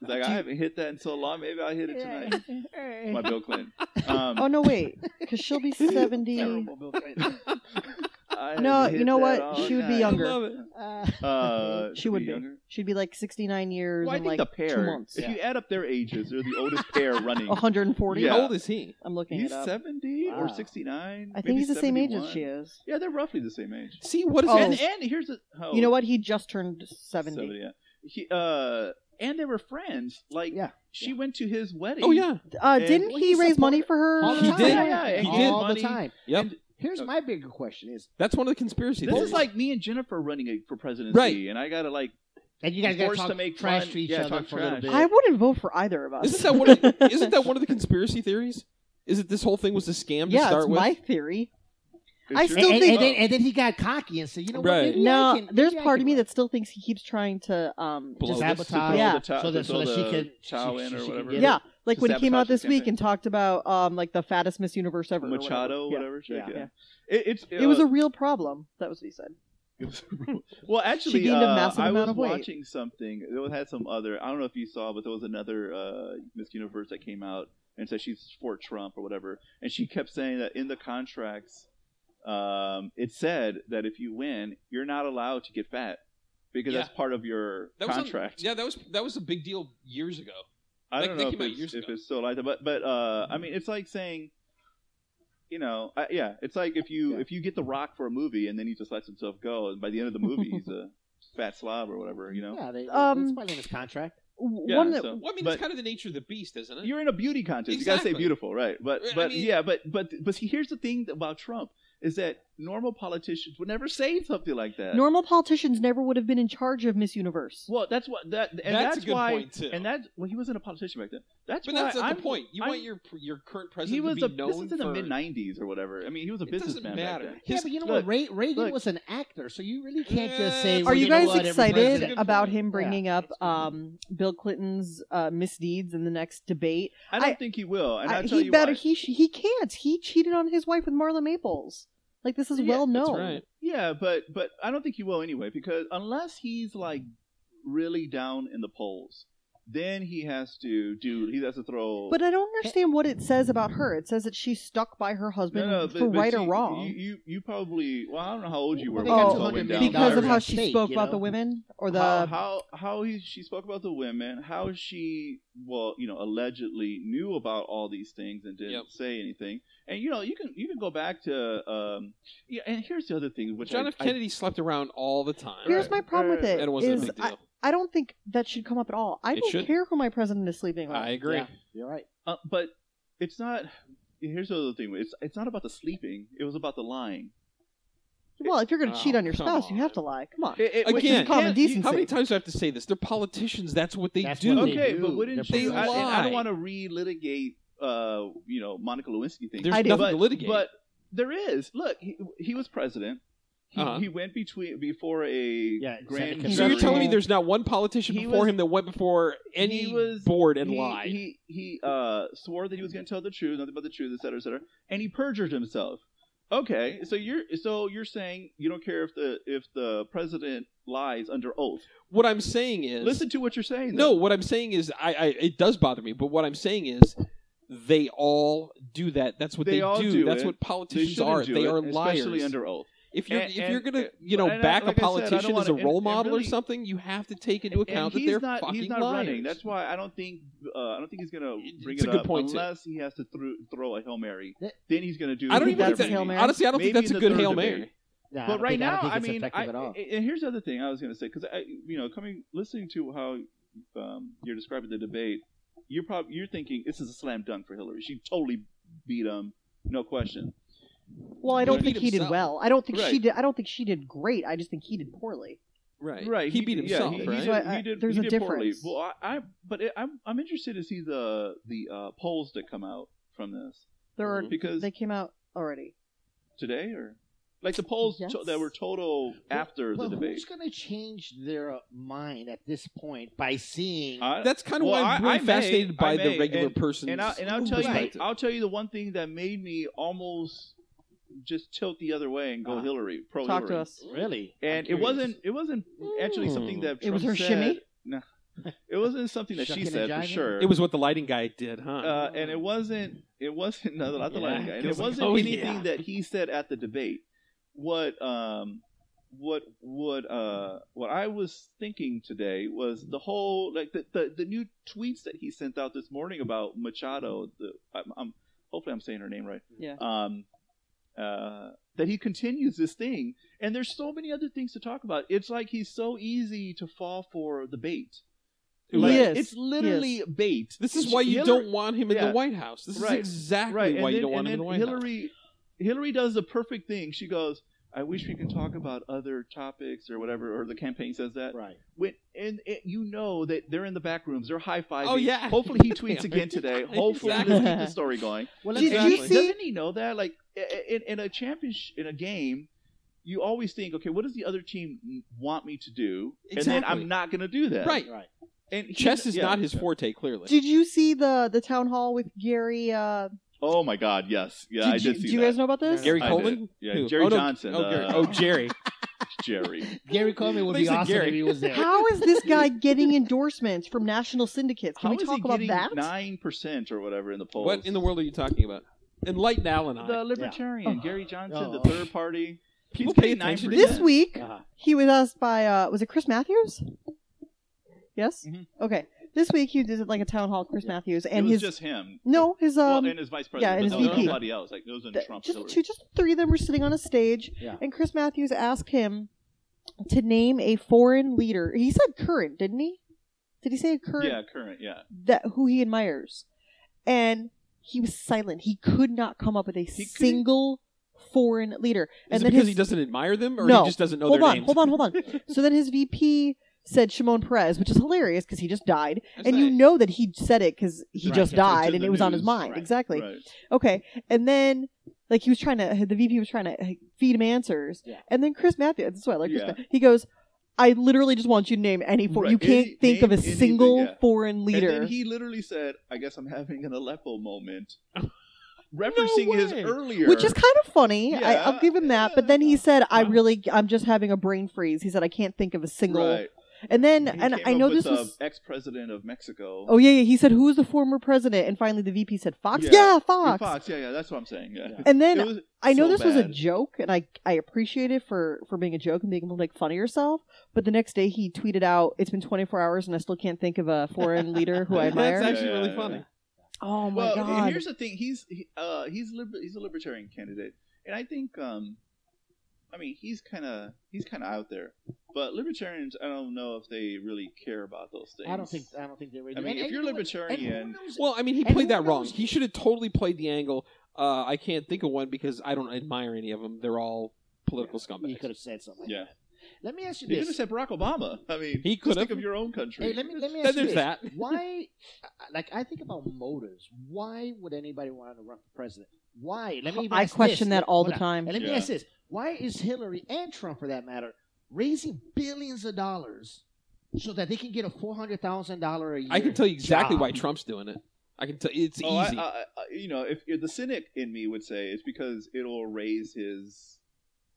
[SPEAKER 1] He's like I haven't hit that in so long. Maybe I'll hit it tonight. My Bill Clinton. Um,
[SPEAKER 2] Oh no, wait, because she'll be 70.
[SPEAKER 1] terrible Bill Clinton. I haven't
[SPEAKER 2] No, you
[SPEAKER 1] hit
[SPEAKER 2] know
[SPEAKER 1] that
[SPEAKER 2] what?
[SPEAKER 1] all
[SPEAKER 2] She would be
[SPEAKER 1] night.
[SPEAKER 2] younger.
[SPEAKER 3] I love it.
[SPEAKER 4] Uh,
[SPEAKER 1] Uh,
[SPEAKER 2] She would
[SPEAKER 1] be
[SPEAKER 2] be.
[SPEAKER 1] younger.
[SPEAKER 2] She'd be like 69 years
[SPEAKER 1] Well, I
[SPEAKER 2] and
[SPEAKER 1] think
[SPEAKER 2] like
[SPEAKER 1] the
[SPEAKER 2] two
[SPEAKER 1] pair.
[SPEAKER 2] months.
[SPEAKER 1] If you add up their ages, they're the oldest pair running.
[SPEAKER 2] 140.
[SPEAKER 1] Yeah.
[SPEAKER 3] How old is he?
[SPEAKER 2] I'm looking
[SPEAKER 1] He's
[SPEAKER 2] it up.
[SPEAKER 1] seventy or
[SPEAKER 4] Wow.
[SPEAKER 1] sixty nine.
[SPEAKER 2] I think he's the same age as she is.
[SPEAKER 1] Yeah, they're roughly the same age.
[SPEAKER 3] See what is
[SPEAKER 2] Oh.
[SPEAKER 1] And, and here's the oh,
[SPEAKER 2] You know what? He just turned 70.
[SPEAKER 1] 70, yeah. He, uh, and they were friends. Like
[SPEAKER 4] Yeah,
[SPEAKER 1] she went to his wedding.
[SPEAKER 3] Oh yeah.
[SPEAKER 2] Uh,
[SPEAKER 1] And-
[SPEAKER 2] didn't
[SPEAKER 4] Well,
[SPEAKER 2] he
[SPEAKER 4] he's
[SPEAKER 2] raise
[SPEAKER 4] supported
[SPEAKER 2] money for
[SPEAKER 4] all
[SPEAKER 2] her?
[SPEAKER 4] the
[SPEAKER 3] He
[SPEAKER 4] time.
[SPEAKER 3] did.
[SPEAKER 1] Yeah, yeah, he
[SPEAKER 4] all
[SPEAKER 1] did. Money.
[SPEAKER 4] the time.
[SPEAKER 3] Yep.
[SPEAKER 1] And
[SPEAKER 4] Here's my bigger question: Is
[SPEAKER 3] That's one of the conspiracy
[SPEAKER 1] this
[SPEAKER 3] theories.
[SPEAKER 1] is like me and Jennifer running a- for presidency,
[SPEAKER 3] Right.
[SPEAKER 1] and I gotta like
[SPEAKER 4] and you guys got to
[SPEAKER 1] Forced
[SPEAKER 4] talk
[SPEAKER 1] to make
[SPEAKER 4] trash
[SPEAKER 1] fun-
[SPEAKER 4] to each
[SPEAKER 1] yeah,
[SPEAKER 4] other
[SPEAKER 1] talk
[SPEAKER 4] for a little
[SPEAKER 1] trash.
[SPEAKER 4] bit?
[SPEAKER 2] I wouldn't vote for either of us.
[SPEAKER 3] Isn't that one? Of the, isn't that one of the conspiracy theories? Is it this whole thing was a scam to
[SPEAKER 2] yeah,
[SPEAKER 3] start
[SPEAKER 2] it's
[SPEAKER 3] with?
[SPEAKER 2] my theory.
[SPEAKER 1] it's
[SPEAKER 2] I
[SPEAKER 1] your-
[SPEAKER 2] still
[SPEAKER 4] and,
[SPEAKER 2] think-
[SPEAKER 4] and then, and then he got cocky and said, "You know what?
[SPEAKER 3] Right.
[SPEAKER 4] Maybe
[SPEAKER 2] No,
[SPEAKER 4] I can,
[SPEAKER 2] there's
[SPEAKER 4] maybe I
[SPEAKER 2] part of
[SPEAKER 4] can
[SPEAKER 2] me
[SPEAKER 4] run."
[SPEAKER 2] that still thinks he keeps trying to um
[SPEAKER 3] Blow
[SPEAKER 2] just
[SPEAKER 3] this
[SPEAKER 4] sabotage.
[SPEAKER 1] to throw
[SPEAKER 2] Yeah.
[SPEAKER 1] the to-
[SPEAKER 4] So that-
[SPEAKER 1] to
[SPEAKER 4] so
[SPEAKER 1] throw
[SPEAKER 4] that she
[SPEAKER 1] the
[SPEAKER 4] could-
[SPEAKER 1] chow
[SPEAKER 4] she-
[SPEAKER 1] in
[SPEAKER 4] she-
[SPEAKER 1] or
[SPEAKER 4] she could
[SPEAKER 1] whatever.
[SPEAKER 4] get
[SPEAKER 2] yeah, like
[SPEAKER 1] To
[SPEAKER 2] when he came out
[SPEAKER 1] sabotage
[SPEAKER 2] this
[SPEAKER 1] the campaign.
[SPEAKER 2] week and talked about um like the fattest Miss Universe ever, or whatever.
[SPEAKER 1] Oh, Machado,
[SPEAKER 2] Yeah.
[SPEAKER 1] whatever. shit,
[SPEAKER 4] Yeah.
[SPEAKER 1] yeah. It, it's uh,
[SPEAKER 2] It was a real problem. That was what he said.
[SPEAKER 1] well. Actually,
[SPEAKER 2] gained a
[SPEAKER 1] uh,
[SPEAKER 2] massive
[SPEAKER 1] I was
[SPEAKER 2] amount of weight.
[SPEAKER 1] watching something. It had some other. I don't know if you saw, but there was another uh, Miss Universe that came out and said she's for Trump or whatever, and she kept saying that in the contracts, um, it said that if you win, you're not allowed to get fat because
[SPEAKER 3] Yeah.
[SPEAKER 1] that's part of your
[SPEAKER 3] That was on-
[SPEAKER 1] contract.
[SPEAKER 3] yeah, that was that was a big deal years ago.
[SPEAKER 1] I
[SPEAKER 3] Like,
[SPEAKER 1] don't
[SPEAKER 3] they
[SPEAKER 1] know
[SPEAKER 3] came
[SPEAKER 1] if
[SPEAKER 3] out
[SPEAKER 1] it's,
[SPEAKER 3] years
[SPEAKER 1] if
[SPEAKER 3] ago. Mm-hmm.
[SPEAKER 1] it's still like that, but but uh, I mean, it's like saying, you know, I, yeah, it's like if you
[SPEAKER 4] Yeah.
[SPEAKER 1] if you get the Rock for a movie and then he just lets himself go, and by the end of the movie he's a fat slob or whatever, you know.
[SPEAKER 4] Yeah, they,
[SPEAKER 2] Um,
[SPEAKER 4] it's probably in his contract.
[SPEAKER 2] W-
[SPEAKER 1] Yeah,
[SPEAKER 2] one that,
[SPEAKER 1] so-
[SPEAKER 3] Well, I mean,
[SPEAKER 1] But-
[SPEAKER 3] it's kind of the nature of the beast, isn't it?
[SPEAKER 1] You're in a beauty contest. You gotta
[SPEAKER 3] Exactly.
[SPEAKER 1] say beautiful, right? But
[SPEAKER 3] I
[SPEAKER 1] but
[SPEAKER 3] mean-
[SPEAKER 1] yeah, but but but see, here's the thing about Trump is that normal politicians would never say something like that.
[SPEAKER 2] Normal politicians never would have been in charge of Miss Universe.
[SPEAKER 1] well, that's what that and that's,
[SPEAKER 3] that's, a good
[SPEAKER 1] why.
[SPEAKER 3] point too.
[SPEAKER 1] And that well, he wasn't a politician back then. That's
[SPEAKER 3] but
[SPEAKER 1] why
[SPEAKER 3] that's not
[SPEAKER 1] I'm,
[SPEAKER 3] the point. You
[SPEAKER 1] I'm-
[SPEAKER 3] want your your current president
[SPEAKER 1] He was
[SPEAKER 3] to
[SPEAKER 1] a.
[SPEAKER 3] be known
[SPEAKER 1] This is in
[SPEAKER 3] for
[SPEAKER 1] the mid '90s or whatever. I mean, he was a
[SPEAKER 3] It doesn't
[SPEAKER 1] businessman back
[SPEAKER 3] matter.
[SPEAKER 1] then.
[SPEAKER 4] yeah,
[SPEAKER 3] His-
[SPEAKER 4] but you know
[SPEAKER 1] look,
[SPEAKER 4] what? Ray, Reagan
[SPEAKER 1] look. Eh,
[SPEAKER 4] was an actor, so you really can't just
[SPEAKER 3] Yeah.
[SPEAKER 4] say.
[SPEAKER 2] Are
[SPEAKER 3] Well,
[SPEAKER 4] well,
[SPEAKER 2] you,
[SPEAKER 4] know
[SPEAKER 2] guys
[SPEAKER 4] what, every
[SPEAKER 2] excited
[SPEAKER 4] president-
[SPEAKER 2] about
[SPEAKER 3] point.
[SPEAKER 2] him bringing
[SPEAKER 4] Yeah.
[SPEAKER 2] up um, Bill Clinton's uh, misdeeds in the next debate?
[SPEAKER 1] I don't
[SPEAKER 2] I-
[SPEAKER 1] think he will. And
[SPEAKER 2] I-
[SPEAKER 1] I, will tell
[SPEAKER 2] he
[SPEAKER 1] you
[SPEAKER 2] better
[SPEAKER 1] why.
[SPEAKER 2] he sh- he can't. He cheated on his wife with Marla Maples. Like this is
[SPEAKER 1] Yeah,
[SPEAKER 2] well
[SPEAKER 3] That's
[SPEAKER 2] known.
[SPEAKER 3] right.
[SPEAKER 1] Yeah, but but I don't think he will anyway because unless he's like really down in the polls, then he has to do he has to throw.
[SPEAKER 2] But I don't understand what it says about her. It says that she's stuck by her husband for right or
[SPEAKER 1] see,
[SPEAKER 2] wrong
[SPEAKER 1] you, you you probably well I don't know how old you were
[SPEAKER 4] Well,
[SPEAKER 1] when this all
[SPEAKER 2] they got $200
[SPEAKER 1] went down.
[SPEAKER 4] million
[SPEAKER 2] because of
[SPEAKER 4] Dollars
[SPEAKER 2] how
[SPEAKER 4] at
[SPEAKER 2] she
[SPEAKER 4] stake,
[SPEAKER 2] spoke
[SPEAKER 4] you
[SPEAKER 2] about
[SPEAKER 4] know?
[SPEAKER 2] the women or the
[SPEAKER 1] how how, how he, she spoke about the women, how she well you know allegedly knew about all these things and didn't
[SPEAKER 3] Yep.
[SPEAKER 1] say anything. And you know you can you can go back to um yeah. And here's the other thing which
[SPEAKER 3] John
[SPEAKER 1] I,
[SPEAKER 3] F.
[SPEAKER 1] I-
[SPEAKER 3] Kennedy slept around all the time.
[SPEAKER 2] Here's
[SPEAKER 1] Right.
[SPEAKER 2] my problem with
[SPEAKER 1] Right.
[SPEAKER 2] it.
[SPEAKER 3] and it wasn't
[SPEAKER 2] is
[SPEAKER 3] a big
[SPEAKER 2] I,
[SPEAKER 3] deal.
[SPEAKER 2] I don't think that should come up at all. I
[SPEAKER 3] It
[SPEAKER 2] don't
[SPEAKER 3] shouldn't.
[SPEAKER 2] care who my president is sleeping with.
[SPEAKER 3] I, agree.
[SPEAKER 4] Yeah, you're right.
[SPEAKER 1] Uh, but it's not. Here's the other thing. It's it's not about the sleeping. It was about the lying.
[SPEAKER 2] well, if you're going to
[SPEAKER 3] Oh,
[SPEAKER 2] cheat on your
[SPEAKER 3] come
[SPEAKER 2] spouse, you have
[SPEAKER 3] on.
[SPEAKER 2] to lie. Come on.
[SPEAKER 1] It,
[SPEAKER 3] which is Again,
[SPEAKER 2] common decency.
[SPEAKER 3] How many times do I have to say this? They're politicians. That's what they
[SPEAKER 4] That's
[SPEAKER 3] do.
[SPEAKER 4] what they
[SPEAKER 1] Okay,
[SPEAKER 4] do.
[SPEAKER 1] but wouldn't
[SPEAKER 4] They're
[SPEAKER 1] you? I, and I
[SPEAKER 3] lie.
[SPEAKER 1] don't want to relitigate. Uh, you know, Monica Lewinsky thing.
[SPEAKER 3] There's
[SPEAKER 2] I do.
[SPEAKER 3] nothing
[SPEAKER 1] but,
[SPEAKER 3] to litigate.
[SPEAKER 1] but there is. Look, he, he was president. He,
[SPEAKER 3] Uh-huh.
[SPEAKER 1] he went between before a
[SPEAKER 4] Yeah,
[SPEAKER 1] grand.
[SPEAKER 4] second
[SPEAKER 3] so you're
[SPEAKER 2] Conservative.
[SPEAKER 3] telling me there's not one politician
[SPEAKER 1] He
[SPEAKER 3] before
[SPEAKER 1] was-
[SPEAKER 3] him that went before any
[SPEAKER 1] he was-
[SPEAKER 3] board and
[SPEAKER 1] he,
[SPEAKER 3] lied.
[SPEAKER 1] He he uh, swore that he was going to tell the truth, nothing but the truth, et cetera, et cetera, and he perjured himself. Okay, so you're so you're saying you don't care if the if the president lies under oath.
[SPEAKER 3] what I'm saying is,
[SPEAKER 1] Listen to what you're saying. though.
[SPEAKER 3] no, what I'm saying is, I, I it does bother me. But what I'm saying is, they all do that. That's what
[SPEAKER 1] They
[SPEAKER 3] they,
[SPEAKER 1] all
[SPEAKER 3] do.
[SPEAKER 1] do
[SPEAKER 3] That's
[SPEAKER 1] it.
[SPEAKER 3] what
[SPEAKER 1] they
[SPEAKER 3] politicians
[SPEAKER 1] shouldn't
[SPEAKER 3] are.
[SPEAKER 1] do
[SPEAKER 3] They
[SPEAKER 1] it,
[SPEAKER 3] are
[SPEAKER 1] especially
[SPEAKER 3] liars.
[SPEAKER 1] under oath.
[SPEAKER 3] if you're
[SPEAKER 1] and-
[SPEAKER 3] if you're
[SPEAKER 1] and-
[SPEAKER 3] gonna you know
[SPEAKER 1] and I-
[SPEAKER 3] back
[SPEAKER 1] like I said,
[SPEAKER 3] a
[SPEAKER 1] I don't
[SPEAKER 3] politician as
[SPEAKER 1] wanna-
[SPEAKER 3] a
[SPEAKER 1] and-
[SPEAKER 3] role
[SPEAKER 1] and
[SPEAKER 3] model
[SPEAKER 1] really-
[SPEAKER 3] or something, you have to take into account
[SPEAKER 1] and
[SPEAKER 3] that they're
[SPEAKER 1] he's not,
[SPEAKER 3] fucking
[SPEAKER 1] he's not
[SPEAKER 3] liars.
[SPEAKER 1] running. That's why I don't think uh, I don't think he's gonna bring
[SPEAKER 3] It's
[SPEAKER 1] it
[SPEAKER 3] a good
[SPEAKER 1] up
[SPEAKER 3] point, too.
[SPEAKER 1] unless he has to thro- throw a hail mary.
[SPEAKER 4] That-
[SPEAKER 1] Then he's gonna do.
[SPEAKER 3] I don't
[SPEAKER 2] think
[SPEAKER 3] even
[SPEAKER 1] whatever
[SPEAKER 3] think
[SPEAKER 2] that's
[SPEAKER 1] he
[SPEAKER 2] a Hail
[SPEAKER 1] needs.
[SPEAKER 2] Mary?
[SPEAKER 3] honestly. I don't
[SPEAKER 1] Maybe
[SPEAKER 3] think that's
[SPEAKER 1] in
[SPEAKER 3] a
[SPEAKER 1] the
[SPEAKER 3] good
[SPEAKER 1] third
[SPEAKER 3] hail
[SPEAKER 1] debate.
[SPEAKER 3] mary.
[SPEAKER 4] No, I
[SPEAKER 1] but
[SPEAKER 4] don't
[SPEAKER 1] right
[SPEAKER 4] think- I
[SPEAKER 1] now,
[SPEAKER 4] don't think
[SPEAKER 1] I
[SPEAKER 4] it's
[SPEAKER 1] mean,
[SPEAKER 4] effective
[SPEAKER 1] I-
[SPEAKER 4] at all.
[SPEAKER 1] and here's the other thing I was going to say because I, you know, coming listening to how um, you're describing the debate, you're probably you're thinking this is a slam dunk for Hillary. She totally beat him, no question.
[SPEAKER 2] well, I don't
[SPEAKER 3] He
[SPEAKER 2] think he did
[SPEAKER 3] himself.
[SPEAKER 2] well. I don't think she
[SPEAKER 1] Right.
[SPEAKER 2] did. I don't think she did great. I just think he did poorly.
[SPEAKER 3] Right.
[SPEAKER 1] Right,
[SPEAKER 3] He, beat himself.
[SPEAKER 1] Yeah, he,
[SPEAKER 3] right.
[SPEAKER 1] he, did,
[SPEAKER 2] So I- I-
[SPEAKER 1] he did-
[SPEAKER 2] there's
[SPEAKER 1] he
[SPEAKER 2] a
[SPEAKER 1] did poorly.
[SPEAKER 2] difference.
[SPEAKER 1] Well, I, I but it, I'm I'm interested to see the the uh, polls that come out from this
[SPEAKER 2] There are,
[SPEAKER 3] Mhm.
[SPEAKER 1] because
[SPEAKER 2] they came out already.
[SPEAKER 1] today or like the polls
[SPEAKER 2] Yes.
[SPEAKER 1] to, that were total after
[SPEAKER 4] But
[SPEAKER 1] the debate.
[SPEAKER 4] who's going to change their uh, mind at this point by seeing?
[SPEAKER 1] I-
[SPEAKER 3] That's kind of
[SPEAKER 1] Well,
[SPEAKER 3] why I'm
[SPEAKER 1] I- I
[SPEAKER 3] really
[SPEAKER 1] may-
[SPEAKER 3] fascinated by
[SPEAKER 1] I may,
[SPEAKER 3] the regular
[SPEAKER 1] and-
[SPEAKER 3] person.
[SPEAKER 1] and I and I'll tell you,
[SPEAKER 3] perspective.
[SPEAKER 1] I'll tell you the one thing that made me almost just tilt the other way and go
[SPEAKER 4] Ah.
[SPEAKER 1] Hillary, pro
[SPEAKER 2] Talk
[SPEAKER 1] Hillary.
[SPEAKER 2] to us.
[SPEAKER 4] really?
[SPEAKER 1] And
[SPEAKER 4] I'm
[SPEAKER 1] it wasn't
[SPEAKER 4] curious. Hmm.
[SPEAKER 1] it wasn't actually something that
[SPEAKER 2] It was
[SPEAKER 1] Trump
[SPEAKER 2] her
[SPEAKER 1] said.
[SPEAKER 2] shimmy?
[SPEAKER 1] No, it wasn't something that she
[SPEAKER 4] Shucking and
[SPEAKER 1] said for
[SPEAKER 4] jiving?
[SPEAKER 1] sure.
[SPEAKER 3] it was what the lighting guy did, huh?
[SPEAKER 1] Uh, and it wasn't. It wasn't. No, not the
[SPEAKER 4] Yeah,
[SPEAKER 1] lighting guy. And
[SPEAKER 3] it
[SPEAKER 1] it
[SPEAKER 3] was like,
[SPEAKER 1] wasn't
[SPEAKER 3] oh,
[SPEAKER 1] anything
[SPEAKER 3] yeah.
[SPEAKER 1] that he said at the debate. What um, what what uh, what I was thinking today was the whole like the, the the new tweets that he sent out this morning about Machado. The I'm, I'm hopefully I'm saying her name right.
[SPEAKER 2] Yeah.
[SPEAKER 1] Um, uh, that he continues this thing, and there's so many other things to talk about. It's like he's so easy to fall for the bait.
[SPEAKER 2] He
[SPEAKER 1] Like,
[SPEAKER 2] is.
[SPEAKER 1] It's literally bait.
[SPEAKER 3] this is why you
[SPEAKER 1] Hillary-
[SPEAKER 3] don't want him in
[SPEAKER 1] Yeah.
[SPEAKER 3] the White House. This
[SPEAKER 1] Right.
[SPEAKER 3] is exactly
[SPEAKER 1] right
[SPEAKER 3] why
[SPEAKER 1] and
[SPEAKER 3] you
[SPEAKER 1] then,
[SPEAKER 3] don't want
[SPEAKER 1] and
[SPEAKER 3] him in the
[SPEAKER 1] then
[SPEAKER 3] White House.
[SPEAKER 1] hillary hillary does the perfect thing she goes i wish we can talk about other topics or whatever or the campaign says that
[SPEAKER 4] right.
[SPEAKER 1] when and it, you know that they're in the back rooms they're high-fiving
[SPEAKER 3] Oh, yeah.
[SPEAKER 1] hopefully he tweets again today hopefully
[SPEAKER 3] Exactly.
[SPEAKER 1] let's keep the story going
[SPEAKER 4] Well,
[SPEAKER 2] Did
[SPEAKER 1] And
[SPEAKER 2] you
[SPEAKER 1] he-
[SPEAKER 2] see-
[SPEAKER 1] doesn't he know that like i- i- in, in a championship in a game you always think okay what does the other team want me to do and then
[SPEAKER 3] Exactly.
[SPEAKER 1] i'm not going to do that
[SPEAKER 3] Right.
[SPEAKER 4] Right.
[SPEAKER 1] and he-
[SPEAKER 3] Chess is
[SPEAKER 1] yeah.
[SPEAKER 3] not his forte, clearly.
[SPEAKER 2] Did you see the the town hall with Gary? Uh,
[SPEAKER 1] oh my god yes yeah
[SPEAKER 2] did
[SPEAKER 1] i
[SPEAKER 2] you,
[SPEAKER 1] did see
[SPEAKER 2] do you
[SPEAKER 1] that.
[SPEAKER 2] guys know about this?
[SPEAKER 3] Gary
[SPEAKER 1] I did.
[SPEAKER 3] Coleman?
[SPEAKER 1] Yeah,
[SPEAKER 3] Who?
[SPEAKER 1] Jerry
[SPEAKER 3] oh, no,
[SPEAKER 1] Johnson,
[SPEAKER 3] Oh, Gary.
[SPEAKER 1] uh,
[SPEAKER 3] oh, Jerry.
[SPEAKER 1] jerry
[SPEAKER 4] Gary Coleman would
[SPEAKER 3] They
[SPEAKER 4] be
[SPEAKER 3] said
[SPEAKER 4] awesome
[SPEAKER 3] Gary.
[SPEAKER 4] if he was there.
[SPEAKER 2] How is this guy getting endorsements from national syndicates? Can
[SPEAKER 1] How
[SPEAKER 2] we
[SPEAKER 1] is
[SPEAKER 2] talk
[SPEAKER 1] he
[SPEAKER 2] about
[SPEAKER 1] getting
[SPEAKER 2] that?
[SPEAKER 1] Nine percent or whatever in the polls.
[SPEAKER 3] What in the world are you talking about? Enlighten Alan. I.
[SPEAKER 1] The Libertarian
[SPEAKER 4] Yeah.
[SPEAKER 1] Gary Johnson,
[SPEAKER 4] Oh.
[SPEAKER 1] the third party.
[SPEAKER 3] People
[SPEAKER 1] He's
[SPEAKER 3] pay
[SPEAKER 1] getting
[SPEAKER 3] attention to
[SPEAKER 1] 9%.
[SPEAKER 2] This week,
[SPEAKER 4] Uh-huh.
[SPEAKER 2] he was asked by uh was it Chris Matthews? Yes.
[SPEAKER 1] Mhm.
[SPEAKER 2] Okay. This week he did like a town hall, Chris Matthews,
[SPEAKER 1] it
[SPEAKER 2] and
[SPEAKER 1] was
[SPEAKER 2] his
[SPEAKER 1] just him.
[SPEAKER 2] no, his
[SPEAKER 1] well,
[SPEAKER 2] um,
[SPEAKER 1] and his vice
[SPEAKER 2] yeah,
[SPEAKER 1] president.
[SPEAKER 2] and
[SPEAKER 1] but
[SPEAKER 2] his
[SPEAKER 1] no,
[SPEAKER 2] VP.
[SPEAKER 1] Nobody else. Like those in
[SPEAKER 2] th-
[SPEAKER 1] Trump.
[SPEAKER 2] just
[SPEAKER 1] Hillary.
[SPEAKER 2] two, just three of them were sitting on a stage,
[SPEAKER 4] Yeah.
[SPEAKER 2] and Chris Matthews asked him to name a foreign leader. He said current, didn't he? Did he say a current
[SPEAKER 1] yeah, current. Yeah,
[SPEAKER 2] that who he admires? And he was silent. He could not come up with a
[SPEAKER 1] couldn't-
[SPEAKER 2] single foreign leader.
[SPEAKER 3] Is
[SPEAKER 2] And
[SPEAKER 3] it
[SPEAKER 2] then
[SPEAKER 3] because
[SPEAKER 2] his,
[SPEAKER 3] he doesn't admire them, or
[SPEAKER 2] No.
[SPEAKER 3] he just doesn't know
[SPEAKER 2] hold
[SPEAKER 3] their
[SPEAKER 2] on,
[SPEAKER 3] names?
[SPEAKER 2] hold on, hold on. So then his VP said Shimon Perez, which is hilarious because he just died,
[SPEAKER 3] That's
[SPEAKER 2] and you
[SPEAKER 3] nice.
[SPEAKER 2] know that he said it because he
[SPEAKER 4] Right,
[SPEAKER 2] just
[SPEAKER 1] it's
[SPEAKER 2] died
[SPEAKER 1] in
[SPEAKER 2] and
[SPEAKER 1] the
[SPEAKER 2] it was on his
[SPEAKER 1] news.
[SPEAKER 2] mind.
[SPEAKER 4] Right,
[SPEAKER 2] Exactly.
[SPEAKER 1] right.
[SPEAKER 2] Okay, and then like he was trying to, the VP was trying to like, feed him answers,
[SPEAKER 3] Yeah.
[SPEAKER 2] and then Chris Matthews. That's why I like Chris.
[SPEAKER 1] Yeah.
[SPEAKER 2] Matthews. He goes, "I literally just want you to name any
[SPEAKER 1] Right,
[SPEAKER 2] foreign. You can't
[SPEAKER 1] any-
[SPEAKER 2] think of a
[SPEAKER 1] name anything,
[SPEAKER 2] single
[SPEAKER 1] yeah.
[SPEAKER 2] foreign leader."
[SPEAKER 1] And then he literally said, "I guess I'm having an Aleppo moment," referencing his
[SPEAKER 3] way.
[SPEAKER 1] earlier,
[SPEAKER 2] Which is kind of funny. I,
[SPEAKER 1] Yeah,
[SPEAKER 2] I'll give him that. But then he
[SPEAKER 1] yeah.
[SPEAKER 2] said, "I
[SPEAKER 3] Wow.
[SPEAKER 2] really, I'm just having a brain freeze." He said, "I can't think of a single."
[SPEAKER 1] right.
[SPEAKER 2] And then,
[SPEAKER 1] He
[SPEAKER 2] and
[SPEAKER 1] came
[SPEAKER 2] I
[SPEAKER 1] up
[SPEAKER 2] know
[SPEAKER 1] with
[SPEAKER 2] this
[SPEAKER 1] the
[SPEAKER 2] was.
[SPEAKER 1] ex-president of Mexico.
[SPEAKER 2] Oh yeah, yeah. He said, "Who was the former president?" And finally, the VP said, "Fox." Yeah,
[SPEAKER 1] Yeah.
[SPEAKER 2] Fox.
[SPEAKER 1] Fox. Yeah, yeah, that's what I'm saying. Yeah.
[SPEAKER 3] Yeah.
[SPEAKER 2] And then
[SPEAKER 1] It was
[SPEAKER 2] I know
[SPEAKER 1] so
[SPEAKER 2] this was a
[SPEAKER 1] bad.
[SPEAKER 2] joke, and I I appreciate it for for being a joke and making like fun of yourself. But the next day, he tweeted out, "It's been 24 hours, and I still can't think of a foreign leader who I admire."
[SPEAKER 3] That's actually
[SPEAKER 1] Yeah,
[SPEAKER 3] really
[SPEAKER 1] yeah,
[SPEAKER 3] funny.
[SPEAKER 2] oh my
[SPEAKER 1] well,
[SPEAKER 2] god!
[SPEAKER 1] here's the thing. He's he, uh, he's liber- he's a libertarian candidate, and I think um, I mean he's kind of he's kind of out there. But libertarians, I don't know if they really care about those things.
[SPEAKER 4] I don't think I don't think they really.
[SPEAKER 1] I mean,
[SPEAKER 4] and-
[SPEAKER 1] if
[SPEAKER 4] and
[SPEAKER 1] you're
[SPEAKER 4] you know what?
[SPEAKER 1] libertarian-
[SPEAKER 4] And who knows-
[SPEAKER 3] Well, I mean, he
[SPEAKER 4] And
[SPEAKER 3] played
[SPEAKER 4] who
[SPEAKER 3] that wrong.
[SPEAKER 4] knows-
[SPEAKER 3] He should have totally played the angle. Uh, I can't think of one because I don't admire any of them. They're all political
[SPEAKER 4] You
[SPEAKER 3] scumbags.
[SPEAKER 4] could have said something. like
[SPEAKER 1] Yeah.
[SPEAKER 4] that. Let me ask you
[SPEAKER 1] You could have
[SPEAKER 4] this.
[SPEAKER 1] said Barack Obama. I mean,
[SPEAKER 3] He
[SPEAKER 1] just
[SPEAKER 3] could've.
[SPEAKER 1] think of your own country.
[SPEAKER 4] Hey, let me let me
[SPEAKER 3] Then
[SPEAKER 4] ask you
[SPEAKER 3] there's
[SPEAKER 4] this.
[SPEAKER 3] that.
[SPEAKER 4] Why, I- like, I think about motives. Why would anybody want to run for president? Why? Let me. even
[SPEAKER 2] I
[SPEAKER 4] ask
[SPEAKER 2] question
[SPEAKER 4] this.
[SPEAKER 2] that all
[SPEAKER 4] Hold
[SPEAKER 2] the
[SPEAKER 4] on.
[SPEAKER 2] time.
[SPEAKER 4] And let me
[SPEAKER 1] Yeah.
[SPEAKER 4] ask this: Why is Hillary and Trump, for that matter, raising billions of dollars so that they can get a four hundred thousand dollar a year?
[SPEAKER 3] I can tell you exactly
[SPEAKER 4] job?
[SPEAKER 3] why Trump's doing it. I can tell it's
[SPEAKER 1] Oh, I,
[SPEAKER 3] easy.
[SPEAKER 1] I, I, you know, if, if the cynic in me would say it's because it'll raise his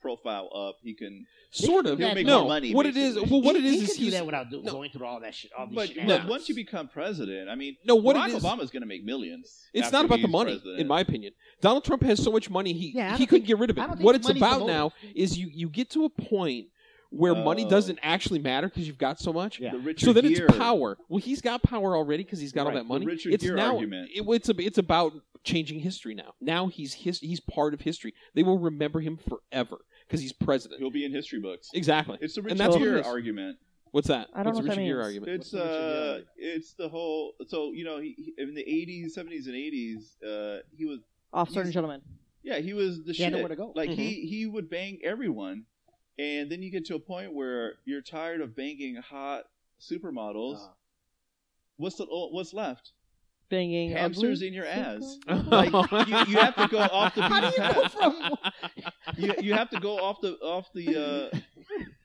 [SPEAKER 1] profile up, he can.
[SPEAKER 3] sort of.
[SPEAKER 1] He'll make
[SPEAKER 3] no,
[SPEAKER 1] more money,
[SPEAKER 3] what it is?
[SPEAKER 1] basically.
[SPEAKER 3] Well, what
[SPEAKER 4] he,
[SPEAKER 3] it is
[SPEAKER 4] he
[SPEAKER 3] is
[SPEAKER 4] could do
[SPEAKER 3] he's
[SPEAKER 4] that without do,
[SPEAKER 3] no.
[SPEAKER 4] going through all that shit. All these
[SPEAKER 1] But, but
[SPEAKER 4] shenanigans.
[SPEAKER 1] once you become president, I mean,
[SPEAKER 3] no. What
[SPEAKER 1] Barack
[SPEAKER 3] it is?
[SPEAKER 1] Obama's going to make millions.
[SPEAKER 3] It's
[SPEAKER 1] after
[SPEAKER 3] not about the
[SPEAKER 1] he's
[SPEAKER 3] money,
[SPEAKER 1] president.
[SPEAKER 3] in my opinion. Donald Trump has so much money he
[SPEAKER 4] Yeah,
[SPEAKER 3] he
[SPEAKER 4] I don't
[SPEAKER 3] could
[SPEAKER 4] think-
[SPEAKER 3] get rid of
[SPEAKER 4] I
[SPEAKER 3] it.
[SPEAKER 4] don't think
[SPEAKER 3] What it's
[SPEAKER 4] money's the
[SPEAKER 3] about
[SPEAKER 4] motive.
[SPEAKER 3] now is you you get to a point where money
[SPEAKER 1] Oh.
[SPEAKER 3] doesn't actually matter because you've got so much.
[SPEAKER 4] Yeah.
[SPEAKER 1] The Richard
[SPEAKER 3] So then
[SPEAKER 1] Gere-
[SPEAKER 3] it's power. Well, he's got power already because he's got
[SPEAKER 4] Right,
[SPEAKER 3] all that money.
[SPEAKER 1] the Richard
[SPEAKER 3] it's
[SPEAKER 1] Gere
[SPEAKER 3] now
[SPEAKER 1] argument.
[SPEAKER 3] it- it's a, it's about changing history now. Now he's his, he's part of history. They will remember him forever because he's president.
[SPEAKER 1] He'll be in history books.
[SPEAKER 3] Exactly.
[SPEAKER 1] It's the
[SPEAKER 3] And
[SPEAKER 1] Richard
[SPEAKER 3] that's what it
[SPEAKER 1] Gere
[SPEAKER 3] is.
[SPEAKER 1] argument.
[SPEAKER 3] What's that?
[SPEAKER 2] I don't
[SPEAKER 3] What's
[SPEAKER 2] know
[SPEAKER 3] the
[SPEAKER 2] what that
[SPEAKER 3] Richard Gere
[SPEAKER 2] means.
[SPEAKER 3] argument?
[SPEAKER 1] It's
[SPEAKER 4] What's the Richard Gere
[SPEAKER 1] uh,
[SPEAKER 4] argument?
[SPEAKER 1] it's the whole. So you know, he, he- in the '80s, '70s, and '80s, uh, he was
[SPEAKER 2] Officer and
[SPEAKER 1] he's-
[SPEAKER 2] gentlemen.
[SPEAKER 1] Yeah, he was the
[SPEAKER 4] He
[SPEAKER 1] shit.
[SPEAKER 4] had nowhere to go.
[SPEAKER 1] Like he
[SPEAKER 3] Mm-hmm.
[SPEAKER 1] he would bang everyone, and then you get to a point where you're tired of banging hot supermodels.
[SPEAKER 4] Uh,
[SPEAKER 1] What's the oh, what's left?
[SPEAKER 2] Banging
[SPEAKER 1] Hamsters
[SPEAKER 2] ugly
[SPEAKER 1] in your
[SPEAKER 2] people?
[SPEAKER 1] ass. Like, you, you have to go off the
[SPEAKER 4] how do
[SPEAKER 1] beaten
[SPEAKER 4] you go
[SPEAKER 1] path.
[SPEAKER 4] from
[SPEAKER 1] You, you have to go off the off the. Uh,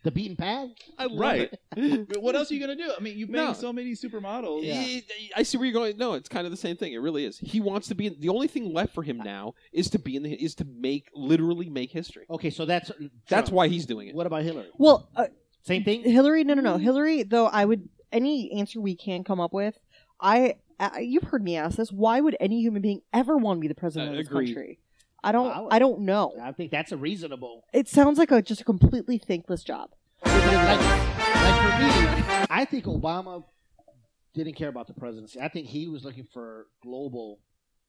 [SPEAKER 4] the beaten path?
[SPEAKER 3] I love
[SPEAKER 1] Right.
[SPEAKER 3] it.
[SPEAKER 1] what else are you gonna do? I mean, you bang
[SPEAKER 3] No.
[SPEAKER 1] so many supermodels.
[SPEAKER 4] Yeah.
[SPEAKER 3] Y- I see where you're going. No, it's kind of the same thing. It really is. He wants to be. In, the only thing left for him now is to be in the is to make literally make history.
[SPEAKER 2] Oh,
[SPEAKER 4] Okay, so that's uh,
[SPEAKER 3] That's
[SPEAKER 4] Trump.
[SPEAKER 3] why he's doing it.
[SPEAKER 4] What about Hillary?
[SPEAKER 2] Well, uh,
[SPEAKER 4] Same thing.
[SPEAKER 2] Hillary, no, no, no. Hillary, though, I would any answer we can come up with. I, I you've heard me ask this. Why would any human being ever want to be the president
[SPEAKER 3] Uh,
[SPEAKER 2] of this
[SPEAKER 3] agreed.
[SPEAKER 2] country? I don't.
[SPEAKER 4] Wow.
[SPEAKER 2] I don't know.
[SPEAKER 4] I think that's a reasonable.
[SPEAKER 2] It sounds like a just a completely thankless job.
[SPEAKER 4] Like, like for me, I think Obama didn't care about the presidency. I think he was looking for global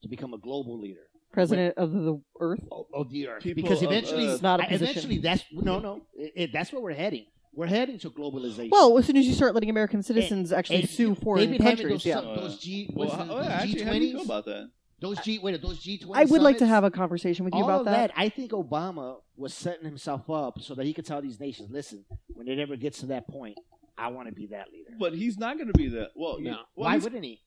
[SPEAKER 4] to become a global leader
[SPEAKER 2] President of the Earth.
[SPEAKER 4] of, of the earth.
[SPEAKER 1] People
[SPEAKER 4] because
[SPEAKER 1] of
[SPEAKER 4] eventually,
[SPEAKER 1] Earth.
[SPEAKER 2] It's uh, not a
[SPEAKER 4] I-
[SPEAKER 2] position.
[SPEAKER 4] eventually that's no, no. It, it- that's where we're heading. We're heading to globalization.
[SPEAKER 2] Well, as soon as you start letting American citizens actually
[SPEAKER 4] And
[SPEAKER 2] sue
[SPEAKER 4] they've
[SPEAKER 2] foreign
[SPEAKER 4] been having
[SPEAKER 2] countries,
[SPEAKER 4] those,
[SPEAKER 2] yeah. uh,
[SPEAKER 4] su- those G,
[SPEAKER 1] Well,
[SPEAKER 4] what's
[SPEAKER 1] how-
[SPEAKER 4] it,
[SPEAKER 1] oh, actually, how do you feel
[SPEAKER 4] G20s,
[SPEAKER 1] about that?
[SPEAKER 4] those G, wait, those G20.
[SPEAKER 2] I would like to
[SPEAKER 4] summits?
[SPEAKER 2] have a conversation with you
[SPEAKER 4] all
[SPEAKER 2] about
[SPEAKER 4] of that. I think Obama was setting himself up so that he could tell these nations, listen, when it ever gets to that point, I want to be that leader.
[SPEAKER 1] But he's not gonna be the well. you-
[SPEAKER 3] No.
[SPEAKER 1] well,
[SPEAKER 4] Why
[SPEAKER 1] he's-
[SPEAKER 4] wouldn't he?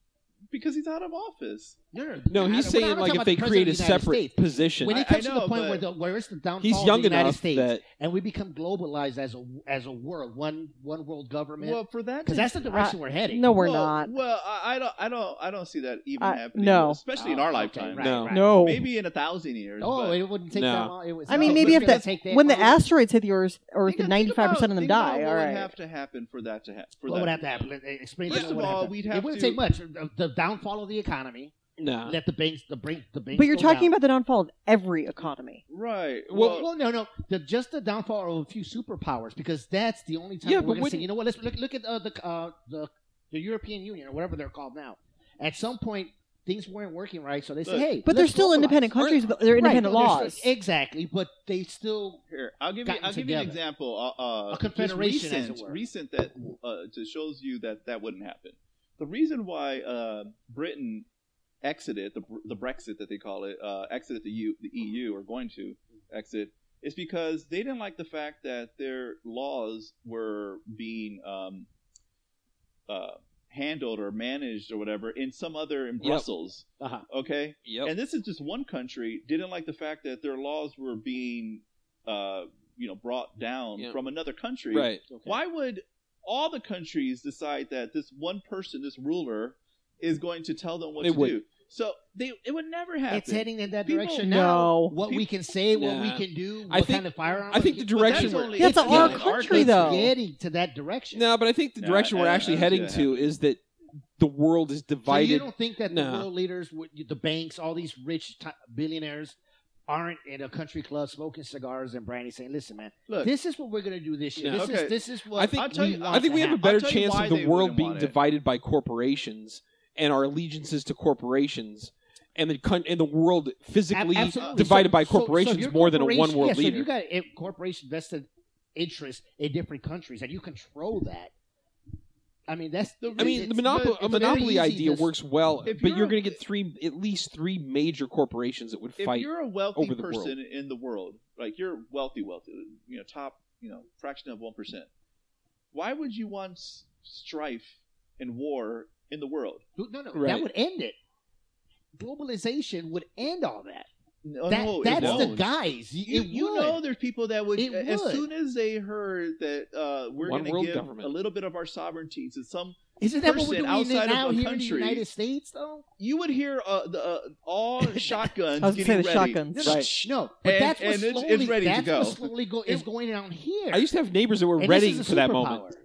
[SPEAKER 1] because he's out of office.
[SPEAKER 3] No,
[SPEAKER 4] I-
[SPEAKER 3] he's
[SPEAKER 4] I'm
[SPEAKER 3] saying
[SPEAKER 4] not
[SPEAKER 3] like if
[SPEAKER 4] talking about
[SPEAKER 3] they create a
[SPEAKER 4] the president of the United
[SPEAKER 3] separate
[SPEAKER 4] States.
[SPEAKER 3] position,
[SPEAKER 4] When
[SPEAKER 1] I-
[SPEAKER 4] it comes
[SPEAKER 1] I
[SPEAKER 4] to
[SPEAKER 1] know,
[SPEAKER 4] the point where,
[SPEAKER 1] but-
[SPEAKER 4] the, where it's the downfall
[SPEAKER 3] he's
[SPEAKER 4] of
[SPEAKER 3] young
[SPEAKER 4] the United
[SPEAKER 3] enough
[SPEAKER 4] States
[SPEAKER 3] that
[SPEAKER 4] and we become globalized as a as a world, one one world government,
[SPEAKER 1] Well, for that to
[SPEAKER 4] because that's the direction we're
[SPEAKER 2] that.
[SPEAKER 4] heading.
[SPEAKER 2] No, we're
[SPEAKER 1] well,
[SPEAKER 2] not.
[SPEAKER 1] Well, I, I don't, I don't, I don't see that even
[SPEAKER 2] I-
[SPEAKER 1] happening.
[SPEAKER 2] no.
[SPEAKER 1] especially in our
[SPEAKER 4] Oh, okay,
[SPEAKER 1] lifetime.
[SPEAKER 4] right,
[SPEAKER 3] No.
[SPEAKER 4] right.
[SPEAKER 2] No.
[SPEAKER 1] Maybe in a thousand years.
[SPEAKER 4] Oh,
[SPEAKER 1] but-
[SPEAKER 4] it wouldn't take
[SPEAKER 3] No.
[SPEAKER 4] that long. It was,
[SPEAKER 2] I mean,
[SPEAKER 4] it
[SPEAKER 2] maybe
[SPEAKER 4] was
[SPEAKER 2] if
[SPEAKER 4] gonna
[SPEAKER 2] the-
[SPEAKER 4] take that
[SPEAKER 2] when the
[SPEAKER 4] long.
[SPEAKER 2] asteroids hit the Earth, Earth
[SPEAKER 1] Think- think
[SPEAKER 2] ninety-five percent of them
[SPEAKER 1] think about
[SPEAKER 2] die.
[SPEAKER 1] What
[SPEAKER 2] All
[SPEAKER 1] would
[SPEAKER 2] right.
[SPEAKER 1] have to happen for that to happen? For
[SPEAKER 4] What
[SPEAKER 1] that.
[SPEAKER 4] would have to happen? Let- Explain. to
[SPEAKER 1] First
[SPEAKER 4] me
[SPEAKER 1] of
[SPEAKER 4] what would
[SPEAKER 1] all,
[SPEAKER 4] happen.
[SPEAKER 1] we'd
[SPEAKER 4] It
[SPEAKER 1] have
[SPEAKER 4] wouldn't
[SPEAKER 1] to-
[SPEAKER 4] take much. The- The downfall of the economy.
[SPEAKER 3] no.
[SPEAKER 4] Let the banks, the bank, the banks.
[SPEAKER 2] but you're
[SPEAKER 4] go
[SPEAKER 2] talking
[SPEAKER 4] down.
[SPEAKER 2] about the downfall of every economy.
[SPEAKER 1] Right.
[SPEAKER 3] Well-
[SPEAKER 1] Well,
[SPEAKER 4] Well, no, no, the, just the downfall of a few superpowers because that's the only time
[SPEAKER 3] Yeah, but
[SPEAKER 4] we're going to say,
[SPEAKER 3] wouldn't-
[SPEAKER 4] you know what? Let's look, look at uh, the uh, the the European Union or whatever they're called now. At some point, things weren't working right, so they say,
[SPEAKER 1] Look,
[SPEAKER 4] hey,
[SPEAKER 2] But they're
[SPEAKER 4] let's
[SPEAKER 2] still
[SPEAKER 4] globalize.
[SPEAKER 2] independent
[SPEAKER 3] Right.
[SPEAKER 2] countries. But they're
[SPEAKER 4] Right,
[SPEAKER 2] independent
[SPEAKER 4] no, they're
[SPEAKER 2] laws.
[SPEAKER 4] still- exactly, but they still
[SPEAKER 1] here I'll give you.
[SPEAKER 4] gotten
[SPEAKER 1] I'll give you an
[SPEAKER 4] together.
[SPEAKER 1] example. Uh, uh,
[SPEAKER 4] A confederation,
[SPEAKER 1] just
[SPEAKER 4] as it
[SPEAKER 1] recent,
[SPEAKER 4] were.
[SPEAKER 1] recent that uh, to shows you that that wouldn't happen. The reason why uh, Britain exited the the Brexit that they call it, uh, exited the, E U, the EU or going to, exit is because they didn't like the fact that their laws were being um, uh, handled or managed or whatever in some other in Brussels.
[SPEAKER 4] Uh-huh.
[SPEAKER 1] Okay,
[SPEAKER 3] Yep.
[SPEAKER 1] and this is just one country didn't like the fact that their laws were being, uh, you know, brought down
[SPEAKER 3] Yeah.
[SPEAKER 1] from another country.
[SPEAKER 3] right.
[SPEAKER 4] Okay.
[SPEAKER 1] Why would all the countries decide that this one person, this ruler, is going to tell them what
[SPEAKER 3] It
[SPEAKER 1] to
[SPEAKER 3] would.
[SPEAKER 1] do? So they it would never happen.
[SPEAKER 4] It's heading in that
[SPEAKER 1] People-
[SPEAKER 4] direction now.
[SPEAKER 2] No.
[SPEAKER 4] What we
[SPEAKER 1] People-
[SPEAKER 4] can say, what we
[SPEAKER 3] Nah.
[SPEAKER 4] can do,
[SPEAKER 3] I
[SPEAKER 4] what
[SPEAKER 3] think-
[SPEAKER 4] kind of firearms.
[SPEAKER 3] I think the
[SPEAKER 4] we can-
[SPEAKER 1] But that's
[SPEAKER 3] direction we're-
[SPEAKER 1] only-
[SPEAKER 2] That's
[SPEAKER 1] it's
[SPEAKER 2] a our
[SPEAKER 1] not
[SPEAKER 4] it's
[SPEAKER 2] country, though.
[SPEAKER 4] getting to that direction.
[SPEAKER 3] No, but I think the
[SPEAKER 1] No,
[SPEAKER 3] direction
[SPEAKER 1] I-
[SPEAKER 3] we're
[SPEAKER 1] I- I
[SPEAKER 3] actually
[SPEAKER 1] don't see
[SPEAKER 3] heading
[SPEAKER 1] that
[SPEAKER 3] to is that the world is
[SPEAKER 4] So you
[SPEAKER 3] divided.
[SPEAKER 4] don't think that the
[SPEAKER 3] Nah.
[SPEAKER 4] world leaders, would- the banks, all these rich ti billionaires, aren't in a country club smoking cigars and brandy, saying, "Listen, man,
[SPEAKER 1] Look,
[SPEAKER 4] this is what we're gonna do this
[SPEAKER 3] Yeah.
[SPEAKER 4] year. This
[SPEAKER 1] Okay.
[SPEAKER 4] is this is what
[SPEAKER 3] I think-
[SPEAKER 1] I'll tell you-
[SPEAKER 4] want
[SPEAKER 3] I think
[SPEAKER 4] to
[SPEAKER 3] we have a
[SPEAKER 4] happen."
[SPEAKER 3] better
[SPEAKER 1] I'll tell you
[SPEAKER 3] chance
[SPEAKER 1] why
[SPEAKER 3] of the
[SPEAKER 1] they
[SPEAKER 3] world
[SPEAKER 1] wouldn't
[SPEAKER 3] being
[SPEAKER 1] want it.
[SPEAKER 3] divided by corporations and our allegiances to corporations and the con- and the world physically
[SPEAKER 4] Ab- absolutely.
[SPEAKER 3] divided
[SPEAKER 4] So-
[SPEAKER 3] by
[SPEAKER 4] so- so
[SPEAKER 3] corporations
[SPEAKER 4] your
[SPEAKER 3] more than a
[SPEAKER 4] corporation-
[SPEAKER 3] one world
[SPEAKER 4] yeah, So
[SPEAKER 3] leader.
[SPEAKER 4] if you got a corporation vested interest in different countries, and you control that. I mean, that's the.
[SPEAKER 3] I mean, the
[SPEAKER 4] it's-
[SPEAKER 3] monopoly
[SPEAKER 4] it's
[SPEAKER 3] a
[SPEAKER 4] very
[SPEAKER 3] monopoly
[SPEAKER 4] easy
[SPEAKER 3] idea
[SPEAKER 4] to-
[SPEAKER 3] works well,
[SPEAKER 1] If
[SPEAKER 3] but
[SPEAKER 1] you're
[SPEAKER 3] you're
[SPEAKER 1] a-
[SPEAKER 3] going to get three at least three major corporations that would
[SPEAKER 1] if
[SPEAKER 3] fight.
[SPEAKER 1] you're a wealthy
[SPEAKER 3] over the world.
[SPEAKER 1] person in the world, like you're wealthy, wealthy, you know, top, you know, fraction of one percent, why would you want s- strife and war in the world?
[SPEAKER 4] No, no,
[SPEAKER 3] Right.
[SPEAKER 4] that would end it. Globalization would end all that.
[SPEAKER 3] Oh,
[SPEAKER 1] No,
[SPEAKER 4] that
[SPEAKER 1] no, it
[SPEAKER 4] that's the
[SPEAKER 1] won't.
[SPEAKER 4] guys. You,
[SPEAKER 1] You,
[SPEAKER 4] it
[SPEAKER 1] you
[SPEAKER 4] would.
[SPEAKER 1] know, there's people that would,
[SPEAKER 4] It
[SPEAKER 1] as
[SPEAKER 4] would.
[SPEAKER 1] soon as they heard that uh, we're
[SPEAKER 3] One
[SPEAKER 1] going to
[SPEAKER 3] world
[SPEAKER 1] give
[SPEAKER 3] government.
[SPEAKER 1] a little bit of our sovereignty to some,
[SPEAKER 4] Isn't that what we're
[SPEAKER 1] person
[SPEAKER 4] doing
[SPEAKER 1] outside of
[SPEAKER 4] now
[SPEAKER 1] a
[SPEAKER 4] here in the
[SPEAKER 1] country-
[SPEAKER 4] United States, though?
[SPEAKER 1] you would hear uh, the uh, all shotguns
[SPEAKER 2] I was gonna say
[SPEAKER 1] getting
[SPEAKER 2] the
[SPEAKER 1] ready.
[SPEAKER 2] shotguns.
[SPEAKER 3] Right.
[SPEAKER 4] Shh, No, but
[SPEAKER 1] And-
[SPEAKER 4] that's what's
[SPEAKER 1] and it's-
[SPEAKER 4] slowly,
[SPEAKER 1] it's ready to
[SPEAKER 4] that's
[SPEAKER 1] go.
[SPEAKER 4] what's slowly go, is going down here.
[SPEAKER 3] I used to have neighbors that were
[SPEAKER 4] And this
[SPEAKER 3] ready
[SPEAKER 4] is a
[SPEAKER 3] for that
[SPEAKER 4] superpower.
[SPEAKER 3] moment.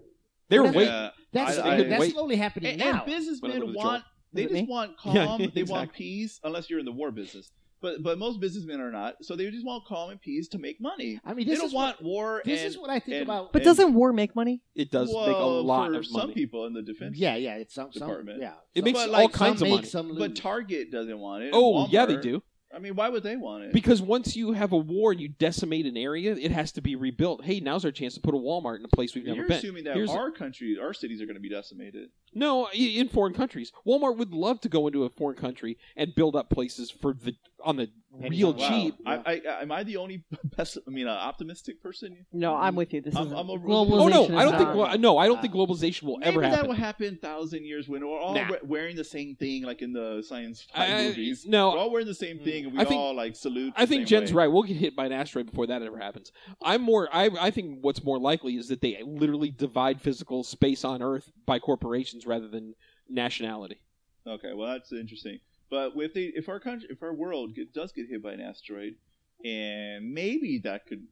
[SPEAKER 3] They were
[SPEAKER 4] Yeah.
[SPEAKER 3] waiting.
[SPEAKER 1] Yeah.
[SPEAKER 4] That's,
[SPEAKER 1] I- I-
[SPEAKER 4] that's
[SPEAKER 3] wait.
[SPEAKER 4] slowly happening
[SPEAKER 1] And, and
[SPEAKER 4] now.
[SPEAKER 3] Whatever the
[SPEAKER 1] businessmen
[SPEAKER 3] joke.
[SPEAKER 1] want they
[SPEAKER 2] Was it
[SPEAKER 1] just
[SPEAKER 2] me?
[SPEAKER 1] want calm.
[SPEAKER 3] Yeah,
[SPEAKER 1] They want
[SPEAKER 3] exactly.
[SPEAKER 1] peace, unless you're in the war business. But but most businessmen are not, so they just want calm and peace to make money.
[SPEAKER 4] I mean,
[SPEAKER 1] They
[SPEAKER 4] this
[SPEAKER 1] don't
[SPEAKER 4] is
[SPEAKER 1] want war.
[SPEAKER 4] what, this
[SPEAKER 1] and,
[SPEAKER 4] is what I think
[SPEAKER 1] and-
[SPEAKER 4] about.
[SPEAKER 2] But
[SPEAKER 1] And-
[SPEAKER 2] doesn't war make money?
[SPEAKER 3] It does
[SPEAKER 1] well,
[SPEAKER 3] make a lot
[SPEAKER 1] for
[SPEAKER 3] of
[SPEAKER 1] some
[SPEAKER 3] money.
[SPEAKER 1] people in the defense.
[SPEAKER 4] yeah, yeah, it's some, some
[SPEAKER 1] Department.
[SPEAKER 4] Yeah,
[SPEAKER 3] It
[SPEAKER 4] some-
[SPEAKER 3] makes
[SPEAKER 1] But,
[SPEAKER 3] all
[SPEAKER 1] like,
[SPEAKER 3] kinds
[SPEAKER 4] some
[SPEAKER 3] of
[SPEAKER 4] make,
[SPEAKER 3] money.
[SPEAKER 4] Some
[SPEAKER 1] But
[SPEAKER 4] lose.
[SPEAKER 1] Target doesn't want it. and
[SPEAKER 3] Oh yeah, they
[SPEAKER 1] Walmart.
[SPEAKER 3] do.
[SPEAKER 1] I mean, why would they want it?
[SPEAKER 3] Because once you have a war and you decimate an area, it has to be rebuilt. Hey, now's our chance to put a Walmart in a place we've never
[SPEAKER 1] you're
[SPEAKER 3] been.
[SPEAKER 1] assuming that
[SPEAKER 3] Here's-
[SPEAKER 1] our country, our cities are going to be decimated.
[SPEAKER 3] No, i- in foreign countries, Walmart would love to go into a foreign country and build up places for the on the
[SPEAKER 4] Penny
[SPEAKER 3] real
[SPEAKER 4] Wow.
[SPEAKER 3] cheap.
[SPEAKER 1] I, I, I, am I the only best? I mean, uh, optimistic person?
[SPEAKER 2] No, I'm with you. This
[SPEAKER 1] I'm-
[SPEAKER 2] is
[SPEAKER 1] I'm a-
[SPEAKER 3] Oh
[SPEAKER 2] globalization.
[SPEAKER 3] no,
[SPEAKER 2] is
[SPEAKER 3] I don't
[SPEAKER 2] not-
[SPEAKER 3] think. Well, no, I don't
[SPEAKER 4] Uh,
[SPEAKER 3] think globalization will
[SPEAKER 1] Maybe
[SPEAKER 3] ever
[SPEAKER 1] that
[SPEAKER 3] happen.
[SPEAKER 1] will happen thousand years when we're all
[SPEAKER 3] Nah.
[SPEAKER 1] we- wearing the same thing, like in the science fi
[SPEAKER 3] I- I-
[SPEAKER 1] movies. we're
[SPEAKER 3] no,
[SPEAKER 1] all wearing the same thing, and we
[SPEAKER 3] I think-
[SPEAKER 1] all like salute.
[SPEAKER 3] I think Jen's right. We'll get hit by an asteroid before that ever happens. I'm more. I, I think what's more likely is that they literally divide physical space on Earth by corporations rather than nationality.
[SPEAKER 1] right. Okay, well that's interesting. But if they, if our country, if our world get, does get hit by an asteroid, and maybe that could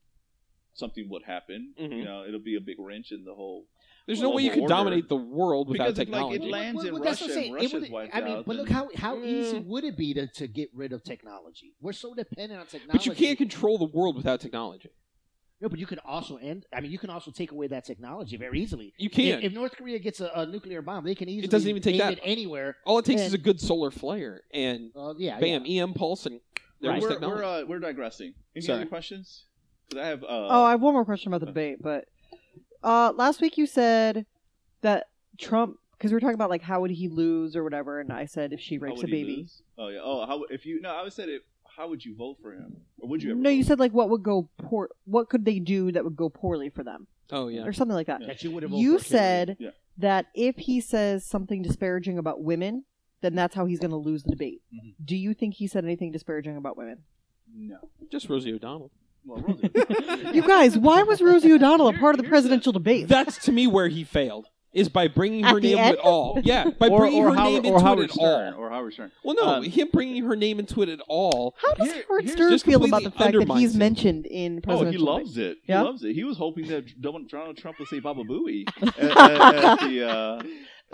[SPEAKER 1] something would happen.
[SPEAKER 3] Mhm.
[SPEAKER 1] You know, it'll be a big wrench in the whole.
[SPEAKER 3] There's no
[SPEAKER 1] Global
[SPEAKER 3] way you can
[SPEAKER 1] order.
[SPEAKER 3] dominate the world without
[SPEAKER 1] Because if, like, it
[SPEAKER 3] technology.
[SPEAKER 1] It lands in
[SPEAKER 4] that's
[SPEAKER 1] Russia,
[SPEAKER 4] what I'm saying.
[SPEAKER 1] and
[SPEAKER 4] It would-
[SPEAKER 1] Russia's wiped
[SPEAKER 4] I mean,
[SPEAKER 1] out,
[SPEAKER 4] but look
[SPEAKER 1] then-
[SPEAKER 4] how how
[SPEAKER 3] Mm.
[SPEAKER 4] easy would it be to, to get rid of technology? We're so dependent on technology.
[SPEAKER 3] But you can't control the world without technology.
[SPEAKER 4] No, but you can also end. I mean, you can also take away that technology very easily.
[SPEAKER 3] You
[SPEAKER 4] If-
[SPEAKER 3] can't.
[SPEAKER 4] If, North Korea gets a, a nuclear bomb, they can easily.
[SPEAKER 3] doesn't even take
[SPEAKER 4] aim
[SPEAKER 3] that.
[SPEAKER 4] it anywhere.
[SPEAKER 3] All it takes
[SPEAKER 4] And-
[SPEAKER 3] is a good solar flare,
[SPEAKER 2] Oh,
[SPEAKER 3] and
[SPEAKER 4] Uh, yeah,
[SPEAKER 3] bam,
[SPEAKER 4] yeah.
[SPEAKER 3] EM pulse, and there
[SPEAKER 1] Right.
[SPEAKER 3] was
[SPEAKER 1] We're
[SPEAKER 3] technology.
[SPEAKER 1] we're, uh, we're digressing. Any
[SPEAKER 3] Sorry.
[SPEAKER 1] other questions? 'Cause I have. Uh,
[SPEAKER 2] Oh, I have one more question about the debate, but uh, last week you said that Trump, because we were talking about like how would he lose or whatever, and I said if she
[SPEAKER 1] how
[SPEAKER 2] rapes a
[SPEAKER 1] would he
[SPEAKER 2] baby.
[SPEAKER 1] lose? Oh yeah. Oh, how if you? No, I would said it. How would you vote for him? Or would you ever?
[SPEAKER 2] No, you
[SPEAKER 1] vote?
[SPEAKER 2] said like what would go poor, what could they do that would go poorly for them,
[SPEAKER 3] oh yeah.
[SPEAKER 2] or something like that.
[SPEAKER 1] Yeah.
[SPEAKER 4] That you would have.
[SPEAKER 2] You said
[SPEAKER 1] Yeah.
[SPEAKER 2] that if he says something disparaging about women, then that's how he's going to lose the debate.
[SPEAKER 1] Mhm.
[SPEAKER 2] Do you think he said anything disparaging about women?
[SPEAKER 1] no.
[SPEAKER 3] Just Rosie O'Donnell.
[SPEAKER 1] Well, Rosie.
[SPEAKER 2] You guys, why was Rosie O'Donnell a
[SPEAKER 1] Here-
[SPEAKER 2] part of the
[SPEAKER 1] here's
[SPEAKER 2] presidential debate?
[SPEAKER 3] That's to me where he failed is by bringing
[SPEAKER 2] At
[SPEAKER 3] her
[SPEAKER 2] the
[SPEAKER 3] name
[SPEAKER 2] end?
[SPEAKER 3] at all. Yeah, by
[SPEAKER 1] or,
[SPEAKER 3] bringing
[SPEAKER 1] or
[SPEAKER 3] her
[SPEAKER 1] Howard,
[SPEAKER 3] name
[SPEAKER 1] or
[SPEAKER 3] into
[SPEAKER 1] Howard
[SPEAKER 3] it at
[SPEAKER 1] Stern,
[SPEAKER 3] all.
[SPEAKER 1] or Howard Stern.
[SPEAKER 3] Well, no,
[SPEAKER 1] Um,
[SPEAKER 3] him bringing her name into it at all.
[SPEAKER 2] How does
[SPEAKER 1] Here-
[SPEAKER 2] Howard
[SPEAKER 1] here's
[SPEAKER 2] Stern
[SPEAKER 3] just
[SPEAKER 2] feel about the
[SPEAKER 3] completely
[SPEAKER 2] fact that
[SPEAKER 3] undermines
[SPEAKER 2] he's
[SPEAKER 3] it.
[SPEAKER 2] mentioned in
[SPEAKER 1] Oh, he
[SPEAKER 2] presidential?
[SPEAKER 1] loves it. He
[SPEAKER 2] Yeah?
[SPEAKER 1] loves it. He was hoping that Donald Donald Trump would say "Baba Booey" at, at the uh,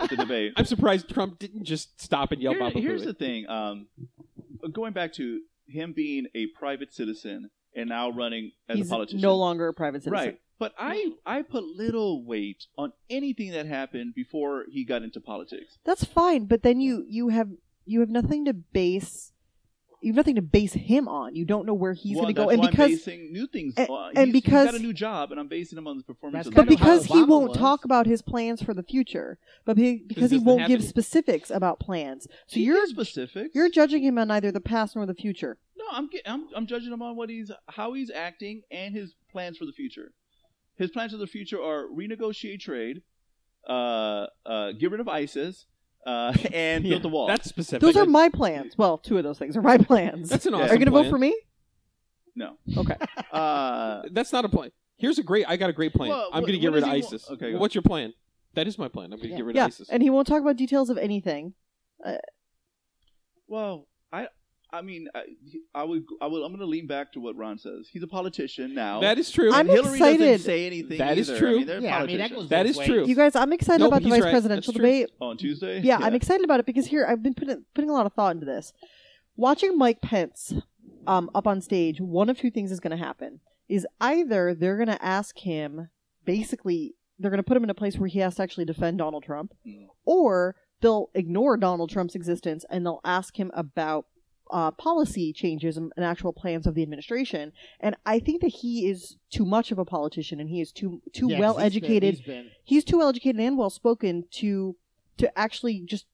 [SPEAKER 1] at the debate.
[SPEAKER 3] I'm surprised Trump didn't just stop and yell
[SPEAKER 1] Here-
[SPEAKER 3] Baba
[SPEAKER 1] here's
[SPEAKER 3] Booey.
[SPEAKER 1] the thing. Um, going back to him being a private citizen and now running as
[SPEAKER 2] He's
[SPEAKER 1] a politician.
[SPEAKER 2] no longer a private citizen.
[SPEAKER 1] right. But I I put little weight on anything that happened before he got into politics.
[SPEAKER 2] That's fine, but then you you have you have nothing to base you have nothing to base him on. You don't know where he's
[SPEAKER 1] Well,
[SPEAKER 2] going to go,
[SPEAKER 1] that's
[SPEAKER 2] and
[SPEAKER 1] why I'm
[SPEAKER 2] because
[SPEAKER 1] basing new things.
[SPEAKER 2] and-
[SPEAKER 1] on.
[SPEAKER 2] and
[SPEAKER 1] He's-
[SPEAKER 2] because-
[SPEAKER 1] he's got a new job, and I'm basing him on the performance.
[SPEAKER 4] That's
[SPEAKER 1] of
[SPEAKER 2] but
[SPEAKER 4] kind
[SPEAKER 1] the
[SPEAKER 4] of how
[SPEAKER 2] because he
[SPEAKER 4] Obama
[SPEAKER 2] won't
[SPEAKER 4] was.
[SPEAKER 2] talk about his plans for the future, but be, because he
[SPEAKER 3] doesn't
[SPEAKER 2] won't
[SPEAKER 3] have
[SPEAKER 2] give
[SPEAKER 3] any.
[SPEAKER 2] specifics about plans. So
[SPEAKER 1] He
[SPEAKER 2] you're
[SPEAKER 1] is specific.
[SPEAKER 2] you're judging him on neither the past nor the future.
[SPEAKER 1] No, no, I'm, ge- I'm I'm judging him on what he's how he's acting and his plans for the future. His plans for the future are renegotiate trade, uh, uh, get rid of ISIS, uh, and build the wall.
[SPEAKER 3] That's specific.
[SPEAKER 2] Those are my plans. Well, two of those things are my plans.
[SPEAKER 3] That's an
[SPEAKER 1] Yeah.
[SPEAKER 3] awesome.
[SPEAKER 2] Are you going to vote
[SPEAKER 3] plan.
[SPEAKER 2] for me?
[SPEAKER 1] No.
[SPEAKER 2] Okay.
[SPEAKER 1] uh,
[SPEAKER 3] That's not a plan. Here's a great. I got a great plan.
[SPEAKER 1] Well,
[SPEAKER 3] I'm
[SPEAKER 1] what-
[SPEAKER 3] going to get
[SPEAKER 1] what
[SPEAKER 3] rid of
[SPEAKER 1] does he want-
[SPEAKER 3] ISIS.
[SPEAKER 1] Okay,
[SPEAKER 3] Well,
[SPEAKER 1] go.
[SPEAKER 3] what's your plan? That is my plan. I'm going to
[SPEAKER 4] Yeah.
[SPEAKER 3] get rid
[SPEAKER 2] yeah.
[SPEAKER 3] of ISIS.
[SPEAKER 2] And he won't talk about details of anything.
[SPEAKER 1] well, I I mean I, I would I would I'm going to lean back to what Ron says. He's a politician now.
[SPEAKER 3] that is true.
[SPEAKER 2] I'm
[SPEAKER 1] And Hillary
[SPEAKER 2] excited.
[SPEAKER 1] doesn't say anything.
[SPEAKER 3] That is
[SPEAKER 1] either.
[SPEAKER 3] true.
[SPEAKER 1] I mean, they're
[SPEAKER 4] Yeah, I mean, that
[SPEAKER 1] politicians.
[SPEAKER 4] goes
[SPEAKER 3] That
[SPEAKER 4] both
[SPEAKER 3] is
[SPEAKER 4] ways.
[SPEAKER 3] true.
[SPEAKER 2] You guys, I'm excited
[SPEAKER 3] No,
[SPEAKER 2] about
[SPEAKER 3] but
[SPEAKER 2] the
[SPEAKER 3] he's
[SPEAKER 2] vice
[SPEAKER 3] right.
[SPEAKER 2] presidential
[SPEAKER 3] That's true.
[SPEAKER 2] debate.
[SPEAKER 1] on Tuesday.
[SPEAKER 2] Yeah, I'm excited about it because here I've been putting putting a lot of thought into this. Watching Mike Pence um, up on stage, one of two things is going to happen: is either they're going to ask him, basically, they're going to put him in a place where he has to actually defend Donald Trump,
[SPEAKER 4] Hmm.
[SPEAKER 1] Mm.
[SPEAKER 2] or they'll ignore Donald Trump's existence and they'll ask him about uh, policy changes and, and actual plans of the administration. And I think that he is too much of a politician, and he is too too
[SPEAKER 4] Yeah, 'cause
[SPEAKER 2] well
[SPEAKER 4] he's been-
[SPEAKER 2] educated
[SPEAKER 4] he's been-
[SPEAKER 2] he's too well educated and well spoken to to actually just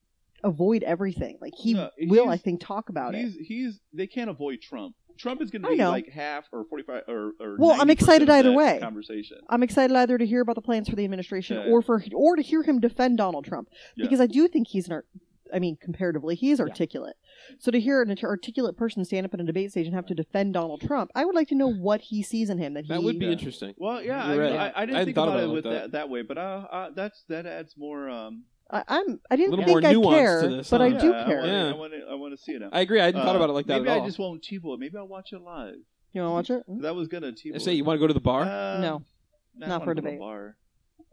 [SPEAKER 2] avoid everything. Like he
[SPEAKER 1] No,
[SPEAKER 2] will,
[SPEAKER 1] he's-
[SPEAKER 2] I think, talk about it.
[SPEAKER 1] he's he's they can't avoid Trump. Trump is going to
[SPEAKER 2] I
[SPEAKER 1] be
[SPEAKER 2] know.
[SPEAKER 1] like half or forty five or, or
[SPEAKER 2] Well, I'm
[SPEAKER 1] 90%
[SPEAKER 2] excited
[SPEAKER 1] of
[SPEAKER 2] either
[SPEAKER 1] that
[SPEAKER 2] way.
[SPEAKER 1] Conversation.
[SPEAKER 2] I'm excited either to hear about the plans for the administration
[SPEAKER 1] Yeah.
[SPEAKER 2] or for or to hear him defend Donald Trump
[SPEAKER 1] Yeah.
[SPEAKER 2] because I do think he's an art. I mean, comparatively, he is articulate. So to hear an art- articulate person stand up in a debate stage and have to defend Donald Trump, I would like to know what he sees in him that he
[SPEAKER 3] that would be
[SPEAKER 1] Yeah.
[SPEAKER 3] interesting.
[SPEAKER 1] Well, yeah, I,
[SPEAKER 3] You're
[SPEAKER 1] mean,
[SPEAKER 3] right.
[SPEAKER 1] I, I didn't
[SPEAKER 3] I hadn't
[SPEAKER 1] think
[SPEAKER 3] thought
[SPEAKER 1] about,
[SPEAKER 3] about
[SPEAKER 1] it
[SPEAKER 3] it
[SPEAKER 1] with
[SPEAKER 3] like
[SPEAKER 1] that. That, way, but uh, uh, that's that adds more. Um,
[SPEAKER 2] I, I'm. I didn't
[SPEAKER 3] Little
[SPEAKER 2] think
[SPEAKER 3] more
[SPEAKER 2] I
[SPEAKER 3] nuance
[SPEAKER 2] care,
[SPEAKER 3] to this,
[SPEAKER 2] but I
[SPEAKER 3] huh?
[SPEAKER 2] do
[SPEAKER 1] yeah,
[SPEAKER 2] care.
[SPEAKER 1] I
[SPEAKER 3] Yeah.
[SPEAKER 1] want to. I want to see it now.
[SPEAKER 3] I agree. I hadn't
[SPEAKER 1] Uh,
[SPEAKER 3] thought about it like that
[SPEAKER 1] Maybe
[SPEAKER 3] at all.
[SPEAKER 1] I just won't T-ball. it. Maybe I'll watch it live.
[SPEAKER 2] You want to watch it?
[SPEAKER 1] That was gonna T-ball.
[SPEAKER 3] I say
[SPEAKER 1] it.
[SPEAKER 3] you want to go to the bar.
[SPEAKER 1] Uh,
[SPEAKER 2] No.
[SPEAKER 1] nah, I
[SPEAKER 2] Not
[SPEAKER 1] wanna
[SPEAKER 2] for a
[SPEAKER 1] go to a
[SPEAKER 2] debate.
[SPEAKER 1] Bar.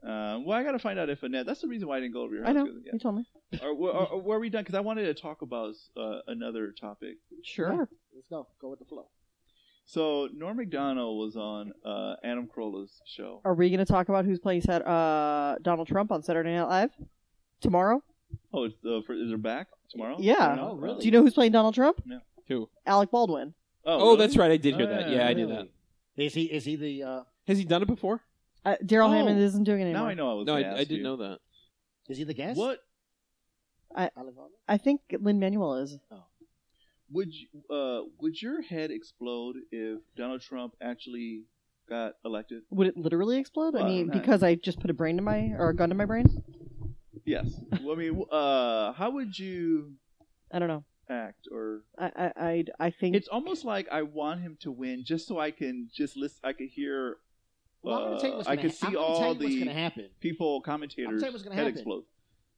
[SPEAKER 1] Uh, well, I gotta find out if Annette. That's the reason why I didn't go over your house.
[SPEAKER 2] I know.
[SPEAKER 1] 'cause-
[SPEAKER 2] You told me.
[SPEAKER 1] Yeah. Or, or, or, were we done? Because I wanted to talk about uh, another topic.
[SPEAKER 2] Sure.
[SPEAKER 4] Let's go. Go with the flow.
[SPEAKER 1] So Norm Macdonald was on uh, Adam Carolla's show.
[SPEAKER 2] Are we going to talk about who's playing Sat- uh, Donald Trump on Saturday Night Live tomorrow?
[SPEAKER 1] Oh, it's uh, for, is it back tomorrow?
[SPEAKER 2] Yeah.
[SPEAKER 1] I don't know.
[SPEAKER 4] Oh, really?
[SPEAKER 2] Do you know who's playing Donald Trump?
[SPEAKER 3] Who?
[SPEAKER 2] Alec Baldwin.
[SPEAKER 1] Oh,
[SPEAKER 3] Oh,
[SPEAKER 1] really?
[SPEAKER 3] that's right. I did hear
[SPEAKER 1] Oh,
[SPEAKER 3] that.
[SPEAKER 1] yeah,
[SPEAKER 3] Yeah, I did
[SPEAKER 4] Really?
[SPEAKER 3] that.
[SPEAKER 4] Is he? Is he the? Uh,
[SPEAKER 3] Has he done it before?
[SPEAKER 2] Uh, Daryl
[SPEAKER 1] Oh.
[SPEAKER 2] Hammond isn't doing it anymore.
[SPEAKER 1] Now I know I was.
[SPEAKER 3] No,
[SPEAKER 1] gonna
[SPEAKER 3] I, I
[SPEAKER 1] ask
[SPEAKER 3] didn't
[SPEAKER 1] you.
[SPEAKER 3] know that.
[SPEAKER 4] is he the guest?
[SPEAKER 1] What
[SPEAKER 4] Alec Baldwin?
[SPEAKER 2] I think Lin Manuel is.
[SPEAKER 1] would you, uh, would your head explode if Donald Trump actually got elected?
[SPEAKER 2] Would it literally explode? I
[SPEAKER 1] Well,
[SPEAKER 2] mean,
[SPEAKER 1] no.
[SPEAKER 2] because I just put a brain to my or a gun to my brain.
[SPEAKER 1] Yes. well, I mean, uh, how would you
[SPEAKER 2] I don't know.
[SPEAKER 1] act? Or
[SPEAKER 2] I I I'd- I, think
[SPEAKER 1] it's almost like I want him to win just so I can just listen. I could hear.
[SPEAKER 4] Well, I'm gonna tell you
[SPEAKER 1] uh,
[SPEAKER 4] what's
[SPEAKER 1] I
[SPEAKER 4] gonna
[SPEAKER 1] could
[SPEAKER 4] hap-
[SPEAKER 1] see
[SPEAKER 4] I'm gonna tell
[SPEAKER 1] all
[SPEAKER 4] you what's gonna
[SPEAKER 1] the
[SPEAKER 4] happen.
[SPEAKER 1] people commentators
[SPEAKER 4] what's gonna
[SPEAKER 1] head
[SPEAKER 4] happen.
[SPEAKER 1] explode.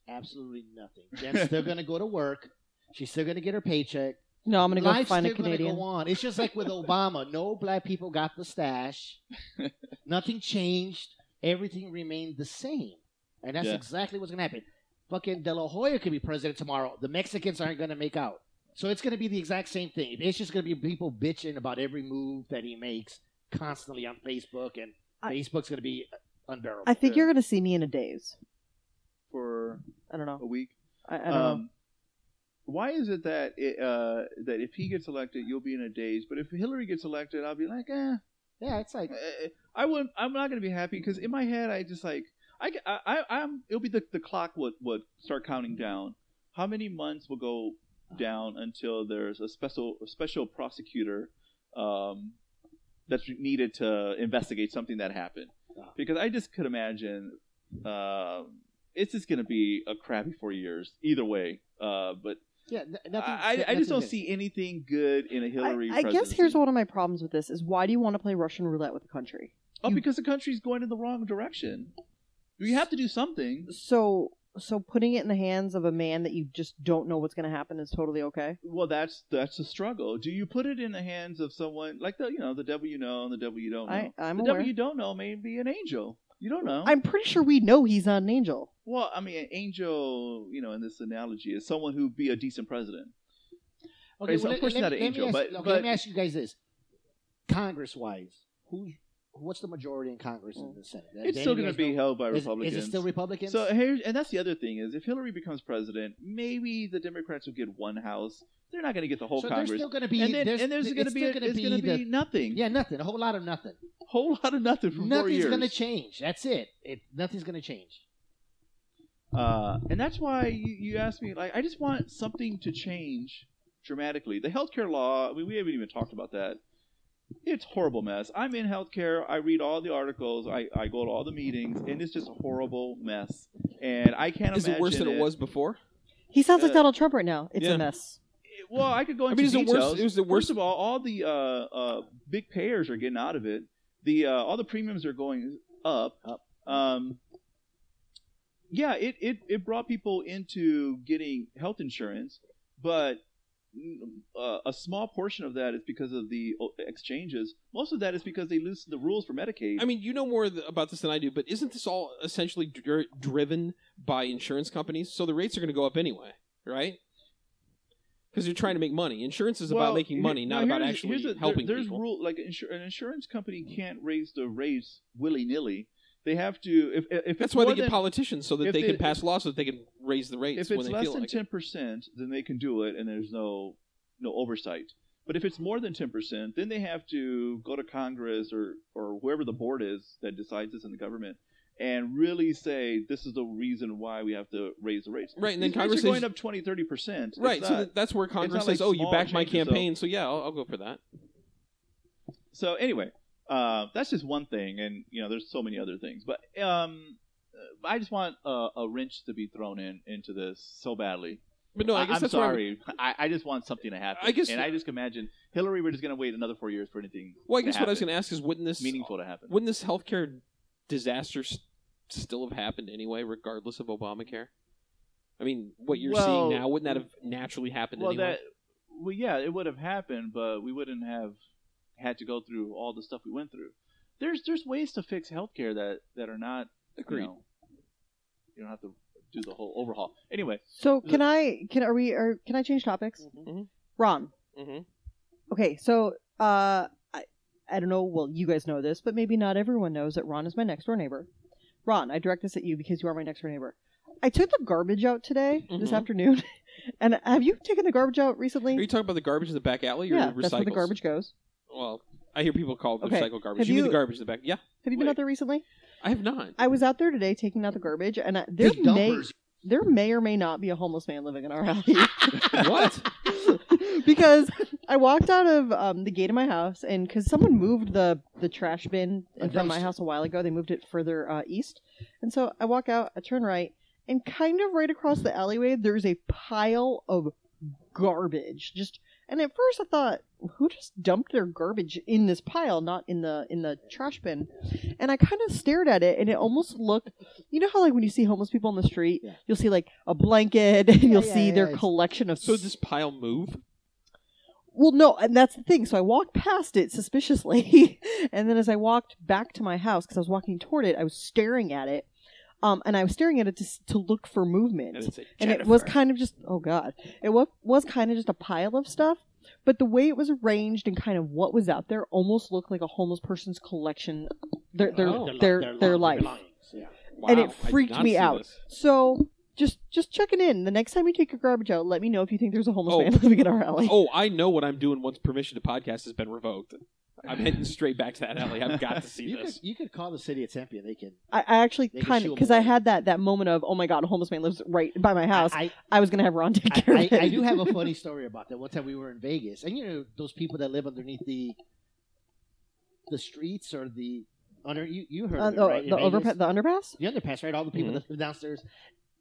[SPEAKER 4] Absolutely nothing. Jen's still gonna go to work. She's still gonna get her paycheck.
[SPEAKER 2] no. I'm gonna go
[SPEAKER 4] Life's
[SPEAKER 2] find a
[SPEAKER 4] still gonna
[SPEAKER 2] Canadian.
[SPEAKER 4] Go on. It's just like with Obama. No black people got the stash. Nothing changed. Everything remained the same, and that's
[SPEAKER 1] Yeah.
[SPEAKER 4] exactly what's gonna happen. Fucking De La Hoya could be president tomorrow. The Mexicans aren't gonna make out. So it's gonna be the exact same thing. It's just gonna be people bitching about every move that he makes constantly on Facebook, and
[SPEAKER 2] I-
[SPEAKER 4] Facebook's gonna be unbearable.
[SPEAKER 2] I think
[SPEAKER 1] Yeah.
[SPEAKER 2] you're gonna see me in a daze.
[SPEAKER 1] for
[SPEAKER 2] I don't
[SPEAKER 1] a
[SPEAKER 2] know.
[SPEAKER 1] week.
[SPEAKER 2] I, I don't know.
[SPEAKER 1] um, why is it that it, uh, that if he gets elected, you'll be in a daze, but if Hillary gets elected, I'll be like, eh.
[SPEAKER 4] yeah, it's like
[SPEAKER 1] Eh, I wouldn't. I'm not gonna be happy because in my head, I just like I, I, I am It'll be the the clock would would start counting down. How many months will go down until there's a special a special prosecutor um, that's needed to investigate something that happened? Because I just could imagine uh, it's just gonna be a crappy four years either way. Uh, but
[SPEAKER 4] yeah, n- nothing.
[SPEAKER 1] I, I, I
[SPEAKER 4] nothing
[SPEAKER 1] just don't
[SPEAKER 4] good.
[SPEAKER 1] see anything good in a Hillary.
[SPEAKER 2] I, I guess
[SPEAKER 1] presidency.
[SPEAKER 2] here's one of my problems with this: is why do you want to play Russian roulette with the country?
[SPEAKER 1] Oh,
[SPEAKER 2] you-
[SPEAKER 1] because the country's going in the wrong direction. We have to do something.
[SPEAKER 2] So so putting it in the hands of a man that you just don't know what's going to happen is totally okay.
[SPEAKER 1] Well, that's that's a struggle. Do you put it in the hands of someone like the you know the devil you know and the devil you don't know?
[SPEAKER 2] I I'm
[SPEAKER 1] the
[SPEAKER 2] aware.
[SPEAKER 1] devil you don't know may be an angel. You don't know.
[SPEAKER 2] I'm pretty sure we know he's not an angel.
[SPEAKER 1] well, I mean, an angel, you know, in this analogy, is someone who'd be a decent president.
[SPEAKER 4] Okay,
[SPEAKER 1] Right, so
[SPEAKER 4] well,
[SPEAKER 1] of course
[SPEAKER 4] let,
[SPEAKER 1] not
[SPEAKER 4] let,
[SPEAKER 1] an
[SPEAKER 4] me-
[SPEAKER 1] angel,
[SPEAKER 4] let me ask,
[SPEAKER 1] but-
[SPEAKER 4] okay,
[SPEAKER 1] but-
[SPEAKER 4] let me ask you guys this: Congress-wise, who, what's the majority in Congress and the Senate?
[SPEAKER 1] it's still going to be held by
[SPEAKER 4] is,
[SPEAKER 1] Republicans.
[SPEAKER 4] Is it still Republicans?
[SPEAKER 1] so here's, and that's the other thing is if Hillary becomes president, maybe the Democrats will get one house. They're not going to get the whole
[SPEAKER 4] so there's
[SPEAKER 1] Congress.
[SPEAKER 4] still going to be
[SPEAKER 1] and then
[SPEAKER 4] there's,
[SPEAKER 1] and there's
[SPEAKER 4] it's
[SPEAKER 1] going to be
[SPEAKER 4] still
[SPEAKER 1] a,
[SPEAKER 4] gonna
[SPEAKER 1] it's going to be
[SPEAKER 4] the-
[SPEAKER 1] nothing.
[SPEAKER 4] yeah, nothing, a whole lot of nothing.
[SPEAKER 1] whole lot of nothing for four
[SPEAKER 4] Nothing's
[SPEAKER 1] years.
[SPEAKER 4] going to change. That's it. It nothing's going to change.
[SPEAKER 1] Uh, and that's why you, you asked me, like, I just want something to change dramatically. The healthcare law, I mean, we haven't even talked about that. It's a horrible mess. I'm in healthcare. I read all the articles. I, I go to all the meetings, and it's just a horrible mess. And I can't
[SPEAKER 3] Is
[SPEAKER 1] imagine
[SPEAKER 3] it worse than it,
[SPEAKER 1] it
[SPEAKER 3] was before?
[SPEAKER 2] He sounds like
[SPEAKER 1] Uh,
[SPEAKER 2] Donald Trump right now. It's
[SPEAKER 3] yeah.
[SPEAKER 2] a mess.
[SPEAKER 1] It- Well, I could go
[SPEAKER 3] I
[SPEAKER 1] into
[SPEAKER 3] mean, is it
[SPEAKER 1] details.
[SPEAKER 3] worse? It was the
[SPEAKER 1] Worst
[SPEAKER 3] worst.
[SPEAKER 1] of all, all the uh, uh, big payers are getting out of it. The uh, all the premiums are going up.
[SPEAKER 4] Up.
[SPEAKER 1] Um, yeah, it, it it brought people into getting health insurance, but mm, uh, a small portion of that is because of the o- exchanges. Most of that is because they loosened the rules for Medicaid.
[SPEAKER 3] I mean, you know more th- about this than I do, but isn't this all essentially dri- driven by insurance companies? So the rates are going to go up anyway, right? Because you're trying to make money. Insurance is
[SPEAKER 1] Well,
[SPEAKER 3] about making
[SPEAKER 1] here-
[SPEAKER 3] money,
[SPEAKER 1] no,
[SPEAKER 3] not about
[SPEAKER 1] here's-
[SPEAKER 3] actually
[SPEAKER 1] here's a- there-
[SPEAKER 3] helping
[SPEAKER 1] there's
[SPEAKER 3] people.
[SPEAKER 1] rule like insur- an insurance company can't raise the rates willy nilly. They have to if if it's
[SPEAKER 3] That's why
[SPEAKER 1] more
[SPEAKER 3] they get
[SPEAKER 1] than-
[SPEAKER 3] politicians so that
[SPEAKER 1] if
[SPEAKER 3] they
[SPEAKER 1] it-
[SPEAKER 3] can pass laws so that they can raise the rates
[SPEAKER 1] if
[SPEAKER 3] when
[SPEAKER 1] it's
[SPEAKER 3] they
[SPEAKER 1] less
[SPEAKER 3] feel
[SPEAKER 1] than
[SPEAKER 3] like it.
[SPEAKER 1] ten percent, then they can do it, and there's no no oversight. But if it's more than ten percent, then they have to go to Congress or or whoever the board is that decides this in the government, and really say this is the reason why we have to raise the rates.
[SPEAKER 3] Right, and then
[SPEAKER 1] These rates
[SPEAKER 3] Congress
[SPEAKER 1] are
[SPEAKER 3] says-
[SPEAKER 1] going up 20 30 percent.
[SPEAKER 3] Right, so that, that's where
[SPEAKER 1] not
[SPEAKER 3] Congress
[SPEAKER 1] like
[SPEAKER 3] says, "Oh, you
[SPEAKER 1] small
[SPEAKER 3] backed my
[SPEAKER 1] changes, so-
[SPEAKER 3] campaign, so, yeah, I'll, I'll go for that."
[SPEAKER 1] so anyway, uh, that's just one thing, and you know, there's so many other things. But um, I just want a, a wrench to be thrown in into this so badly.
[SPEAKER 3] But no, I guess
[SPEAKER 1] am
[SPEAKER 3] that's where I'm-
[SPEAKER 1] sorry. I, I just want something to happen.
[SPEAKER 3] I guess-
[SPEAKER 1] and I just imagine Hillary. We're just going to wait another four years for anything
[SPEAKER 3] Well, I guess
[SPEAKER 1] to
[SPEAKER 3] what I was
[SPEAKER 1] happen.
[SPEAKER 3] going to ask is, wouldn't this
[SPEAKER 1] meaningful to happen.
[SPEAKER 3] wouldn't this healthcare disaster s still have happened anyway, regardless of Obamacare? I mean, what you're
[SPEAKER 1] Well-
[SPEAKER 3] seeing now wouldn't that have naturally happened
[SPEAKER 1] well,
[SPEAKER 3] anyway?
[SPEAKER 1] that well, yeah, it would have happened, but we wouldn't have had to go through all the stuff we went through. There's there's ways to fix healthcare that that are not
[SPEAKER 3] Agreed.
[SPEAKER 1] You, know, you don't have to do the whole overhaul. Anyway,
[SPEAKER 2] So
[SPEAKER 1] The- Mm.
[SPEAKER 2] can I? Can are we? Are, can I change topics?
[SPEAKER 3] Mhm.
[SPEAKER 2] Ron.
[SPEAKER 3] hmm
[SPEAKER 2] Mm-hmm. Okay, so uh, I I don't know. Well, you guys know this, but maybe not everyone knows that Ron is my next door neighbor. Ron, I direct this at you because you are my next door neighbor. I took the garbage out today this
[SPEAKER 1] Mm-hmm.
[SPEAKER 3] Mhm.
[SPEAKER 2] afternoon, and have you taken the garbage out
[SPEAKER 3] Are
[SPEAKER 2] recently?
[SPEAKER 3] you talking about the garbage in the back alley or
[SPEAKER 2] yeah,
[SPEAKER 3] the recycles?
[SPEAKER 2] that's where the garbage goes.
[SPEAKER 3] Well, I hear people call it
[SPEAKER 2] Okay.
[SPEAKER 3] recycled garbage.
[SPEAKER 2] Have
[SPEAKER 3] you mean
[SPEAKER 2] you-
[SPEAKER 3] the garbage in the back? Yeah,
[SPEAKER 2] Have you been
[SPEAKER 1] Wait.
[SPEAKER 2] out there recently?
[SPEAKER 3] I have not.
[SPEAKER 2] I was out there today taking out the garbage, and I, there
[SPEAKER 4] Big
[SPEAKER 2] may
[SPEAKER 4] dumpers.
[SPEAKER 2] there may or may not be a homeless man living in our alley.
[SPEAKER 3] what?
[SPEAKER 2] because I walked out of um, the gate of my house, and because someone moved the the trash bin
[SPEAKER 4] A
[SPEAKER 2] in front of my
[SPEAKER 4] dumpster.
[SPEAKER 2] house a while ago, they moved it further uh, east, and so I walk out, I turn right, and kind of right across the alleyway, there's a pile of garbage. Just and at first I thought, who just dumped their garbage in this pile, not in the in the trash bin? And I kind of stared at it, and it almost looked, you know how like when you see homeless people on the street,
[SPEAKER 4] Yeah.
[SPEAKER 2] you'll see like a blanket, and you'll
[SPEAKER 4] yeah,
[SPEAKER 2] see
[SPEAKER 4] yeah,
[SPEAKER 2] their
[SPEAKER 4] it's-
[SPEAKER 2] collection of
[SPEAKER 3] So did this pile move?
[SPEAKER 2] well, no, and that's the thing. So I walked past it suspiciously, and then as I walked back to my house, because I was walking toward it, I was staring at it, um, and I was staring at it to, s- to look for movement.
[SPEAKER 3] And it's a
[SPEAKER 2] And it was
[SPEAKER 3] Jennifer.
[SPEAKER 2] kind of just oh god, it was was kind of just a pile of stuff, but the way it was arranged and kind of what was out there almost looked like a homeless person's collection, their their
[SPEAKER 3] Oh.
[SPEAKER 2] their,
[SPEAKER 4] their,
[SPEAKER 2] their
[SPEAKER 4] life.
[SPEAKER 2] life.
[SPEAKER 4] Yeah.
[SPEAKER 3] Wow,
[SPEAKER 2] and it
[SPEAKER 3] I did
[SPEAKER 2] freaked
[SPEAKER 3] not
[SPEAKER 2] me
[SPEAKER 3] see
[SPEAKER 2] out.
[SPEAKER 3] this.
[SPEAKER 2] So just just checking in. The next time you take your garbage out, let me know if you think there's a homeless
[SPEAKER 3] Oh.
[SPEAKER 2] man living in our alley.
[SPEAKER 3] Oh, I know what I'm doing once permission to podcast has been revoked. I'm heading straight back to that alley. I've got to see
[SPEAKER 4] You could,
[SPEAKER 3] this.
[SPEAKER 4] you could call the city of Tempe and they can.
[SPEAKER 2] I, I actually
[SPEAKER 4] They can
[SPEAKER 2] kind
[SPEAKER 4] shoo
[SPEAKER 2] of
[SPEAKER 4] 'em
[SPEAKER 2] because I
[SPEAKER 4] away.
[SPEAKER 2] had that that moment of oh my god, a homeless man lives right by my house. I,
[SPEAKER 4] I,
[SPEAKER 2] was gonna have Ron take
[SPEAKER 4] I,
[SPEAKER 2] care of
[SPEAKER 4] I,
[SPEAKER 2] it.
[SPEAKER 4] I do have a funny story about that. One time we were in Vegas, and you know those people that live underneath the the streets or the under you you heard
[SPEAKER 2] Uh,
[SPEAKER 4] of it,
[SPEAKER 2] oh,
[SPEAKER 4] right? In
[SPEAKER 2] the
[SPEAKER 4] Vegas?
[SPEAKER 2] overpass, the Mm-hmm. underpass.
[SPEAKER 4] the underpass, right? All the people that live downstairs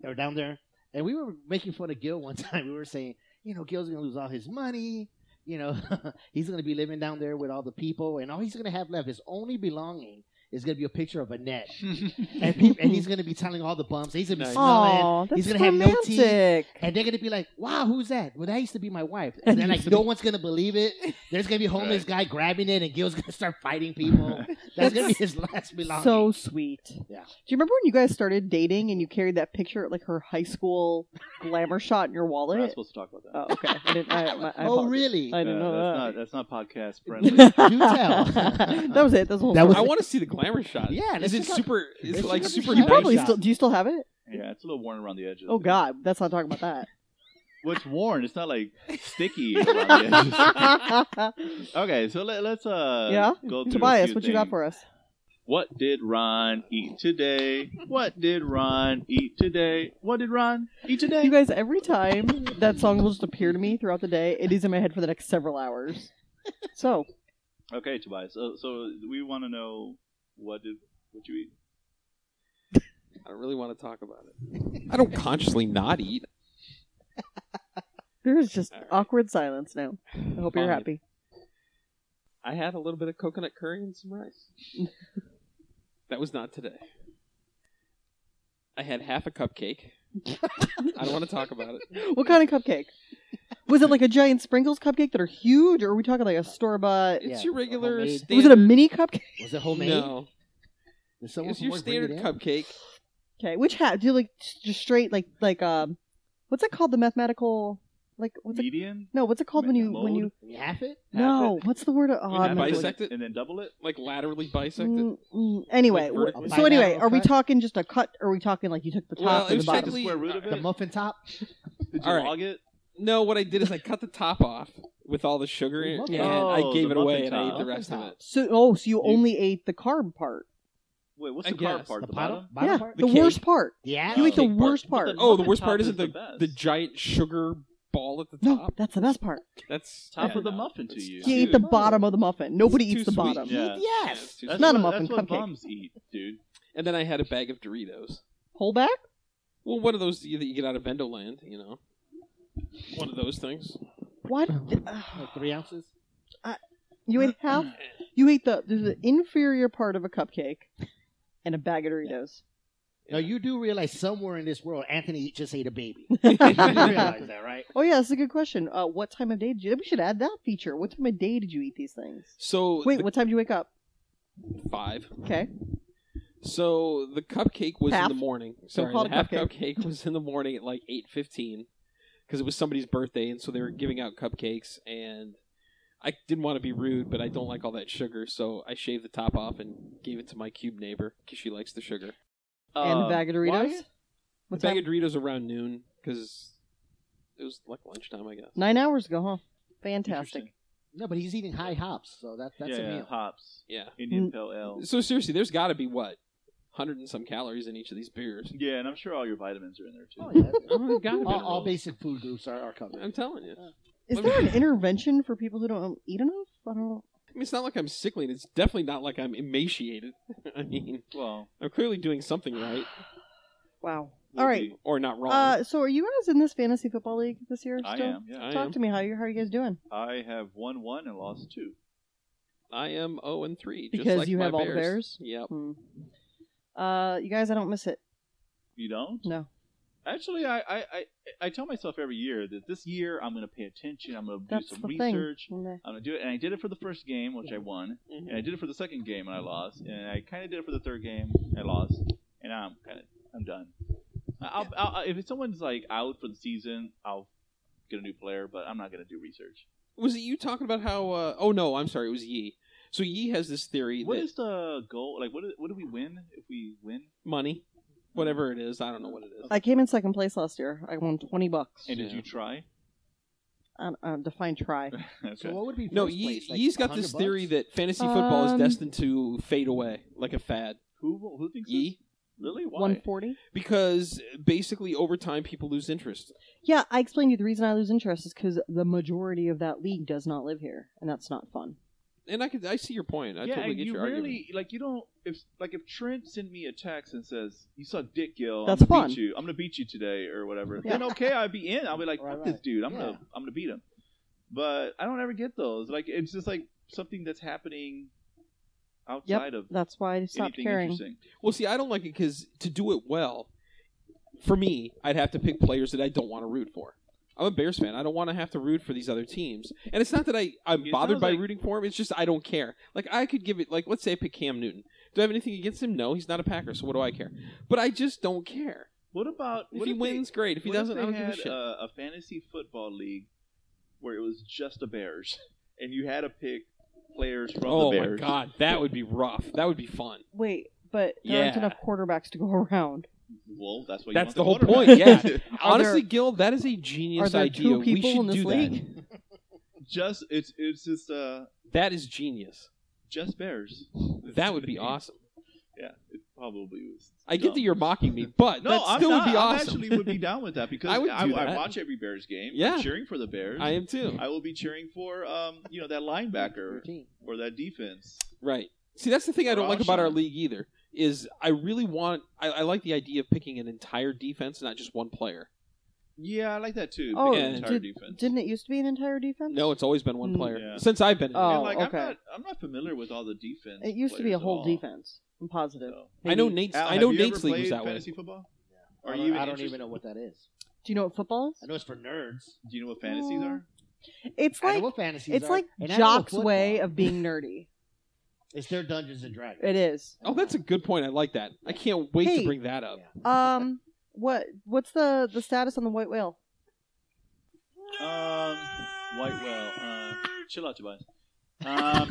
[SPEAKER 4] or down there, and we were making fun of Gil one time. We were saying, you know, Gil's gonna lose all his money. You know, he's gonna be living down there with all the people, and all he's gonna have left, his only belonging, is gonna be a picture of a net, and, peop and he's gonna be telling all the bums, he's gonna be
[SPEAKER 3] Nice.
[SPEAKER 4] smiling.
[SPEAKER 2] Oh, that's
[SPEAKER 4] He's gonna have no
[SPEAKER 2] romantic.
[SPEAKER 4] teeth. And they're gonna be like, "Wow, who's that? Well, that used to be my wife."
[SPEAKER 2] That
[SPEAKER 4] And then
[SPEAKER 2] used
[SPEAKER 4] like
[SPEAKER 2] to
[SPEAKER 4] no
[SPEAKER 2] be-
[SPEAKER 4] one's gonna believe it. There's gonna be a homeless guy grabbing it, and Gil's gonna start fighting people. That's gonna be his last belonging.
[SPEAKER 2] So sweet.
[SPEAKER 4] Yeah.
[SPEAKER 2] Do you remember when you guys started dating and you carried that picture at like her high school glamour shot in your
[SPEAKER 1] We're not
[SPEAKER 2] wallet?
[SPEAKER 1] supposed to talk about that.
[SPEAKER 3] uh,
[SPEAKER 2] Oh, okay. I didn't, I, my, I
[SPEAKER 4] oh,
[SPEAKER 2] apologize.
[SPEAKER 4] really? Uh,
[SPEAKER 2] I didn't know
[SPEAKER 1] that's
[SPEAKER 2] that.
[SPEAKER 1] Not, that's not podcast friendly.
[SPEAKER 4] Do tell.
[SPEAKER 2] that was it. That was the whole
[SPEAKER 4] That was
[SPEAKER 2] story.
[SPEAKER 3] I want to see the glamour shot.
[SPEAKER 4] Yeah,
[SPEAKER 3] is
[SPEAKER 4] let's
[SPEAKER 3] it
[SPEAKER 4] check out-
[SPEAKER 3] super? Is it
[SPEAKER 4] let's
[SPEAKER 3] like
[SPEAKER 4] check out the
[SPEAKER 3] super?
[SPEAKER 2] you
[SPEAKER 4] shot.
[SPEAKER 3] nice?
[SPEAKER 2] probably
[SPEAKER 4] shot.
[SPEAKER 2] still. Do you still have it?
[SPEAKER 1] yeah, it's a little worn around the edges.
[SPEAKER 2] Oh God, that's not talking about that.
[SPEAKER 1] What's worn? It's not like sticky around the edges. Okay, so let, us uh
[SPEAKER 2] Yeah?
[SPEAKER 1] go through a
[SPEAKER 2] Tobias,
[SPEAKER 1] few
[SPEAKER 2] what you got
[SPEAKER 1] things.
[SPEAKER 2] for us?
[SPEAKER 1] What did Ron eat today? What did Ron eat today? What did Ron eat today?
[SPEAKER 2] You guys, every time that song will just appear to me throughout the day, it is in my head for the next several hours. So,
[SPEAKER 1] Okay, Tobias. So, so we want to know what did what you eat?
[SPEAKER 3] I don't really want to talk about it. I don't consciously not eat.
[SPEAKER 2] there is just
[SPEAKER 3] All right.
[SPEAKER 2] awkward silence now. I hope you're
[SPEAKER 3] Fine.
[SPEAKER 2] happy.
[SPEAKER 3] I had a little bit of coconut curry and some rice. that was not today. I had half a cupcake. I don't want to talk about it.
[SPEAKER 2] What kind of cupcake? Was it like a giant sprinkles cupcake that are huge, or are we talking like a store bought?
[SPEAKER 3] It's
[SPEAKER 4] Yeah,
[SPEAKER 3] your regular
[SPEAKER 4] homemade.
[SPEAKER 3] standard.
[SPEAKER 2] Was it a mini cupcake?
[SPEAKER 4] Was it homemade?
[SPEAKER 3] No,
[SPEAKER 4] Did someone
[SPEAKER 3] it's
[SPEAKER 4] from
[SPEAKER 3] your
[SPEAKER 4] work bring it
[SPEAKER 3] standard
[SPEAKER 4] in?
[SPEAKER 3] cupcake.
[SPEAKER 2] Okay, which hat? Do you like just straight like like um, what's it called? The mathematical like what's it?
[SPEAKER 1] Median.
[SPEAKER 2] No, what's it called when you when
[SPEAKER 1] Mode?
[SPEAKER 2] you?
[SPEAKER 4] Can you half it?
[SPEAKER 1] Half
[SPEAKER 2] No, what's the word? Oh,
[SPEAKER 3] When you
[SPEAKER 2] I'm not
[SPEAKER 3] bisect
[SPEAKER 2] good.
[SPEAKER 3] it?
[SPEAKER 1] and then double it.
[SPEAKER 3] Like laterally bisected.
[SPEAKER 2] Mm, mm. Anyway,
[SPEAKER 3] Like vertically.
[SPEAKER 2] wh- so anyway,
[SPEAKER 4] Bilateral
[SPEAKER 2] are we
[SPEAKER 4] cut?
[SPEAKER 2] talking just a cut? Or are we talking like you took the top
[SPEAKER 3] Well, it
[SPEAKER 2] and the
[SPEAKER 3] was
[SPEAKER 2] bottom?
[SPEAKER 1] The
[SPEAKER 3] technically uh,
[SPEAKER 1] square root of
[SPEAKER 4] The
[SPEAKER 1] it?
[SPEAKER 4] muffin top?
[SPEAKER 1] Did you
[SPEAKER 3] All right.
[SPEAKER 1] log it?
[SPEAKER 3] No, what I did is I cut the top off with all the sugar in,
[SPEAKER 4] Muffin
[SPEAKER 3] and I
[SPEAKER 1] top.
[SPEAKER 3] gave
[SPEAKER 1] Oh,
[SPEAKER 3] it
[SPEAKER 1] the
[SPEAKER 3] away
[SPEAKER 1] muffin
[SPEAKER 3] and I
[SPEAKER 1] top.
[SPEAKER 3] ate the rest
[SPEAKER 4] Muffin
[SPEAKER 3] of
[SPEAKER 4] top.
[SPEAKER 3] it.
[SPEAKER 2] So, oh, so you
[SPEAKER 3] You-
[SPEAKER 2] only ate the carb part?
[SPEAKER 1] Wait, what's
[SPEAKER 3] I
[SPEAKER 1] the carb
[SPEAKER 3] guess.
[SPEAKER 1] part?
[SPEAKER 4] The
[SPEAKER 1] The,
[SPEAKER 4] bottom?
[SPEAKER 1] bottom.
[SPEAKER 4] bottom
[SPEAKER 2] yeah,
[SPEAKER 4] part?
[SPEAKER 2] the,
[SPEAKER 3] The
[SPEAKER 2] worst
[SPEAKER 3] cake.
[SPEAKER 2] part.
[SPEAKER 4] Yeah.
[SPEAKER 2] You ate the
[SPEAKER 3] cake part.
[SPEAKER 2] worst
[SPEAKER 1] But
[SPEAKER 2] part.
[SPEAKER 1] the-
[SPEAKER 3] Oh, the
[SPEAKER 1] Muffin
[SPEAKER 3] worst
[SPEAKER 1] top
[SPEAKER 3] part
[SPEAKER 1] is
[SPEAKER 3] isn't the
[SPEAKER 1] the best.
[SPEAKER 3] the giant sugar ball at the
[SPEAKER 2] No,
[SPEAKER 3] top.
[SPEAKER 2] that's the best part.
[SPEAKER 3] That's
[SPEAKER 1] Top of the
[SPEAKER 3] no,
[SPEAKER 1] muffin to
[SPEAKER 3] that's
[SPEAKER 1] you.
[SPEAKER 2] You
[SPEAKER 3] too-
[SPEAKER 2] ate the bottom of the muffin. Nobody eats
[SPEAKER 3] It's too
[SPEAKER 2] the
[SPEAKER 3] sweet.
[SPEAKER 2] bottom.
[SPEAKER 1] Yeah.
[SPEAKER 3] Yeah, it's
[SPEAKER 4] Yes.
[SPEAKER 3] too
[SPEAKER 1] That's
[SPEAKER 3] sweet.
[SPEAKER 2] not a
[SPEAKER 1] what-
[SPEAKER 2] muffin
[SPEAKER 1] That's what
[SPEAKER 2] cupcake.
[SPEAKER 1] bums eat, dude.
[SPEAKER 3] And then I had a bag of Doritos.
[SPEAKER 2] Whole back?
[SPEAKER 3] Well, one of those that you that you get out of Vendoland, you know. One of those things.
[SPEAKER 2] What?
[SPEAKER 4] Like three ounces?
[SPEAKER 2] uh, You ate half. You ate the there's the inferior part of a cupcake, and a bag of Doritos.
[SPEAKER 4] Now, you do realize somewhere in this world, Anthony just ate a baby. you
[SPEAKER 2] oh
[SPEAKER 4] realize that, right?
[SPEAKER 2] yeah, that's a good question. Uh, what time of day did you? We should add that feature. What time of day did you eat these things?
[SPEAKER 3] So
[SPEAKER 2] Wait,
[SPEAKER 3] the
[SPEAKER 2] what time did you wake up?
[SPEAKER 3] five.
[SPEAKER 2] Okay,
[SPEAKER 3] So the cupcake was
[SPEAKER 2] Half.
[SPEAKER 3] in the morning. Sorry,
[SPEAKER 2] call
[SPEAKER 3] the
[SPEAKER 2] it a
[SPEAKER 3] half
[SPEAKER 2] cupcake.
[SPEAKER 3] cupcake. was in the morning at like eight fifteen, because it was somebody's birthday, and so they were giving out cupcakes. And I didn't want to be rude, but I don't like all that sugar, so I shaved the top off and gave it to my cube neighbor because she likes the sugar.
[SPEAKER 2] and a
[SPEAKER 1] Uh,
[SPEAKER 2] bag of
[SPEAKER 1] why-
[SPEAKER 2] Doritos.
[SPEAKER 3] The
[SPEAKER 2] Um, What
[SPEAKER 3] bag
[SPEAKER 2] time?
[SPEAKER 3] of Doritos around noon because it was like lunchtime, I guess.
[SPEAKER 2] Nine hours ago, huh? Fantastic.
[SPEAKER 1] Interesting.
[SPEAKER 4] No, but he's eating high hops, so that, that's
[SPEAKER 1] yeah,
[SPEAKER 4] a
[SPEAKER 1] yeah,
[SPEAKER 4] meal.
[SPEAKER 1] hops,
[SPEAKER 3] Yeah.
[SPEAKER 1] Indian
[SPEAKER 2] Mm.
[SPEAKER 1] pale ale.
[SPEAKER 3] So seriously, there's got to be what hundred and some calories in each of these beers.
[SPEAKER 1] Yeah, and I'm sure all your vitamins are in there too.
[SPEAKER 4] Oh, yeah.
[SPEAKER 3] Oh, gotta be.
[SPEAKER 4] all, all basic food groups are, are covered.
[SPEAKER 3] I'm telling you.
[SPEAKER 2] Is there an intervention for people who don't eat enough? I don't know.
[SPEAKER 3] I mean, it's not like I'm sickly, and it's definitely not like I'm emaciated. I mean,
[SPEAKER 1] Well,
[SPEAKER 3] I'm clearly doing something right,
[SPEAKER 2] Wow.
[SPEAKER 1] we'll
[SPEAKER 2] All right.
[SPEAKER 1] be-
[SPEAKER 3] or not wrong.
[SPEAKER 2] Uh, so are you guys in this fantasy football league this year?
[SPEAKER 1] I
[SPEAKER 2] still?
[SPEAKER 1] am. Yeah,
[SPEAKER 3] I
[SPEAKER 2] Talk
[SPEAKER 3] am.
[SPEAKER 2] to me. How you? How are you guys doing?
[SPEAKER 1] I have won one and lost two.
[SPEAKER 3] I am zero and three. just
[SPEAKER 2] Because
[SPEAKER 3] like
[SPEAKER 2] you
[SPEAKER 3] my
[SPEAKER 2] have all
[SPEAKER 3] bears.
[SPEAKER 2] the Bears?
[SPEAKER 3] Yep.
[SPEAKER 2] Hmm. Uh, you guys, I don't miss it.
[SPEAKER 1] You don't?
[SPEAKER 2] No.
[SPEAKER 1] Actually, I, I, I, I tell myself every year that this year I'm going to pay attention. I'm going to do
[SPEAKER 2] That's
[SPEAKER 1] some
[SPEAKER 2] the
[SPEAKER 1] research.
[SPEAKER 2] thing. Nah.
[SPEAKER 1] I'm going to do it. And I did it for the first game, which I won.
[SPEAKER 2] Mm-hmm.
[SPEAKER 3] Mhm.
[SPEAKER 1] And I did it for the second game, and I lost. And I kind of did it for the third game. I lost. And now I'm kind of I'm done. I- I'll, I'll, I'll- if someone's like out for the season, I'll get a new player, but I'm not going to do research.
[SPEAKER 3] Was it you talking about how? Uh, oh no, I'm sorry. It was Yi. So Yi has this theory
[SPEAKER 1] What
[SPEAKER 3] that
[SPEAKER 1] is the goal? Like, what do, what do we win if we win?
[SPEAKER 3] money, whatever it is, I don't know what it is.
[SPEAKER 2] I came in second place last year. I won twenty bucks.
[SPEAKER 1] And did
[SPEAKER 3] Yeah.
[SPEAKER 1] you try?
[SPEAKER 2] I, I define try.
[SPEAKER 1] Okay.
[SPEAKER 4] So what would be
[SPEAKER 3] no,
[SPEAKER 4] first
[SPEAKER 3] Yi,
[SPEAKER 4] place? Like
[SPEAKER 3] Yi's got
[SPEAKER 4] 100
[SPEAKER 3] this theory
[SPEAKER 4] bucks?
[SPEAKER 3] that fantasy football
[SPEAKER 2] Um,
[SPEAKER 3] is destined to fade away like a fad.
[SPEAKER 1] who who
[SPEAKER 2] Mm-hmm.
[SPEAKER 1] thinks
[SPEAKER 3] Yi,
[SPEAKER 1] this? Really? Why?
[SPEAKER 2] One forty.
[SPEAKER 3] because basically over time people lose interest.
[SPEAKER 2] Yeah, I explained to you the reason I lose interest is because the majority of that league does not live here, and that's not fun.
[SPEAKER 3] And I could I see your point. I
[SPEAKER 1] yeah,
[SPEAKER 3] totally
[SPEAKER 1] and
[SPEAKER 3] get
[SPEAKER 1] you
[SPEAKER 3] your
[SPEAKER 1] really
[SPEAKER 3] argument.
[SPEAKER 1] like you don't if like if Trent sent me a text and says you suck dick, Gil.
[SPEAKER 2] That's
[SPEAKER 1] I'm gonna
[SPEAKER 2] fun.
[SPEAKER 1] Beat you. I'm gonna beat you today or whatever.
[SPEAKER 2] Yeah.
[SPEAKER 1] Then okay, I'd be in. I'll be like,
[SPEAKER 4] Right,
[SPEAKER 1] fuck
[SPEAKER 4] right.
[SPEAKER 1] this dude. I'm
[SPEAKER 4] Yeah.
[SPEAKER 1] gonna I'm gonna beat him. But I don't ever get those. Like it's just like something that's happening outside of
[SPEAKER 2] That's why I stopped
[SPEAKER 1] anything
[SPEAKER 2] caring.
[SPEAKER 1] interesting.
[SPEAKER 3] Well, see, I don't like it because to do it well, for me, I'd have to pick players that I don't want to root for. I'm a Bears fan. I don't want to have to root for these other teams. And it's not that I, I'm
[SPEAKER 1] It
[SPEAKER 3] bothered
[SPEAKER 1] sounds
[SPEAKER 3] by
[SPEAKER 1] like-
[SPEAKER 3] rooting for them. It's just I don't care. Like, I could give it, like, let's say I pick Cam Newton. Do I have anything against him? No, he's not a Packer, so what do I care? But I just don't care.
[SPEAKER 1] What about
[SPEAKER 3] If
[SPEAKER 1] what
[SPEAKER 3] he
[SPEAKER 1] they-
[SPEAKER 3] wins, great. If he
[SPEAKER 1] what
[SPEAKER 3] doesn't,
[SPEAKER 1] they
[SPEAKER 3] I don't
[SPEAKER 1] had uh,
[SPEAKER 3] give a shit.
[SPEAKER 1] A, a fantasy football league where it was just the Bears, and you had to pick players from
[SPEAKER 3] oh,
[SPEAKER 1] the
[SPEAKER 3] my
[SPEAKER 1] Bears.
[SPEAKER 3] God. That would be rough. That would be fun.
[SPEAKER 2] Wait, but there aren't
[SPEAKER 3] Yeah.
[SPEAKER 2] enough quarterbacks to go around.
[SPEAKER 1] Well, that's why.
[SPEAKER 3] That's
[SPEAKER 1] you
[SPEAKER 3] the
[SPEAKER 1] want
[SPEAKER 3] whole
[SPEAKER 1] the
[SPEAKER 3] point,
[SPEAKER 1] quarterback.
[SPEAKER 3] yeah.
[SPEAKER 2] Are there-
[SPEAKER 3] Honestly, Gil, that is a
[SPEAKER 2] Are
[SPEAKER 3] genius
[SPEAKER 2] there
[SPEAKER 3] idea.
[SPEAKER 2] two
[SPEAKER 3] we
[SPEAKER 2] people
[SPEAKER 3] should
[SPEAKER 2] in this
[SPEAKER 3] do
[SPEAKER 2] league?
[SPEAKER 3] that.
[SPEAKER 1] just it's it's just uh
[SPEAKER 3] That is genius.
[SPEAKER 1] just Bears.
[SPEAKER 3] That would be awesome.
[SPEAKER 1] Yeah, it probably was.
[SPEAKER 3] I get
[SPEAKER 1] dumb.
[SPEAKER 3] that you're mocking me, but
[SPEAKER 1] No,
[SPEAKER 3] that
[SPEAKER 1] I'm
[SPEAKER 3] still
[SPEAKER 1] not.
[SPEAKER 3] would be
[SPEAKER 1] I'm
[SPEAKER 3] awesome.
[SPEAKER 1] actually would be down with that because
[SPEAKER 3] I
[SPEAKER 1] I,
[SPEAKER 3] would
[SPEAKER 1] I,
[SPEAKER 3] do that.
[SPEAKER 1] watch every Bears game. I'm
[SPEAKER 3] Yeah.
[SPEAKER 1] cheering for the Bears.
[SPEAKER 3] I am too.
[SPEAKER 1] I will be cheering for um, you know, that linebacker
[SPEAKER 4] Routine.
[SPEAKER 1] or that defense.
[SPEAKER 3] Right. See, that's the thing I don't like
[SPEAKER 1] Rush
[SPEAKER 3] about our
[SPEAKER 1] on.
[SPEAKER 3] league either. Is I really want I, I like the idea of picking an entire defense, not just one player.
[SPEAKER 1] Yeah, I like that too.
[SPEAKER 2] Oh,
[SPEAKER 1] the
[SPEAKER 3] Yeah.
[SPEAKER 1] entire
[SPEAKER 2] did-
[SPEAKER 1] defense.
[SPEAKER 2] Didn't it used to be an entire defense?
[SPEAKER 3] No, it's always been one
[SPEAKER 2] Mm.
[SPEAKER 3] player
[SPEAKER 1] Yeah.
[SPEAKER 3] since I've been. in
[SPEAKER 2] Oh,
[SPEAKER 3] it.
[SPEAKER 1] and like
[SPEAKER 2] okay.
[SPEAKER 1] I'm not I'm not familiar with all the defense.
[SPEAKER 2] It used to be a
[SPEAKER 1] players at
[SPEAKER 2] whole
[SPEAKER 1] all.
[SPEAKER 2] defense. I'm positive.
[SPEAKER 1] So-
[SPEAKER 3] I know
[SPEAKER 2] Maybe-
[SPEAKER 3] Nate's.
[SPEAKER 1] Al,
[SPEAKER 3] I
[SPEAKER 1] have
[SPEAKER 3] know
[SPEAKER 1] you
[SPEAKER 3] Nate's
[SPEAKER 1] ever
[SPEAKER 3] league was
[SPEAKER 1] played
[SPEAKER 3] that way.
[SPEAKER 1] fantasy football?
[SPEAKER 4] I
[SPEAKER 1] Are
[SPEAKER 4] don't,
[SPEAKER 1] you
[SPEAKER 4] I don't
[SPEAKER 1] interested-
[SPEAKER 4] even know what that is.
[SPEAKER 2] Do you know what football is?
[SPEAKER 4] I know it's for nerds.
[SPEAKER 1] Do you know what fantasies
[SPEAKER 2] Uh,
[SPEAKER 1] are?
[SPEAKER 2] It's
[SPEAKER 4] I know
[SPEAKER 2] like
[SPEAKER 4] what fantasies
[SPEAKER 2] it's
[SPEAKER 4] are,
[SPEAKER 2] like
[SPEAKER 4] and I know what
[SPEAKER 2] Jock's
[SPEAKER 4] football
[SPEAKER 2] way
[SPEAKER 4] is.
[SPEAKER 2] of being nerdy.
[SPEAKER 4] It's their Dungeons and Dragons.
[SPEAKER 2] It is.
[SPEAKER 3] Oh, that's a good point. I like that. I can't wait to
[SPEAKER 2] Hey.
[SPEAKER 3] bring that up.
[SPEAKER 2] Um, what what's the the status on the white whale?
[SPEAKER 1] Um, White Well. Uh, chill out, Tobias. Um,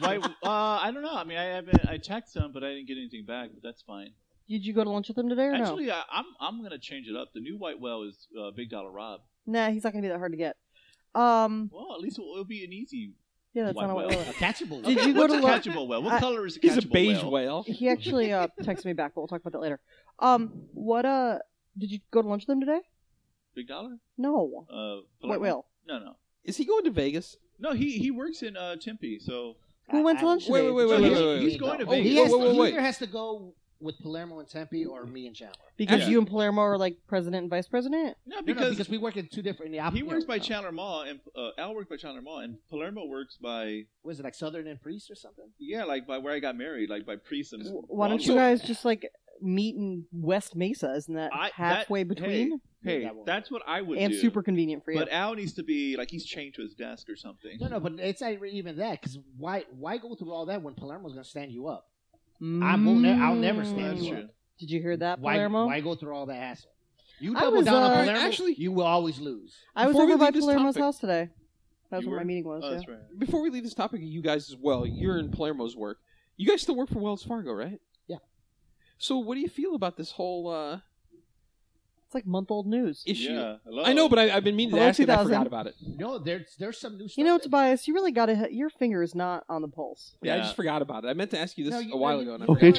[SPEAKER 1] White, uh, I don't know. I mean, I haven't. I texted him, but I didn't get anything back. But that's fine.
[SPEAKER 2] Did you go to lunch with him today or no?
[SPEAKER 1] Actually, I, I'm I'm gonna change it up. The new White Well is uh, Big Dollar Rob.
[SPEAKER 2] Nah, he's not gonna be that hard to get. Um,
[SPEAKER 1] Well, at least it'll, it'll be an easy.
[SPEAKER 2] yeah, that's
[SPEAKER 1] White
[SPEAKER 2] not a white
[SPEAKER 1] whale.
[SPEAKER 2] whale.
[SPEAKER 4] A catchable.
[SPEAKER 2] Did you go
[SPEAKER 1] What's
[SPEAKER 2] to
[SPEAKER 1] a
[SPEAKER 2] lunch?
[SPEAKER 1] catchable whale? What
[SPEAKER 2] I-
[SPEAKER 1] color is a catchable
[SPEAKER 3] He's a beige
[SPEAKER 1] whale?
[SPEAKER 3] whale.
[SPEAKER 2] He actually uh texted me back, but we'll talk about that later. Um, what uh, did you go to lunch with him today?
[SPEAKER 1] Big Dollar?
[SPEAKER 2] No,
[SPEAKER 1] Uh,
[SPEAKER 2] white whale.
[SPEAKER 1] No, no,
[SPEAKER 3] Is he going to Vegas?
[SPEAKER 1] no. He he works in uh, Tempe, so
[SPEAKER 2] Who went to lunch
[SPEAKER 3] Wait,
[SPEAKER 2] today?
[SPEAKER 3] wait, wait,
[SPEAKER 1] So
[SPEAKER 3] wait,
[SPEAKER 1] he's-
[SPEAKER 3] wait, wait.
[SPEAKER 1] he's going to
[SPEAKER 3] Oh,
[SPEAKER 1] Vegas.
[SPEAKER 4] He,
[SPEAKER 3] whoa,
[SPEAKER 4] has
[SPEAKER 3] whoa,
[SPEAKER 4] to,
[SPEAKER 3] whoa,
[SPEAKER 4] he
[SPEAKER 3] wait.
[SPEAKER 4] either has to go with Palermo and Tempe or me and Chandler.
[SPEAKER 2] Because
[SPEAKER 1] Yeah.
[SPEAKER 2] you and Palermo are like president and vice president.
[SPEAKER 1] No,
[SPEAKER 4] No, no,
[SPEAKER 1] because,
[SPEAKER 4] because we work in two different. In the
[SPEAKER 1] he
[SPEAKER 4] opposite-
[SPEAKER 1] works by
[SPEAKER 4] uh,
[SPEAKER 1] Chandler Mall, and uh, Al works by Chandler Mall, and Palermo works by
[SPEAKER 4] Was it like Southern and Priest or something?
[SPEAKER 1] yeah, like by where I got married, like by Priest and.
[SPEAKER 2] W- Why don't you
[SPEAKER 1] Broadway.
[SPEAKER 2] guys just like meet in West Mesa? Isn't that
[SPEAKER 1] I- that-
[SPEAKER 2] halfway between
[SPEAKER 1] Hey,
[SPEAKER 4] That won't
[SPEAKER 1] that's what I would
[SPEAKER 2] and
[SPEAKER 1] do.
[SPEAKER 2] super convenient for you?
[SPEAKER 1] But Al needs to be like he's chained to his desk or something.
[SPEAKER 4] No, no, but it's not even that. Because why, why go through all that when Palermo's going to stand you up? I won't ne- I'll never
[SPEAKER 1] Well,
[SPEAKER 4] stand
[SPEAKER 1] that's
[SPEAKER 4] you up.
[SPEAKER 2] you.
[SPEAKER 1] true.
[SPEAKER 2] Mm. Did you hear that,
[SPEAKER 4] Why,
[SPEAKER 2] Palermo?
[SPEAKER 4] why go through all that hassle? You
[SPEAKER 2] I
[SPEAKER 4] double
[SPEAKER 2] was,
[SPEAKER 4] down on
[SPEAKER 2] uh,
[SPEAKER 4] Palermo,
[SPEAKER 3] actually-
[SPEAKER 4] you will always lose.
[SPEAKER 2] I was
[SPEAKER 3] Before we
[SPEAKER 2] over by
[SPEAKER 3] leave this
[SPEAKER 2] Palermo's
[SPEAKER 3] topic-
[SPEAKER 2] house today. That was
[SPEAKER 1] You
[SPEAKER 2] where
[SPEAKER 1] were?
[SPEAKER 2] my meeting was.
[SPEAKER 1] Oh,
[SPEAKER 2] yeah.
[SPEAKER 1] that's right.
[SPEAKER 3] Before we leave this topic, you guys as well. You're in Palermo's work. You guys still work for Wells Fargo, right?
[SPEAKER 4] Yeah.
[SPEAKER 3] So, what do you feel about this whole uh,
[SPEAKER 2] It's like month old news.
[SPEAKER 3] issue?
[SPEAKER 1] Yeah, hello.
[SPEAKER 3] I know, but I, I've been meaning to
[SPEAKER 2] Hello,
[SPEAKER 3] ask it. and I
[SPEAKER 2] 2000.
[SPEAKER 3] forgot about it.
[SPEAKER 4] No, there's there's some new stuff.
[SPEAKER 2] You know,
[SPEAKER 4] that-
[SPEAKER 2] Tobias, you really got to. Your finger is not on the pulse.
[SPEAKER 3] Yeah, I
[SPEAKER 1] Yeah.
[SPEAKER 3] just forgot about it. I meant to ask you this
[SPEAKER 4] No, you-
[SPEAKER 3] a while
[SPEAKER 4] no,
[SPEAKER 3] ago.
[SPEAKER 4] you-
[SPEAKER 3] And I
[SPEAKER 4] you-
[SPEAKER 3] forgot.
[SPEAKER 4] Okay,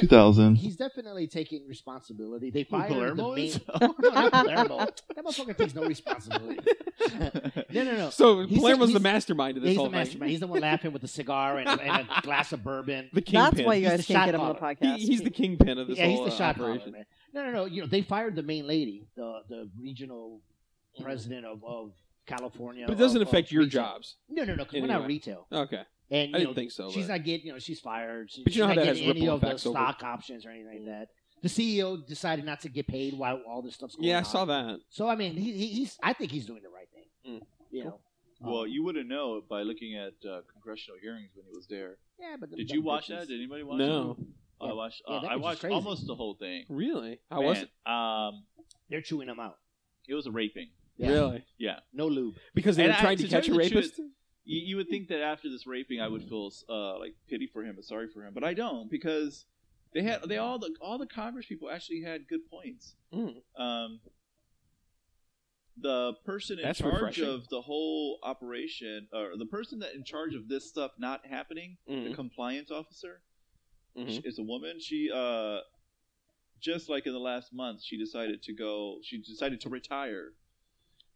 [SPEAKER 1] 2000.
[SPEAKER 4] 2000. He's definitely taking responsibility. They fired
[SPEAKER 1] Palermo
[SPEAKER 4] the main.
[SPEAKER 1] is?
[SPEAKER 4] No, not Palermo. That motherfucker takes no responsibility. No, no, no.
[SPEAKER 3] So
[SPEAKER 4] He's
[SPEAKER 3] Palermo's the
[SPEAKER 4] the- he's-
[SPEAKER 3] mastermind of this
[SPEAKER 4] He's
[SPEAKER 3] whole
[SPEAKER 4] the mastermind.
[SPEAKER 3] thing.
[SPEAKER 4] He's the one laughing with a cigar and, and a glass of bourbon.
[SPEAKER 3] the kingpin.
[SPEAKER 2] That's why you
[SPEAKER 4] He's
[SPEAKER 2] guys
[SPEAKER 4] the
[SPEAKER 2] can't
[SPEAKER 4] shot
[SPEAKER 2] get him on the
[SPEAKER 4] caller.
[SPEAKER 2] podcast.
[SPEAKER 3] He- he's the kingpin of this
[SPEAKER 4] yeah, he's
[SPEAKER 3] whole
[SPEAKER 4] the
[SPEAKER 3] uh,
[SPEAKER 4] shot caller,
[SPEAKER 3] operation.
[SPEAKER 4] man. No, no, no. You know, they fired the main lady, the the regional president of, of California.
[SPEAKER 3] But it doesn't
[SPEAKER 4] of- of
[SPEAKER 3] affect your
[SPEAKER 4] retail.
[SPEAKER 3] jobs.
[SPEAKER 4] No, no, no. Because
[SPEAKER 3] in
[SPEAKER 4] we're
[SPEAKER 3] any
[SPEAKER 4] not
[SPEAKER 3] way.
[SPEAKER 4] retail,
[SPEAKER 3] Okay,
[SPEAKER 4] and
[SPEAKER 3] I
[SPEAKER 4] you
[SPEAKER 3] didn't
[SPEAKER 4] know,
[SPEAKER 3] think so.
[SPEAKER 4] she's
[SPEAKER 3] but-
[SPEAKER 4] not getting. You know, she's fired. She,
[SPEAKER 3] But you know
[SPEAKER 4] she's
[SPEAKER 3] how that
[SPEAKER 4] not getting
[SPEAKER 3] has
[SPEAKER 4] any
[SPEAKER 3] ripple
[SPEAKER 4] of the
[SPEAKER 3] effects over-
[SPEAKER 4] stock options or anything like that. The CEO decided not to get paid while all this stuff's going
[SPEAKER 3] yeah, I
[SPEAKER 4] on.
[SPEAKER 3] saw that.
[SPEAKER 4] So I mean, he, he, he's. I think he's doing the right thing.
[SPEAKER 3] Mm.
[SPEAKER 4] You know.
[SPEAKER 1] Well,
[SPEAKER 4] Um,
[SPEAKER 1] you wouldn't know by looking at uh, congressional hearings when he was there.
[SPEAKER 4] yeah, but them
[SPEAKER 1] Did
[SPEAKER 4] dumb
[SPEAKER 1] you watch
[SPEAKER 4] bitches.
[SPEAKER 1] that? Did anybody watch
[SPEAKER 3] No,
[SPEAKER 1] that? I watched.
[SPEAKER 4] Yeah,
[SPEAKER 1] Uh,
[SPEAKER 4] that
[SPEAKER 1] I
[SPEAKER 4] was just
[SPEAKER 1] watched
[SPEAKER 4] crazy.
[SPEAKER 1] almost the whole thing.
[SPEAKER 3] really? How was
[SPEAKER 1] Man,
[SPEAKER 3] it?
[SPEAKER 1] Um,
[SPEAKER 4] They're chewing him out.
[SPEAKER 1] it was a raping.
[SPEAKER 4] Yeah.
[SPEAKER 3] Really?
[SPEAKER 1] Yeah,
[SPEAKER 4] No lube.
[SPEAKER 3] Because they
[SPEAKER 1] And
[SPEAKER 3] were
[SPEAKER 1] I-
[SPEAKER 3] trying to
[SPEAKER 1] to tell
[SPEAKER 3] catch a
[SPEAKER 1] you the
[SPEAKER 3] rapist.
[SPEAKER 1] you, you would think that after this raping, I
[SPEAKER 3] Mm.
[SPEAKER 1] would feel uh, like pity for him and sorry for him, but I don't because they had they all the all the Congress people actually had good points.
[SPEAKER 3] Mm.
[SPEAKER 1] Um, the person in
[SPEAKER 3] That's
[SPEAKER 1] charge
[SPEAKER 3] refreshing.
[SPEAKER 1] of the whole operation, or the person that in charge of this stuff not happening, the
[SPEAKER 3] Mhm.
[SPEAKER 1] compliance officer,
[SPEAKER 3] Mhm.
[SPEAKER 1] is a woman. She uh, just like in the last month, she decided to go. She decided to retire,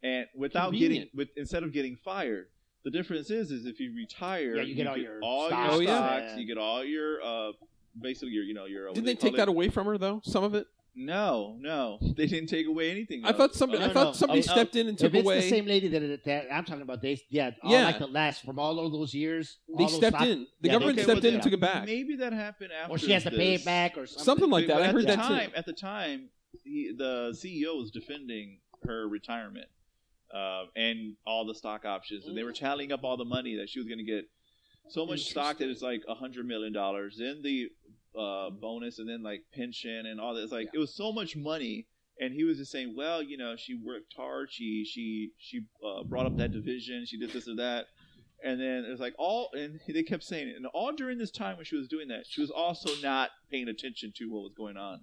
[SPEAKER 1] and without
[SPEAKER 3] Convenient.
[SPEAKER 1] getting with instead of getting fired. The difference is, is if you retire,
[SPEAKER 4] Yeah, you get all your
[SPEAKER 1] all
[SPEAKER 4] stocks.
[SPEAKER 3] Oh, yeah.
[SPEAKER 1] stocks,
[SPEAKER 4] Yeah.
[SPEAKER 1] you get all your uh, basically your you know your. uh, what
[SPEAKER 3] Didn't
[SPEAKER 1] do
[SPEAKER 3] they take
[SPEAKER 1] call it?
[SPEAKER 3] that away from her though? Some of it.
[SPEAKER 1] No, no, they didn't take away anything.
[SPEAKER 3] I
[SPEAKER 1] though.
[SPEAKER 3] thought somebody.
[SPEAKER 1] Uh,
[SPEAKER 3] I
[SPEAKER 4] no,
[SPEAKER 3] thought
[SPEAKER 4] no.
[SPEAKER 3] somebody
[SPEAKER 1] Oh,
[SPEAKER 3] stepped in and
[SPEAKER 4] If
[SPEAKER 3] took
[SPEAKER 4] it's
[SPEAKER 3] away.
[SPEAKER 4] the same lady that, that I'm talking about, they yeah, all
[SPEAKER 3] Yeah.
[SPEAKER 4] like the last from all of those years.
[SPEAKER 3] they
[SPEAKER 4] all those
[SPEAKER 3] stepped
[SPEAKER 4] stock-
[SPEAKER 3] in. The
[SPEAKER 4] Yeah, they
[SPEAKER 3] government
[SPEAKER 4] did.
[SPEAKER 3] stepped
[SPEAKER 1] well,
[SPEAKER 3] in
[SPEAKER 1] yeah.
[SPEAKER 3] and took it back.
[SPEAKER 1] Maybe that happened after.
[SPEAKER 4] or she has to pay
[SPEAKER 1] this.
[SPEAKER 4] it back or something.
[SPEAKER 3] Something like that.
[SPEAKER 1] But
[SPEAKER 3] I
[SPEAKER 1] at
[SPEAKER 3] heard
[SPEAKER 1] the
[SPEAKER 3] that
[SPEAKER 1] time,
[SPEAKER 3] too.
[SPEAKER 1] At the time, he, the CEO was defending her retirement uh, and all the stock options, and they were tallying up all the money that she was going to get. So much stock that it's like a hundred million dollars, then the uh, bonus, and then like pension and all that. It's like it was so much money, and he was just saying, "Well, you know, she worked hard. She she she uh, brought up that division. She did this or that." And then it was like all, and they kept saying it. And all during this time when she was doing that, she was also not paying attention to what was going on.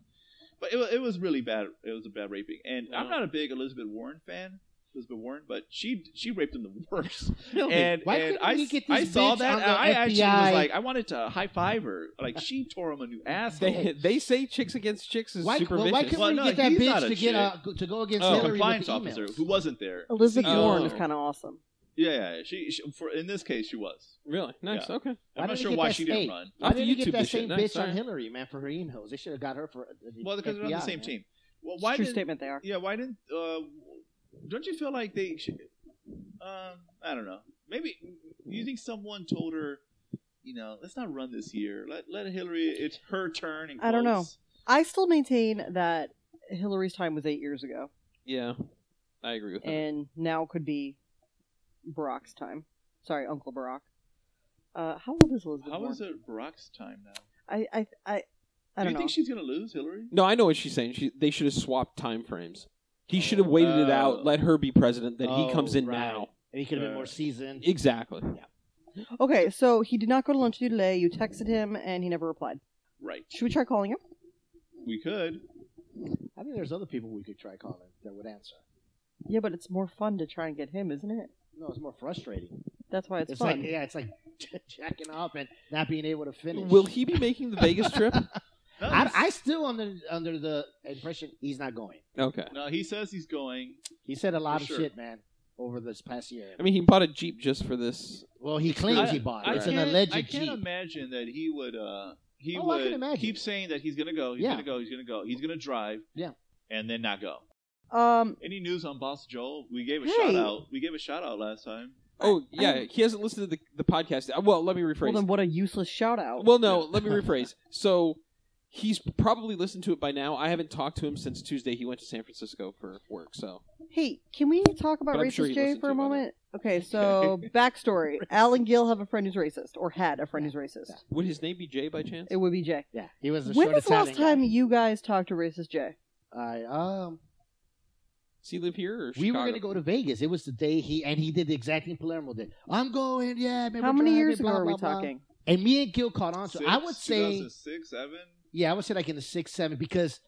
[SPEAKER 1] But it, wa- it was really bad. It was a bad raping. And I'm
[SPEAKER 3] Yeah.
[SPEAKER 1] not a big Elizabeth Warren fan, Elizabeth Warren, but she she raped him the worst.
[SPEAKER 4] Really?
[SPEAKER 1] And,
[SPEAKER 4] Why
[SPEAKER 1] and
[SPEAKER 4] couldn't
[SPEAKER 1] I,
[SPEAKER 4] we
[SPEAKER 1] s-
[SPEAKER 4] get
[SPEAKER 1] I
[SPEAKER 4] this
[SPEAKER 1] saw
[SPEAKER 4] bitch
[SPEAKER 1] that.
[SPEAKER 4] on
[SPEAKER 1] and
[SPEAKER 4] the
[SPEAKER 1] I actually was
[SPEAKER 4] FBI?
[SPEAKER 1] like, I wanted to high five her. Like she tore him a new asshole.
[SPEAKER 3] They they say chicks against chicks is
[SPEAKER 4] Why,
[SPEAKER 3] super
[SPEAKER 4] well, why
[SPEAKER 3] vicious.
[SPEAKER 4] couldn't
[SPEAKER 1] Well,
[SPEAKER 4] we
[SPEAKER 1] no,
[SPEAKER 4] get that
[SPEAKER 1] he's not a
[SPEAKER 4] bitch to get
[SPEAKER 1] chick.
[SPEAKER 4] uh, go- to go against
[SPEAKER 3] Oh,
[SPEAKER 1] the
[SPEAKER 4] Hillary
[SPEAKER 1] compliance
[SPEAKER 4] with the
[SPEAKER 1] officer
[SPEAKER 4] emails?
[SPEAKER 1] who wasn't there.
[SPEAKER 2] Elizabeth
[SPEAKER 3] Oh.
[SPEAKER 2] Warren is kind of awesome.
[SPEAKER 1] Yeah, yeah, she, she for in this case she was.
[SPEAKER 3] Really nice. Okay.
[SPEAKER 4] Why
[SPEAKER 1] I'm not
[SPEAKER 4] didn't
[SPEAKER 1] sure
[SPEAKER 4] they get
[SPEAKER 1] why
[SPEAKER 4] that
[SPEAKER 1] she didn't
[SPEAKER 4] state?
[SPEAKER 1] run.
[SPEAKER 4] Why
[SPEAKER 3] After
[SPEAKER 4] didn't you
[SPEAKER 3] YouTube
[SPEAKER 4] get that
[SPEAKER 3] this shit,
[SPEAKER 4] same
[SPEAKER 3] no,
[SPEAKER 4] bitch
[SPEAKER 3] sorry.
[SPEAKER 4] on Hillary, man, for her emails? They should have got her for. the
[SPEAKER 1] Well, because they're on
[SPEAKER 4] FBI,
[SPEAKER 1] the same
[SPEAKER 4] man.
[SPEAKER 1] team. Well,
[SPEAKER 2] It's a
[SPEAKER 1] why
[SPEAKER 2] true
[SPEAKER 1] didn't?
[SPEAKER 2] statement they are.
[SPEAKER 1] Yeah, why didn't? Uh, don't you feel like they? Should, um, I don't know. Maybe you think someone told her, you know, let's not run this year. Let let Hillary. It's her turn. And
[SPEAKER 2] I don't know.
[SPEAKER 1] close."
[SPEAKER 2] I still maintain that Hillary's time was eight years ago,
[SPEAKER 3] Yeah, I agree with that.
[SPEAKER 2] and now could be Barack's time. Sorry, Uncle Barack. Uh, how old is Elizabeth
[SPEAKER 1] How
[SPEAKER 2] Warren?
[SPEAKER 1] is it Barack's time now?
[SPEAKER 2] I, I, I, I
[SPEAKER 1] Do
[SPEAKER 2] don't
[SPEAKER 1] you
[SPEAKER 2] know.
[SPEAKER 1] think she's gonna lose, Hillary?
[SPEAKER 3] No, I know what she's saying. She, they should have swapped time frames. He should have
[SPEAKER 1] Oh.
[SPEAKER 3] waited it out, let her be president, then
[SPEAKER 4] Oh,
[SPEAKER 3] he comes in
[SPEAKER 4] right.
[SPEAKER 3] now.
[SPEAKER 4] And he could have been
[SPEAKER 1] Uh,
[SPEAKER 4] more seasoned.
[SPEAKER 3] Exactly.
[SPEAKER 2] Okay, so he did not go to lunch with you today. You texted him, and he never replied.
[SPEAKER 1] Right.
[SPEAKER 2] Should we try calling him?
[SPEAKER 1] We could.
[SPEAKER 4] I think there's other people we could try calling that would answer.
[SPEAKER 2] Yeah, but it's more fun to try and get him, isn't it?
[SPEAKER 4] No, it's more frustrating.
[SPEAKER 2] That's why Oh, it's,
[SPEAKER 4] It's, like
[SPEAKER 2] fun.
[SPEAKER 4] yeah, it's like jacking up and not being able to finish.
[SPEAKER 3] Will he be making the Vegas trip?
[SPEAKER 1] No,
[SPEAKER 4] I, I still under under the impression he's not going.
[SPEAKER 3] Okay.
[SPEAKER 1] no, he says he's going.
[SPEAKER 4] He said a lot
[SPEAKER 1] For
[SPEAKER 4] of
[SPEAKER 1] sure.
[SPEAKER 4] shit, man, over this past year.
[SPEAKER 3] I mean, he bought a jeep just for this.
[SPEAKER 4] well, he claims
[SPEAKER 1] I-
[SPEAKER 4] he bought it.
[SPEAKER 1] I
[SPEAKER 4] it's an
[SPEAKER 1] can't-
[SPEAKER 4] alleged
[SPEAKER 1] I can't
[SPEAKER 4] Jeep.
[SPEAKER 1] imagine that he would. uh He
[SPEAKER 4] Oh, I can
[SPEAKER 1] would
[SPEAKER 4] imagine.
[SPEAKER 1] keep saying that he's gonna go. He's
[SPEAKER 4] Yeah.
[SPEAKER 1] gonna go. He's gonna go. He's gonna drive.
[SPEAKER 4] Yeah.
[SPEAKER 1] And then not go.
[SPEAKER 2] Um,
[SPEAKER 1] Any news on Boss Joel? We gave a
[SPEAKER 2] Hey.
[SPEAKER 1] shout out. We gave a shout out last time.
[SPEAKER 3] Oh yeah, he hasn't listened to the, the podcast. Uh, Well, let me
[SPEAKER 2] well,
[SPEAKER 3] rephrase.
[SPEAKER 2] then what a useless shout out.
[SPEAKER 3] Well, no, let me rephrase. So he's probably listened to it by now. I haven't talked to him since Tuesday. He went to San Francisco for work. So
[SPEAKER 2] Hey, can we talk about
[SPEAKER 3] But I'm
[SPEAKER 2] racist
[SPEAKER 3] sure he
[SPEAKER 2] Jay
[SPEAKER 3] listened
[SPEAKER 2] for
[SPEAKER 3] to
[SPEAKER 2] a
[SPEAKER 3] it by
[SPEAKER 2] moment? Okay, so backstory: Alan Gill have a friend who's racist, or had a friend who's racist.
[SPEAKER 3] would his name be Jay by chance?
[SPEAKER 2] It would be Jay.
[SPEAKER 4] Yeah, he was the
[SPEAKER 2] When
[SPEAKER 4] short
[SPEAKER 2] was the last
[SPEAKER 4] Italian
[SPEAKER 2] time
[SPEAKER 4] guy.
[SPEAKER 2] you guys talked to racist Jay?
[SPEAKER 4] I um,
[SPEAKER 3] Does he live here or
[SPEAKER 4] we were
[SPEAKER 3] Chicago?
[SPEAKER 4] going to go to Vegas. It was the day he and he did the exact thing Palermo did. I'm going. Yeah, man,
[SPEAKER 2] How
[SPEAKER 4] we're
[SPEAKER 2] many
[SPEAKER 4] driving,
[SPEAKER 2] years ago
[SPEAKER 4] blah,
[SPEAKER 2] are we
[SPEAKER 4] blah, blah.
[SPEAKER 2] talking?
[SPEAKER 4] And me and Gil caught on. So I would say,
[SPEAKER 1] 2006, seven.
[SPEAKER 4] yeah, I would say like in the six, seven, because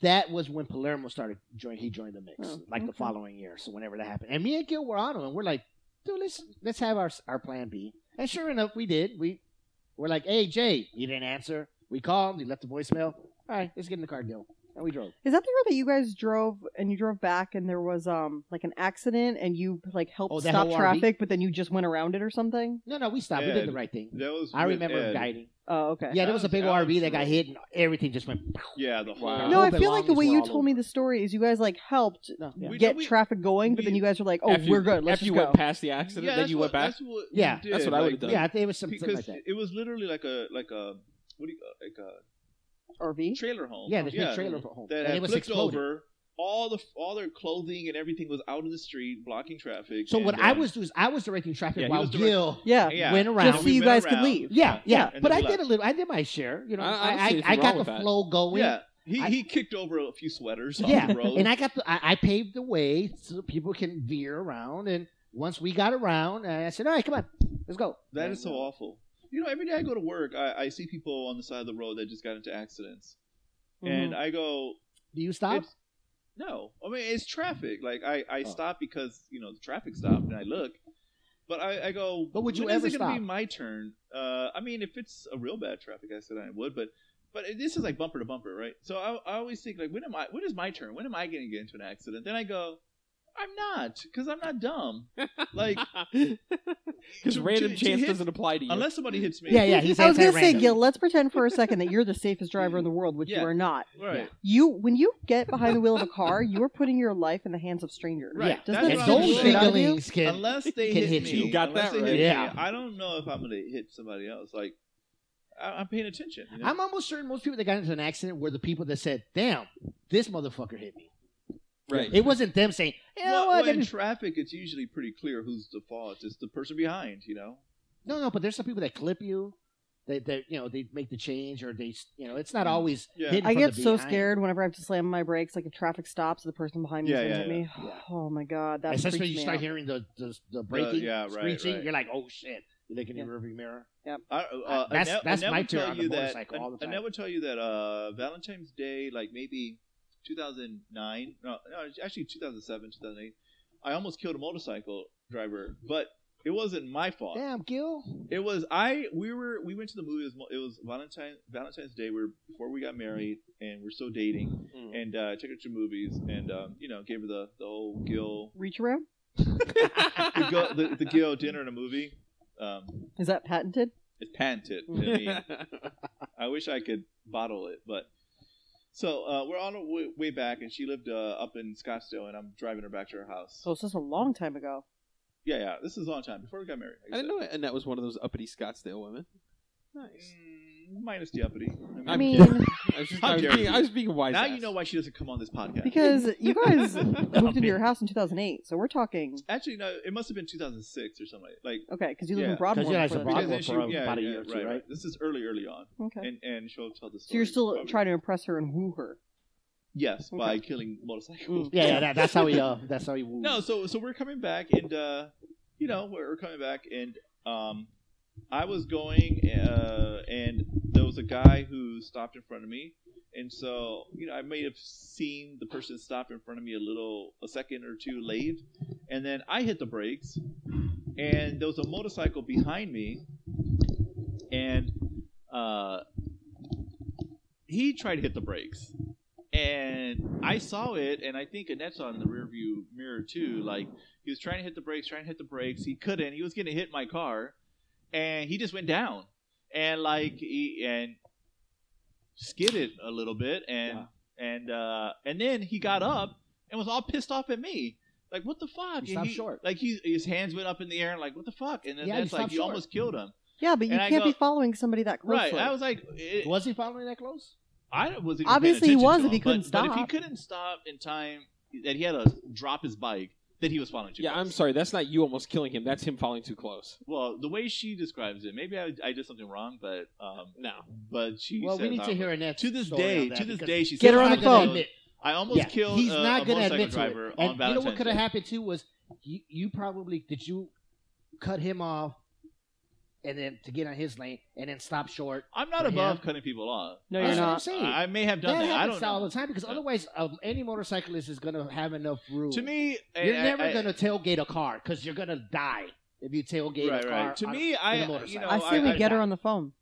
[SPEAKER 4] that was when Palermo started join. He joined the mix
[SPEAKER 2] Oh,
[SPEAKER 4] like the
[SPEAKER 2] okay.
[SPEAKER 4] following year. So whenever that happened, and me and Gil were on him, and we're like, dude, let's let's have our our plan B. And sure enough, we did. We we're like, hey Jay, he didn't answer. We called. He left a voicemail. All right, let's get in the car, Gil. And we drove.
[SPEAKER 2] Is that the year that you guys drove and you drove back and there was um like an accident and you like helped
[SPEAKER 4] Oh, that
[SPEAKER 2] stop
[SPEAKER 4] whole RV?
[SPEAKER 2] traffic, but then you just went around it or something?
[SPEAKER 4] No, no, we stopped. We
[SPEAKER 1] Ed.
[SPEAKER 4] did the right thing.
[SPEAKER 1] That was.
[SPEAKER 4] I
[SPEAKER 1] with
[SPEAKER 4] remember
[SPEAKER 1] Ed.
[SPEAKER 4] him guiding.
[SPEAKER 2] Oh, okay.
[SPEAKER 4] Yeah, there was a big
[SPEAKER 1] Alex
[SPEAKER 4] RV that got
[SPEAKER 1] drove.
[SPEAKER 4] hit, and everything just went.
[SPEAKER 1] Yeah, the whole.
[SPEAKER 3] Wow.
[SPEAKER 2] No, I
[SPEAKER 4] Open
[SPEAKER 2] feel like the
[SPEAKER 4] lawns
[SPEAKER 2] way
[SPEAKER 4] were
[SPEAKER 2] you
[SPEAKER 4] all
[SPEAKER 2] told me
[SPEAKER 4] over.
[SPEAKER 2] the story is you guys like helped
[SPEAKER 4] No,
[SPEAKER 1] yeah. We-
[SPEAKER 2] get
[SPEAKER 1] we-
[SPEAKER 2] traffic going, but then
[SPEAKER 1] we-
[SPEAKER 2] you guys were like, "Oh,
[SPEAKER 3] After you-
[SPEAKER 2] we're good. Let's
[SPEAKER 3] after you
[SPEAKER 2] just go."
[SPEAKER 3] went past the accident,
[SPEAKER 1] Yeah,
[SPEAKER 3] then
[SPEAKER 1] that's
[SPEAKER 3] you went
[SPEAKER 1] what-
[SPEAKER 3] back.
[SPEAKER 1] That's what we
[SPEAKER 4] Yeah.
[SPEAKER 1] did,
[SPEAKER 3] That's what I
[SPEAKER 1] like,
[SPEAKER 3] would've done.
[SPEAKER 4] yeah, I think it was something
[SPEAKER 1] Because
[SPEAKER 4] like that.
[SPEAKER 1] it was literally like a like a what do you like a
[SPEAKER 2] RV.
[SPEAKER 1] trailer home.
[SPEAKER 4] Hmm? Yeah, there's big trailer for home,
[SPEAKER 1] That
[SPEAKER 4] and
[SPEAKER 1] had
[SPEAKER 4] it was
[SPEAKER 1] flipped
[SPEAKER 4] exploded.
[SPEAKER 1] over. All the all their clothing and everything was out in the street, blocking traffic.
[SPEAKER 4] So
[SPEAKER 1] and,
[SPEAKER 4] what I
[SPEAKER 1] um,
[SPEAKER 4] was doing is I was directing traffic
[SPEAKER 1] Yeah, he
[SPEAKER 4] while
[SPEAKER 1] was direct-
[SPEAKER 4] Gil
[SPEAKER 2] Yeah.
[SPEAKER 1] yeah,
[SPEAKER 4] went
[SPEAKER 1] and
[SPEAKER 4] around.
[SPEAKER 2] Just so
[SPEAKER 1] we
[SPEAKER 2] you
[SPEAKER 1] went
[SPEAKER 2] guys could
[SPEAKER 1] around.
[SPEAKER 2] leave.
[SPEAKER 4] Yeah, yeah.
[SPEAKER 1] and
[SPEAKER 4] But
[SPEAKER 1] then
[SPEAKER 4] I
[SPEAKER 1] we
[SPEAKER 4] did a
[SPEAKER 1] left.
[SPEAKER 4] little. I did my share. You know,
[SPEAKER 3] I- I don't
[SPEAKER 4] I,
[SPEAKER 3] see
[SPEAKER 4] I,
[SPEAKER 3] anything
[SPEAKER 4] I
[SPEAKER 3] wrong
[SPEAKER 4] got
[SPEAKER 3] with
[SPEAKER 4] the
[SPEAKER 3] that.
[SPEAKER 4] flow going.
[SPEAKER 1] Yeah, he,
[SPEAKER 4] I-
[SPEAKER 1] he kicked over a few sweaters off
[SPEAKER 4] Yeah,
[SPEAKER 1] the road.
[SPEAKER 4] and I got the. I, I paved the way so people can veer around. And once we got around, I said, "All right, come on, let's go."
[SPEAKER 1] That
[SPEAKER 4] And,
[SPEAKER 1] is so
[SPEAKER 4] uh,
[SPEAKER 1] awful. You know, every day I go to work, I, I see people on the side of the road that just got into accidents,
[SPEAKER 2] Mm-hmm.
[SPEAKER 4] uh, Mm-hmm.
[SPEAKER 1] and I go,
[SPEAKER 4] Do you stop?
[SPEAKER 1] It's- no. I mean, it's traffic. Like I, I
[SPEAKER 4] Oh.
[SPEAKER 1] stop because you know the traffic stopped, and I look. But I, I go.
[SPEAKER 4] But would you
[SPEAKER 1] "When is
[SPEAKER 4] ever
[SPEAKER 1] it gonna
[SPEAKER 4] stop?"
[SPEAKER 1] Be my turn. Uh, I mean, if it's a real bad traffic accident, I would. But but it- this is like bumper to bumper, right? So I, I always think like, when am I? When is my turn? When am I going to get into an accident? Then I go, I'm not, because I'm not dumb. like
[SPEAKER 3] Because
[SPEAKER 1] To-
[SPEAKER 3] random
[SPEAKER 1] to- to
[SPEAKER 3] chance
[SPEAKER 1] hit-
[SPEAKER 3] doesn't apply to you.
[SPEAKER 1] unless somebody hits me.
[SPEAKER 4] Yeah, yeah. He's
[SPEAKER 2] I was gonna say,
[SPEAKER 4] anti-random.
[SPEAKER 2] Gil, let's pretend for a second that you're the safest driver in the world, which you
[SPEAKER 1] Yeah.
[SPEAKER 2] are not.
[SPEAKER 1] Right.
[SPEAKER 2] You, when you get behind the wheel of a car, you are putting your life in the hands of strangers.
[SPEAKER 1] Right.
[SPEAKER 2] Doesn't
[SPEAKER 1] That's what
[SPEAKER 2] that
[SPEAKER 4] And
[SPEAKER 2] scare
[SPEAKER 1] I'm
[SPEAKER 4] those
[SPEAKER 2] the shit out of you?
[SPEAKER 4] fingerlings can.
[SPEAKER 1] unless they
[SPEAKER 4] can
[SPEAKER 1] hit,
[SPEAKER 4] hit
[SPEAKER 1] me.
[SPEAKER 4] you.
[SPEAKER 3] You got
[SPEAKER 1] Unless
[SPEAKER 3] that
[SPEAKER 1] they
[SPEAKER 3] right.
[SPEAKER 1] hit
[SPEAKER 4] Yeah.
[SPEAKER 1] me, I don't know if I'm going to hit somebody else. Like I, I'm paying attention. you know?
[SPEAKER 4] I'm almost certain most people that got into an accident were the people that said, "Damn, this motherfucker hit me."
[SPEAKER 3] right.
[SPEAKER 4] It wasn't them saying, "You know
[SPEAKER 1] well,
[SPEAKER 4] what,
[SPEAKER 1] well,
[SPEAKER 4] let
[SPEAKER 1] in
[SPEAKER 4] me-
[SPEAKER 1] traffic, it's usually pretty clear who's the fault. It's the person behind, you know.
[SPEAKER 4] No, no, but there's some people that clip you. That, that you know they make the change or they you know it's not always.
[SPEAKER 1] Mm. Yeah.
[SPEAKER 4] hidden
[SPEAKER 2] I
[SPEAKER 4] from
[SPEAKER 2] get
[SPEAKER 4] the
[SPEAKER 2] so
[SPEAKER 4] behind.
[SPEAKER 2] scared whenever I have to slam my brakes. Like if traffic stops, the person behind me is
[SPEAKER 1] Yeah,
[SPEAKER 2] going to
[SPEAKER 1] yeah,
[SPEAKER 2] hit me.
[SPEAKER 4] yeah. Yeah.
[SPEAKER 2] Oh my god, that
[SPEAKER 4] Especially when
[SPEAKER 2] freaks
[SPEAKER 4] you
[SPEAKER 2] me
[SPEAKER 4] start
[SPEAKER 2] out.
[SPEAKER 4] hearing the the, the braking,
[SPEAKER 1] yeah, right,
[SPEAKER 4] screeching.
[SPEAKER 1] right.
[SPEAKER 4] You're like, oh shit! You look in your
[SPEAKER 2] Yeah.
[SPEAKER 4] rearview mirror.
[SPEAKER 1] I, uh,
[SPEAKER 4] that's-
[SPEAKER 1] Annette-
[SPEAKER 4] that's
[SPEAKER 1] Annette
[SPEAKER 4] my
[SPEAKER 1] would tell
[SPEAKER 4] fear on the
[SPEAKER 1] you that-
[SPEAKER 4] motorcycle all the time.
[SPEAKER 1] Annette would tell you that uh, Valentine's Day, like maybe 2009, no, no, actually 2007, 2008. I almost killed a motorcycle driver, but it wasn't my fault.
[SPEAKER 4] Damn, Gil.
[SPEAKER 1] It was I. We were we went to the movie. It was, mo- it was Valentine Valentine's Day. We were before we got married, and we're still dating.
[SPEAKER 3] Mm.
[SPEAKER 1] And uh, took her to movies, and um, you know, gave her the the old Gil
[SPEAKER 2] Reach around?
[SPEAKER 1] the, Gil- the, the Gil dinner in a movie. Um,
[SPEAKER 2] Is that patented?
[SPEAKER 1] it's patented. I mean, I wish I could bottle it, but so uh, we're on our way, way back, and she lived uh, up in Scottsdale, and I'm driving her back to her house.
[SPEAKER 2] So Oh, it's just a long time ago.
[SPEAKER 1] Yeah, yeah, this is a long time before we got married. like
[SPEAKER 3] I didn't
[SPEAKER 1] said.
[SPEAKER 3] know Annette was one of those uppity Scottsdale women. Nice.
[SPEAKER 1] Mm, minus the uppity.
[SPEAKER 2] I
[SPEAKER 3] I'm
[SPEAKER 2] mean,
[SPEAKER 3] kidding. I was, just, I was
[SPEAKER 1] How dare
[SPEAKER 3] being, I
[SPEAKER 1] you.
[SPEAKER 3] was being wise.
[SPEAKER 1] now
[SPEAKER 3] ass.
[SPEAKER 1] you know why she doesn't come on this podcast.
[SPEAKER 2] because you guys moved into
[SPEAKER 1] Uppity.
[SPEAKER 2] your house in 2008, so we're talking.
[SPEAKER 1] Actually, no, it must have been 2006 or something. Like,
[SPEAKER 2] Okay, because you live in
[SPEAKER 1] Yeah.
[SPEAKER 2] Broadmoor.
[SPEAKER 4] Because you guys are
[SPEAKER 2] before that.
[SPEAKER 1] because
[SPEAKER 4] Broadmoor
[SPEAKER 1] then she,
[SPEAKER 4] for
[SPEAKER 1] yeah,
[SPEAKER 4] about a
[SPEAKER 1] yeah,
[SPEAKER 4] year or two,
[SPEAKER 1] right,
[SPEAKER 4] right?
[SPEAKER 1] This is early, early on,
[SPEAKER 2] Okay.
[SPEAKER 1] and and she'll tell the story.
[SPEAKER 2] so you're still
[SPEAKER 1] probably.
[SPEAKER 2] trying to impress her and woo her.
[SPEAKER 1] Yes,
[SPEAKER 2] Okay.
[SPEAKER 1] by killing motorcycles.
[SPEAKER 4] Mm. Yeah, yeah. That, that's how he. Uh, that's how he. Wooed.
[SPEAKER 1] No, so so we're coming back, and uh, you know we're, we're coming back, and um, I was going, uh, and there was a guy who stopped in front of me, and so you know I may have seen the person stop in front of me a little, a second or two late, and then I hit the brakes, and there was a motorcycle behind me, and uh, he tried to hit the brakes and I saw it, and I think Annette's on the rearview mirror too. Like he was trying to hit the brakes, trying to hit the brakes, he couldn't. He was gonna hit my car, and he just went down, and like he and skidded a little bit, and
[SPEAKER 3] Wow.
[SPEAKER 1] and uh, and then he got up and was all pissed off at me. Like what the fuck?
[SPEAKER 4] He
[SPEAKER 1] And
[SPEAKER 4] stopped short.
[SPEAKER 1] Like he, his hands went up in the air, and like what the fuck? And then
[SPEAKER 4] Yeah, he
[SPEAKER 1] that's like
[SPEAKER 4] stopped
[SPEAKER 1] you
[SPEAKER 4] short.
[SPEAKER 1] almost killed him.
[SPEAKER 2] Yeah, but you
[SPEAKER 1] And I
[SPEAKER 2] can't be
[SPEAKER 1] go-
[SPEAKER 2] following somebody that closely.
[SPEAKER 1] Right? I was like, it,
[SPEAKER 4] Was he following that close?
[SPEAKER 1] I wasn't.
[SPEAKER 2] Obviously he was if he
[SPEAKER 1] but,
[SPEAKER 2] couldn't
[SPEAKER 1] But if he
[SPEAKER 2] stop.
[SPEAKER 1] couldn't stop in time, that he had to drop his bike, that he was following too.
[SPEAKER 3] Yeah,
[SPEAKER 1] close.
[SPEAKER 3] I'm sorry. That's not you almost killing him. That's him falling too close.
[SPEAKER 1] Well, the way she describes it, maybe I, I did something wrong, but um,
[SPEAKER 3] No.
[SPEAKER 1] but she.
[SPEAKER 4] Well, we
[SPEAKER 1] said
[SPEAKER 4] need
[SPEAKER 1] not
[SPEAKER 4] to hear
[SPEAKER 1] right.
[SPEAKER 4] Annette's
[SPEAKER 1] To this
[SPEAKER 4] story
[SPEAKER 1] day,
[SPEAKER 4] on that
[SPEAKER 1] to this
[SPEAKER 4] because
[SPEAKER 1] day, she
[SPEAKER 2] Get
[SPEAKER 1] said,
[SPEAKER 2] her
[SPEAKER 4] he's
[SPEAKER 2] on
[SPEAKER 1] "I
[SPEAKER 2] the
[SPEAKER 4] not gonna
[SPEAKER 1] almost
[SPEAKER 2] phone.
[SPEAKER 4] admit-
[SPEAKER 1] I almost
[SPEAKER 4] yeah,
[SPEAKER 1] killed
[SPEAKER 4] he's
[SPEAKER 1] a,
[SPEAKER 4] not
[SPEAKER 1] a
[SPEAKER 4] gonna
[SPEAKER 1] motorcycle
[SPEAKER 4] admit
[SPEAKER 1] driver
[SPEAKER 4] to
[SPEAKER 1] on
[SPEAKER 4] it. and you know
[SPEAKER 1] Valentine's
[SPEAKER 4] what could have
[SPEAKER 1] Day.
[SPEAKER 4] happened too was you, you probably did you cut him off and then to get on his lane and then stop short.
[SPEAKER 1] I'm not
[SPEAKER 4] for
[SPEAKER 1] above
[SPEAKER 4] him?
[SPEAKER 1] cutting people off.
[SPEAKER 2] No, you're
[SPEAKER 4] That's what I'm
[SPEAKER 2] not.
[SPEAKER 4] saying.
[SPEAKER 1] I may have done
[SPEAKER 4] that
[SPEAKER 1] that. I don't
[SPEAKER 4] happens
[SPEAKER 1] know.
[SPEAKER 4] all the time because
[SPEAKER 1] Yeah.
[SPEAKER 4] otherwise, um, any motorcyclist is gonna have enough room.
[SPEAKER 1] To me,
[SPEAKER 4] you're
[SPEAKER 1] I- I-
[SPEAKER 4] never
[SPEAKER 1] I-
[SPEAKER 4] gonna tailgate a car because you're gonna die if you tailgate
[SPEAKER 1] Right,
[SPEAKER 4] a car.
[SPEAKER 1] right. To
[SPEAKER 4] on-
[SPEAKER 1] me,
[SPEAKER 4] in a
[SPEAKER 1] I,
[SPEAKER 4] motorcycle.
[SPEAKER 1] you know,
[SPEAKER 2] I say we
[SPEAKER 1] I,
[SPEAKER 2] get her on the phone.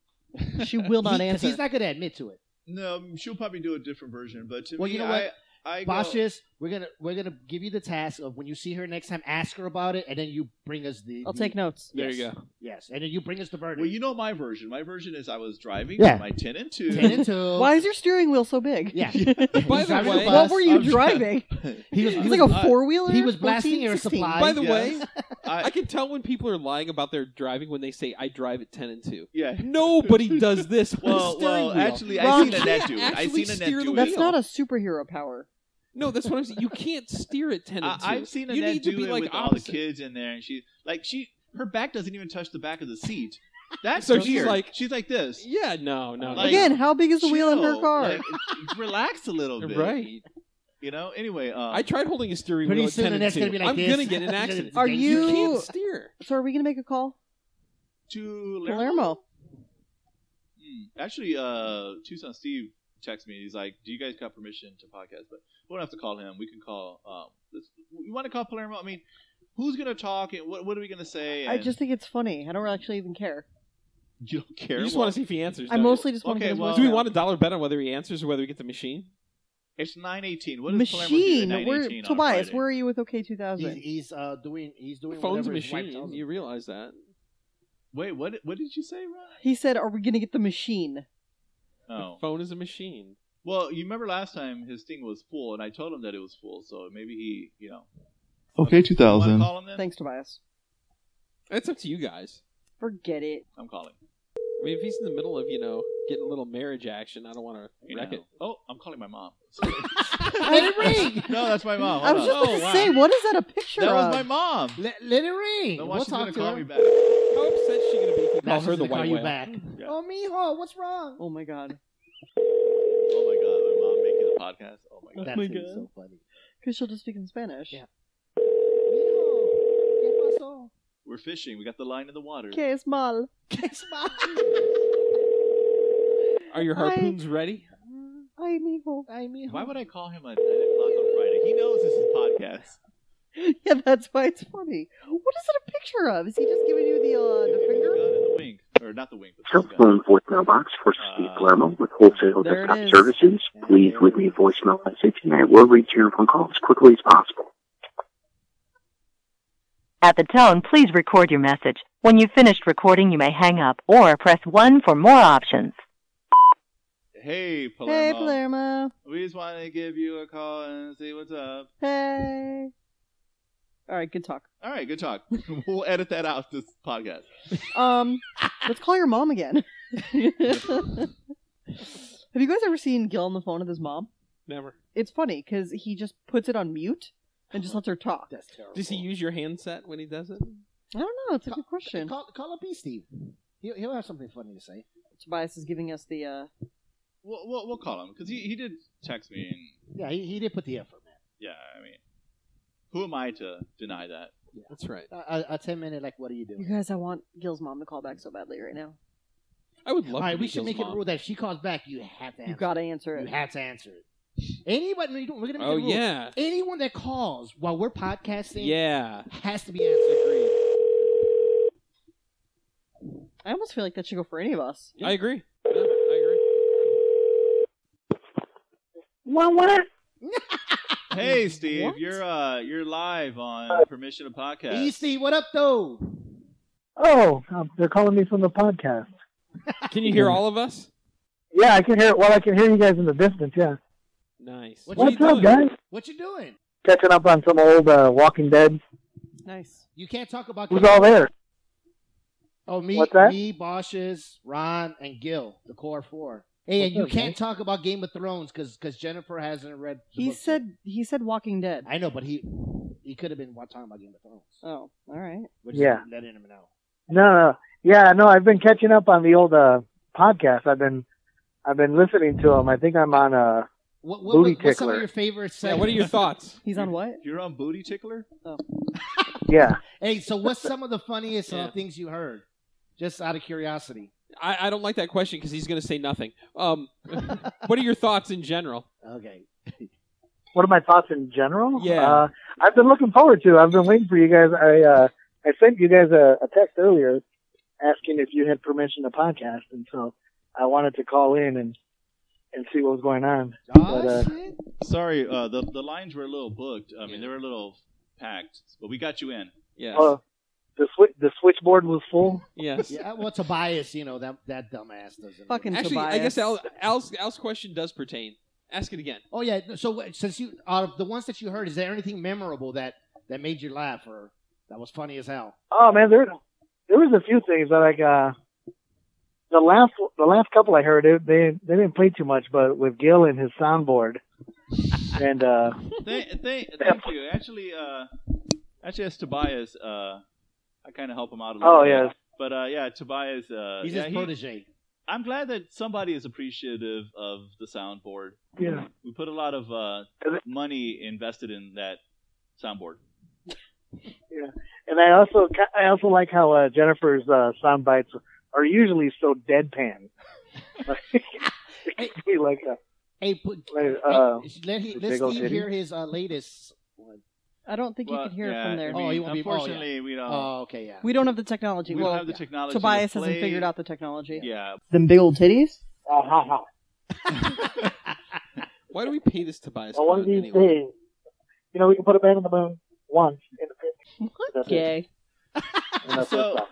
[SPEAKER 2] She will not
[SPEAKER 4] He- 'cause
[SPEAKER 2] answer.
[SPEAKER 4] He's not gonna admit to it.
[SPEAKER 1] No, she'll probably do a different version, but to
[SPEAKER 4] Well,
[SPEAKER 1] me,
[SPEAKER 4] you know
[SPEAKER 1] I,
[SPEAKER 4] what?
[SPEAKER 1] I go-
[SPEAKER 4] Bosches, we're gonna we're gonna give you the task of when you see her next time, ask her about it, and then you bring us the.
[SPEAKER 2] I'll
[SPEAKER 4] the-
[SPEAKER 2] take notes.
[SPEAKER 3] There you
[SPEAKER 4] Yes.
[SPEAKER 3] go.
[SPEAKER 4] Yes, and then you bring us the verdict.
[SPEAKER 1] Well, you know my version. My version is I was driving
[SPEAKER 4] Yeah.
[SPEAKER 1] my 10 and 2.
[SPEAKER 4] Ten and two.
[SPEAKER 2] Why is your steering wheel so big?
[SPEAKER 4] Yeah.
[SPEAKER 3] By
[SPEAKER 4] He's
[SPEAKER 3] the
[SPEAKER 4] driving
[SPEAKER 3] way,
[SPEAKER 4] a
[SPEAKER 2] What
[SPEAKER 4] bus.
[SPEAKER 2] were you
[SPEAKER 1] I'm-
[SPEAKER 2] driving?
[SPEAKER 4] He was,
[SPEAKER 2] It
[SPEAKER 4] he
[SPEAKER 2] was
[SPEAKER 4] was
[SPEAKER 2] like a
[SPEAKER 1] I-
[SPEAKER 2] four wheeler.
[SPEAKER 4] he was blasting air supply.
[SPEAKER 3] By the
[SPEAKER 1] Yeah.
[SPEAKER 3] way, I
[SPEAKER 1] I,
[SPEAKER 3] can tell when people are lying about their driving when they say I drive at ten and two.
[SPEAKER 1] yeah.
[SPEAKER 3] Nobody does this. on a
[SPEAKER 1] Well,
[SPEAKER 3] steering
[SPEAKER 1] well,
[SPEAKER 3] wheel.
[SPEAKER 1] actually,
[SPEAKER 2] Ron
[SPEAKER 1] I seen a net
[SPEAKER 3] can't
[SPEAKER 1] do it. I
[SPEAKER 3] actually
[SPEAKER 1] seen a net
[SPEAKER 3] steer the
[SPEAKER 1] do
[SPEAKER 2] That's
[SPEAKER 1] it.
[SPEAKER 3] wheel.
[SPEAKER 2] not a superhero power.
[SPEAKER 3] no, that's what I'm saying. You can't steer at ten
[SPEAKER 1] I,
[SPEAKER 3] and two.
[SPEAKER 1] I've seen a
[SPEAKER 3] you
[SPEAKER 1] net
[SPEAKER 3] need to
[SPEAKER 1] do
[SPEAKER 3] be
[SPEAKER 1] it
[SPEAKER 3] like
[SPEAKER 1] with
[SPEAKER 3] opposite.
[SPEAKER 1] all the kids in there, and she like she her back doesn't even touch the back of the seat. That's
[SPEAKER 3] So
[SPEAKER 1] weird.
[SPEAKER 3] she's like-
[SPEAKER 1] she's like this.
[SPEAKER 3] Yeah, no, no.
[SPEAKER 1] Like- um,
[SPEAKER 2] Again, how big is the wheel in her
[SPEAKER 1] Chill.
[SPEAKER 2] car?
[SPEAKER 1] Like, relax a little bit,
[SPEAKER 3] right.
[SPEAKER 1] You know. Anyway, um,
[SPEAKER 3] I tried holding a steering
[SPEAKER 4] Pretty
[SPEAKER 3] wheel at
[SPEAKER 4] soon
[SPEAKER 3] ten and
[SPEAKER 4] that's
[SPEAKER 3] two.
[SPEAKER 4] gonna be like
[SPEAKER 3] I'm
[SPEAKER 4] this.
[SPEAKER 3] gonna get in an accident.
[SPEAKER 2] Are
[SPEAKER 3] you
[SPEAKER 2] You-
[SPEAKER 3] can't steer.
[SPEAKER 2] so, are we gonna make a call?
[SPEAKER 1] to Lar-
[SPEAKER 2] Palermo.
[SPEAKER 1] Hmm. Actually, uh, Tucson Steve texts me. He's like, "Do you guys got permission to podcast?" But we don't have to call him. We can call. Um, let's, you want to call Palermo? I mean, who's gonna talk? And what, what are we gonna say?
[SPEAKER 2] I
[SPEAKER 1] And
[SPEAKER 2] just think it's funny. I don't actually even care.
[SPEAKER 1] you don't care.
[SPEAKER 3] You just
[SPEAKER 1] Well, Oh,
[SPEAKER 3] want to see if he answers.
[SPEAKER 2] I
[SPEAKER 3] don't you?
[SPEAKER 2] mostly just want
[SPEAKER 1] Okay,
[SPEAKER 2] to. get his
[SPEAKER 1] well-
[SPEAKER 2] voice
[SPEAKER 3] Do we
[SPEAKER 2] out.
[SPEAKER 3] want a dollar bet on whether he answers or whether we get the machine?
[SPEAKER 1] It's nine eighteen. What is Palermo
[SPEAKER 2] machine?
[SPEAKER 1] do at
[SPEAKER 2] Where,
[SPEAKER 1] 9:18 on
[SPEAKER 2] Tobias,
[SPEAKER 1] Friday?
[SPEAKER 2] where are you with OK
[SPEAKER 4] He's,
[SPEAKER 2] 2000?
[SPEAKER 4] he's uh, doing he's doing
[SPEAKER 3] Phone's a
[SPEAKER 4] whatever his wife
[SPEAKER 3] machine.
[SPEAKER 4] tells him.
[SPEAKER 3] You realize that?
[SPEAKER 1] Wait, what? What did you say, Ron?
[SPEAKER 2] He said, "Are we gonna get the machine?"
[SPEAKER 1] Oh,
[SPEAKER 3] Phone is a machine.
[SPEAKER 1] well, you remember last time his thing was full, and I told him that it was full, so maybe he, you know.
[SPEAKER 5] Okay, two
[SPEAKER 1] You wanna
[SPEAKER 5] thousand.
[SPEAKER 1] call him then?
[SPEAKER 2] Thanks, Tobias.
[SPEAKER 3] It's up to you guys.
[SPEAKER 2] Forget it.
[SPEAKER 1] I'm calling.
[SPEAKER 3] I mean, if he's in the middle of you know getting a little marriage action, I don't want to
[SPEAKER 1] You
[SPEAKER 3] wreck
[SPEAKER 1] know.
[SPEAKER 3] it.
[SPEAKER 1] Oh, I'm calling my mom.
[SPEAKER 4] Let it ring.
[SPEAKER 1] no, that's my mom.
[SPEAKER 2] I
[SPEAKER 1] Hold on.
[SPEAKER 2] was just
[SPEAKER 1] Oh,
[SPEAKER 2] going to
[SPEAKER 1] wow.
[SPEAKER 2] say, what is that a picture
[SPEAKER 1] That
[SPEAKER 2] of?
[SPEAKER 1] was my mom.
[SPEAKER 4] Let, let it ring.
[SPEAKER 1] No,
[SPEAKER 4] we'll
[SPEAKER 1] she's
[SPEAKER 4] talk
[SPEAKER 1] gonna
[SPEAKER 4] to
[SPEAKER 1] call
[SPEAKER 4] her.
[SPEAKER 1] me back. Oh
[SPEAKER 3] How upset is she gonna be if you
[SPEAKER 4] Now
[SPEAKER 3] call
[SPEAKER 4] she's
[SPEAKER 3] her the
[SPEAKER 4] gonna call
[SPEAKER 3] white
[SPEAKER 4] you
[SPEAKER 3] whale?
[SPEAKER 4] back.
[SPEAKER 1] Yeah.
[SPEAKER 4] Oh, mijo, what's wrong?
[SPEAKER 2] Oh my god!
[SPEAKER 1] Oh my god, my mom making a podcast. Oh my god.
[SPEAKER 4] That's
[SPEAKER 2] my
[SPEAKER 4] it,
[SPEAKER 2] God.
[SPEAKER 4] so funny.
[SPEAKER 2] Because she'll just speak in Spanish.
[SPEAKER 4] Yeah. Mijo, ¿qué pasó?
[SPEAKER 1] We're fishing. We got the line in the water.
[SPEAKER 2] Que es mal?
[SPEAKER 3] Are your harpoons ready?
[SPEAKER 2] Ay, mijo.
[SPEAKER 4] Ay, mijo.
[SPEAKER 1] Why would I call him at 9 o'clock on Friday? He knows this is podcast.
[SPEAKER 2] yeah, that's why it's funny. What is it a picture of? Is he just giving you the uh, the
[SPEAKER 1] Gun
[SPEAKER 2] finger?
[SPEAKER 1] and the wing, or not the wing, but the
[SPEAKER 5] Cell
[SPEAKER 1] gun.
[SPEAKER 5] phone voicemail box for Steve
[SPEAKER 1] Uh,
[SPEAKER 5] Palermo with wholesale
[SPEAKER 2] there it
[SPEAKER 5] desktop
[SPEAKER 2] is.
[SPEAKER 5] services. Please leave me a voicemail message and I will read your phone call as quickly as possible.
[SPEAKER 6] At the tone, please record your message. When you've finished recording, you may hang up or press 1 for more options.
[SPEAKER 1] Hey, Palermo.
[SPEAKER 2] Hey, Palermo.
[SPEAKER 1] We just want to give you a call and see what's up.
[SPEAKER 2] Hey. All right, good talk.
[SPEAKER 1] All right, good talk. we'll edit that out this podcast.
[SPEAKER 2] Um, let's call your mom again. Have you guys ever seen Gil on the phone with his mom?
[SPEAKER 3] Never.
[SPEAKER 2] It's funny because he just puts it on mute and just lets her talk.
[SPEAKER 4] That's terrible.
[SPEAKER 1] Oh.
[SPEAKER 3] Does he use your handset when he does it?
[SPEAKER 2] I don't know. It's a good question.
[SPEAKER 4] Call, call up E Steve. He'll, he'll have something funny to say.
[SPEAKER 2] Tobias is giving us the. uh
[SPEAKER 1] We'll we'll, we'll call him because he, he did text me and
[SPEAKER 4] Yeah, he, he did put the effort,
[SPEAKER 1] yeah, I mean, who am I to deny that?
[SPEAKER 3] That's right.
[SPEAKER 4] man. A, a, a ten minute like, what are you
[SPEAKER 2] You
[SPEAKER 4] doing?
[SPEAKER 2] guys, I want Gil's mom to call back so badly right now.
[SPEAKER 3] I would love.
[SPEAKER 4] All
[SPEAKER 3] to
[SPEAKER 4] right, we
[SPEAKER 3] meet
[SPEAKER 4] should
[SPEAKER 3] Gil's
[SPEAKER 4] make it
[SPEAKER 3] mom.
[SPEAKER 4] a rule that if she calls back, you have to answer.
[SPEAKER 2] You gotta answer
[SPEAKER 4] You
[SPEAKER 2] it.
[SPEAKER 4] have to answer it. Anybody, we're gonna make
[SPEAKER 3] Oh
[SPEAKER 4] a rule.
[SPEAKER 3] yeah,
[SPEAKER 4] Anyone that calls while we're podcasting
[SPEAKER 3] yeah.
[SPEAKER 4] has to be answered.
[SPEAKER 3] Agreed.
[SPEAKER 2] I almost feel like that should go for any of us.
[SPEAKER 3] I agree. Yeah, I agree.
[SPEAKER 5] Well, what?
[SPEAKER 1] Hey, Steve,
[SPEAKER 2] What?
[SPEAKER 1] you're uh you're live on Permission to Podcast.
[SPEAKER 4] E Steve, what up, though?
[SPEAKER 7] Oh, um, they're calling me from the podcast.
[SPEAKER 3] Can you hear all of us?
[SPEAKER 7] Yeah, I can hear. Well, I can hear you guys in the distance. Yeah.
[SPEAKER 3] Nice.
[SPEAKER 4] What
[SPEAKER 3] are
[SPEAKER 7] What's
[SPEAKER 3] you
[SPEAKER 7] up,
[SPEAKER 3] doing?
[SPEAKER 7] guys?
[SPEAKER 4] What you doing?
[SPEAKER 7] Catching up on some old uh, Walking Dead.
[SPEAKER 2] Nice.
[SPEAKER 4] You can't talk about
[SPEAKER 7] Who's all there?
[SPEAKER 4] Oh, me,
[SPEAKER 7] What's that?
[SPEAKER 4] me, Bosches, Ron, and Gil, the core four. Hey, and
[SPEAKER 7] What's
[SPEAKER 4] you
[SPEAKER 7] up,
[SPEAKER 4] can't
[SPEAKER 7] man?
[SPEAKER 4] talk about Game of Thrones because Jennifer hasn't read. the
[SPEAKER 2] He
[SPEAKER 4] book
[SPEAKER 2] said he said Walking Dead.
[SPEAKER 4] yet. "I know," but he he could have been wa- talking about Game of Thrones.
[SPEAKER 2] Oh, all right.
[SPEAKER 4] We're just
[SPEAKER 7] Yeah.
[SPEAKER 4] letting him know.
[SPEAKER 7] No, no. Yeah, no. I've been catching up on the old uh, podcast. I've been, I've been listening to them. I think I'm on. Uh,
[SPEAKER 4] What, what,
[SPEAKER 7] Booty
[SPEAKER 4] what, what's some of
[SPEAKER 7] tickler.
[SPEAKER 4] your favorite
[SPEAKER 3] Yeah,
[SPEAKER 4] segments?
[SPEAKER 3] what are your thoughts?
[SPEAKER 2] He's on what?
[SPEAKER 1] you're on Booty Tickler.
[SPEAKER 7] yeah.
[SPEAKER 4] Hey, so what's some of the funniest
[SPEAKER 3] Yeah.
[SPEAKER 4] uh, things you heard? Just out of curiosity.
[SPEAKER 3] I, I don't like that question because he's going to say nothing. Um, what are your thoughts in general?
[SPEAKER 4] Okay.
[SPEAKER 7] What are my thoughts in general?
[SPEAKER 3] Yeah.
[SPEAKER 7] Uh, I've been looking forward to. it. I've been waiting for you guys. I uh, I sent you guys a, a text earlier asking if you had permission to podcast, and so I wanted to call in and and see what was going on.
[SPEAKER 4] Oh,
[SPEAKER 7] But, uh,
[SPEAKER 4] shit.
[SPEAKER 1] Sorry, uh, the the lines were a little booked. I mean,
[SPEAKER 3] Yeah.
[SPEAKER 1] they were a little packed, but we got you in.
[SPEAKER 3] Yes.
[SPEAKER 7] Oh, the swi- the switchboard was full.
[SPEAKER 3] yes.
[SPEAKER 4] Yeah, well, Tobias, you know that that dumbass doesn't.
[SPEAKER 2] Fucking-
[SPEAKER 3] Actually, I
[SPEAKER 2] Tobias.
[SPEAKER 3] guess Al, Al's, Al's question does pertain. Ask it again.
[SPEAKER 4] Oh yeah. So what- since you out of the ones that you heard, is there anything memorable that that made you laugh or that was funny as hell?
[SPEAKER 7] Oh man, there there was a few things that like uh the last the last couple I heard it, they they didn't play too much, but with Gil and his soundboard and uh
[SPEAKER 1] Thank, thank, thank you. Actually, uh, actually, that's Tobias. Uh, I kind of help him out a little.
[SPEAKER 7] oh
[SPEAKER 1] bit.
[SPEAKER 7] yeah
[SPEAKER 1] But uh, yeah, Tobias. Uh,
[SPEAKER 4] He's
[SPEAKER 1] yeah,
[SPEAKER 4] his
[SPEAKER 1] he-
[SPEAKER 4] protege.
[SPEAKER 1] I'm glad that somebody is appreciative of the soundboard.
[SPEAKER 7] yeah
[SPEAKER 1] We put a lot of uh,
[SPEAKER 7] Is it-
[SPEAKER 1] money invested in that soundboard.
[SPEAKER 7] and I also ki- I also like how uh, Jennifer's uh, sound bites are usually so deadpan. Like, like, uh,
[SPEAKER 4] Hey, put,
[SPEAKER 7] like
[SPEAKER 4] hey,
[SPEAKER 7] uh,
[SPEAKER 4] let he,
[SPEAKER 7] the
[SPEAKER 4] let
[SPEAKER 7] big old
[SPEAKER 4] Steve
[SPEAKER 7] titty.
[SPEAKER 4] hear his uh, latest. One.
[SPEAKER 2] I don't think
[SPEAKER 1] Well,
[SPEAKER 2] you could hear it
[SPEAKER 1] yeah,
[SPEAKER 2] from there.
[SPEAKER 1] I
[SPEAKER 4] Oh,
[SPEAKER 1] mean,
[SPEAKER 4] he won't be- oh, yeah.
[SPEAKER 1] unfortunately, we don't.
[SPEAKER 4] Oh, okay, yeah.
[SPEAKER 2] we don't have the technology.
[SPEAKER 1] we don't
[SPEAKER 2] well,
[SPEAKER 1] have the technology. to
[SPEAKER 2] Tobias hasn't
[SPEAKER 1] play-
[SPEAKER 2] figured out the technology.
[SPEAKER 1] Yeah,
[SPEAKER 2] Them big old titties.
[SPEAKER 7] uh, ha, ha.
[SPEAKER 3] Why do we pay this Tobias?
[SPEAKER 7] Well, one of
[SPEAKER 3] clown
[SPEAKER 7] these
[SPEAKER 3] anyway?
[SPEAKER 7] days, you know, we can put a man on the moon once in the
[SPEAKER 2] What?
[SPEAKER 7] That's it.
[SPEAKER 2] Gay.
[SPEAKER 7] and that's
[SPEAKER 1] So-
[SPEAKER 7] so,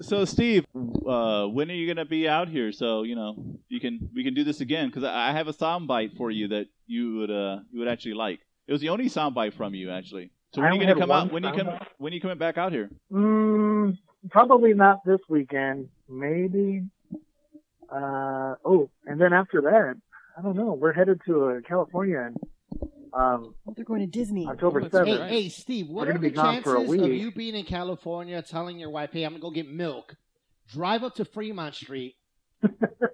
[SPEAKER 1] So Steve, uh, when are you gonna be out here? So you know you can we can do this again because I, I have a soundbite for you that you would uh, you would actually like. It was the only soundbite from you actually. So when
[SPEAKER 7] I
[SPEAKER 1] are you
[SPEAKER 7] only
[SPEAKER 1] gonna
[SPEAKER 7] had
[SPEAKER 1] come
[SPEAKER 7] one
[SPEAKER 1] out? When you come?
[SPEAKER 7] soundbite.
[SPEAKER 1] When are you coming back out here?
[SPEAKER 7] mm, probably not this weekend. Maybe. Uh oh, and then after that, I don't know. We're headed to uh, California in um,
[SPEAKER 2] Oh, they're going to Disney.
[SPEAKER 7] October
[SPEAKER 3] that's
[SPEAKER 7] seventh.
[SPEAKER 4] Hey,
[SPEAKER 3] Right.
[SPEAKER 4] hey, Steve, what
[SPEAKER 7] We're
[SPEAKER 4] are
[SPEAKER 7] gonna
[SPEAKER 4] the
[SPEAKER 7] be gone
[SPEAKER 4] chances
[SPEAKER 7] for a
[SPEAKER 4] of
[SPEAKER 7] week.
[SPEAKER 4] you being in California telling your wife, hey, I'm going to go get milk, drive up to Fremont Street,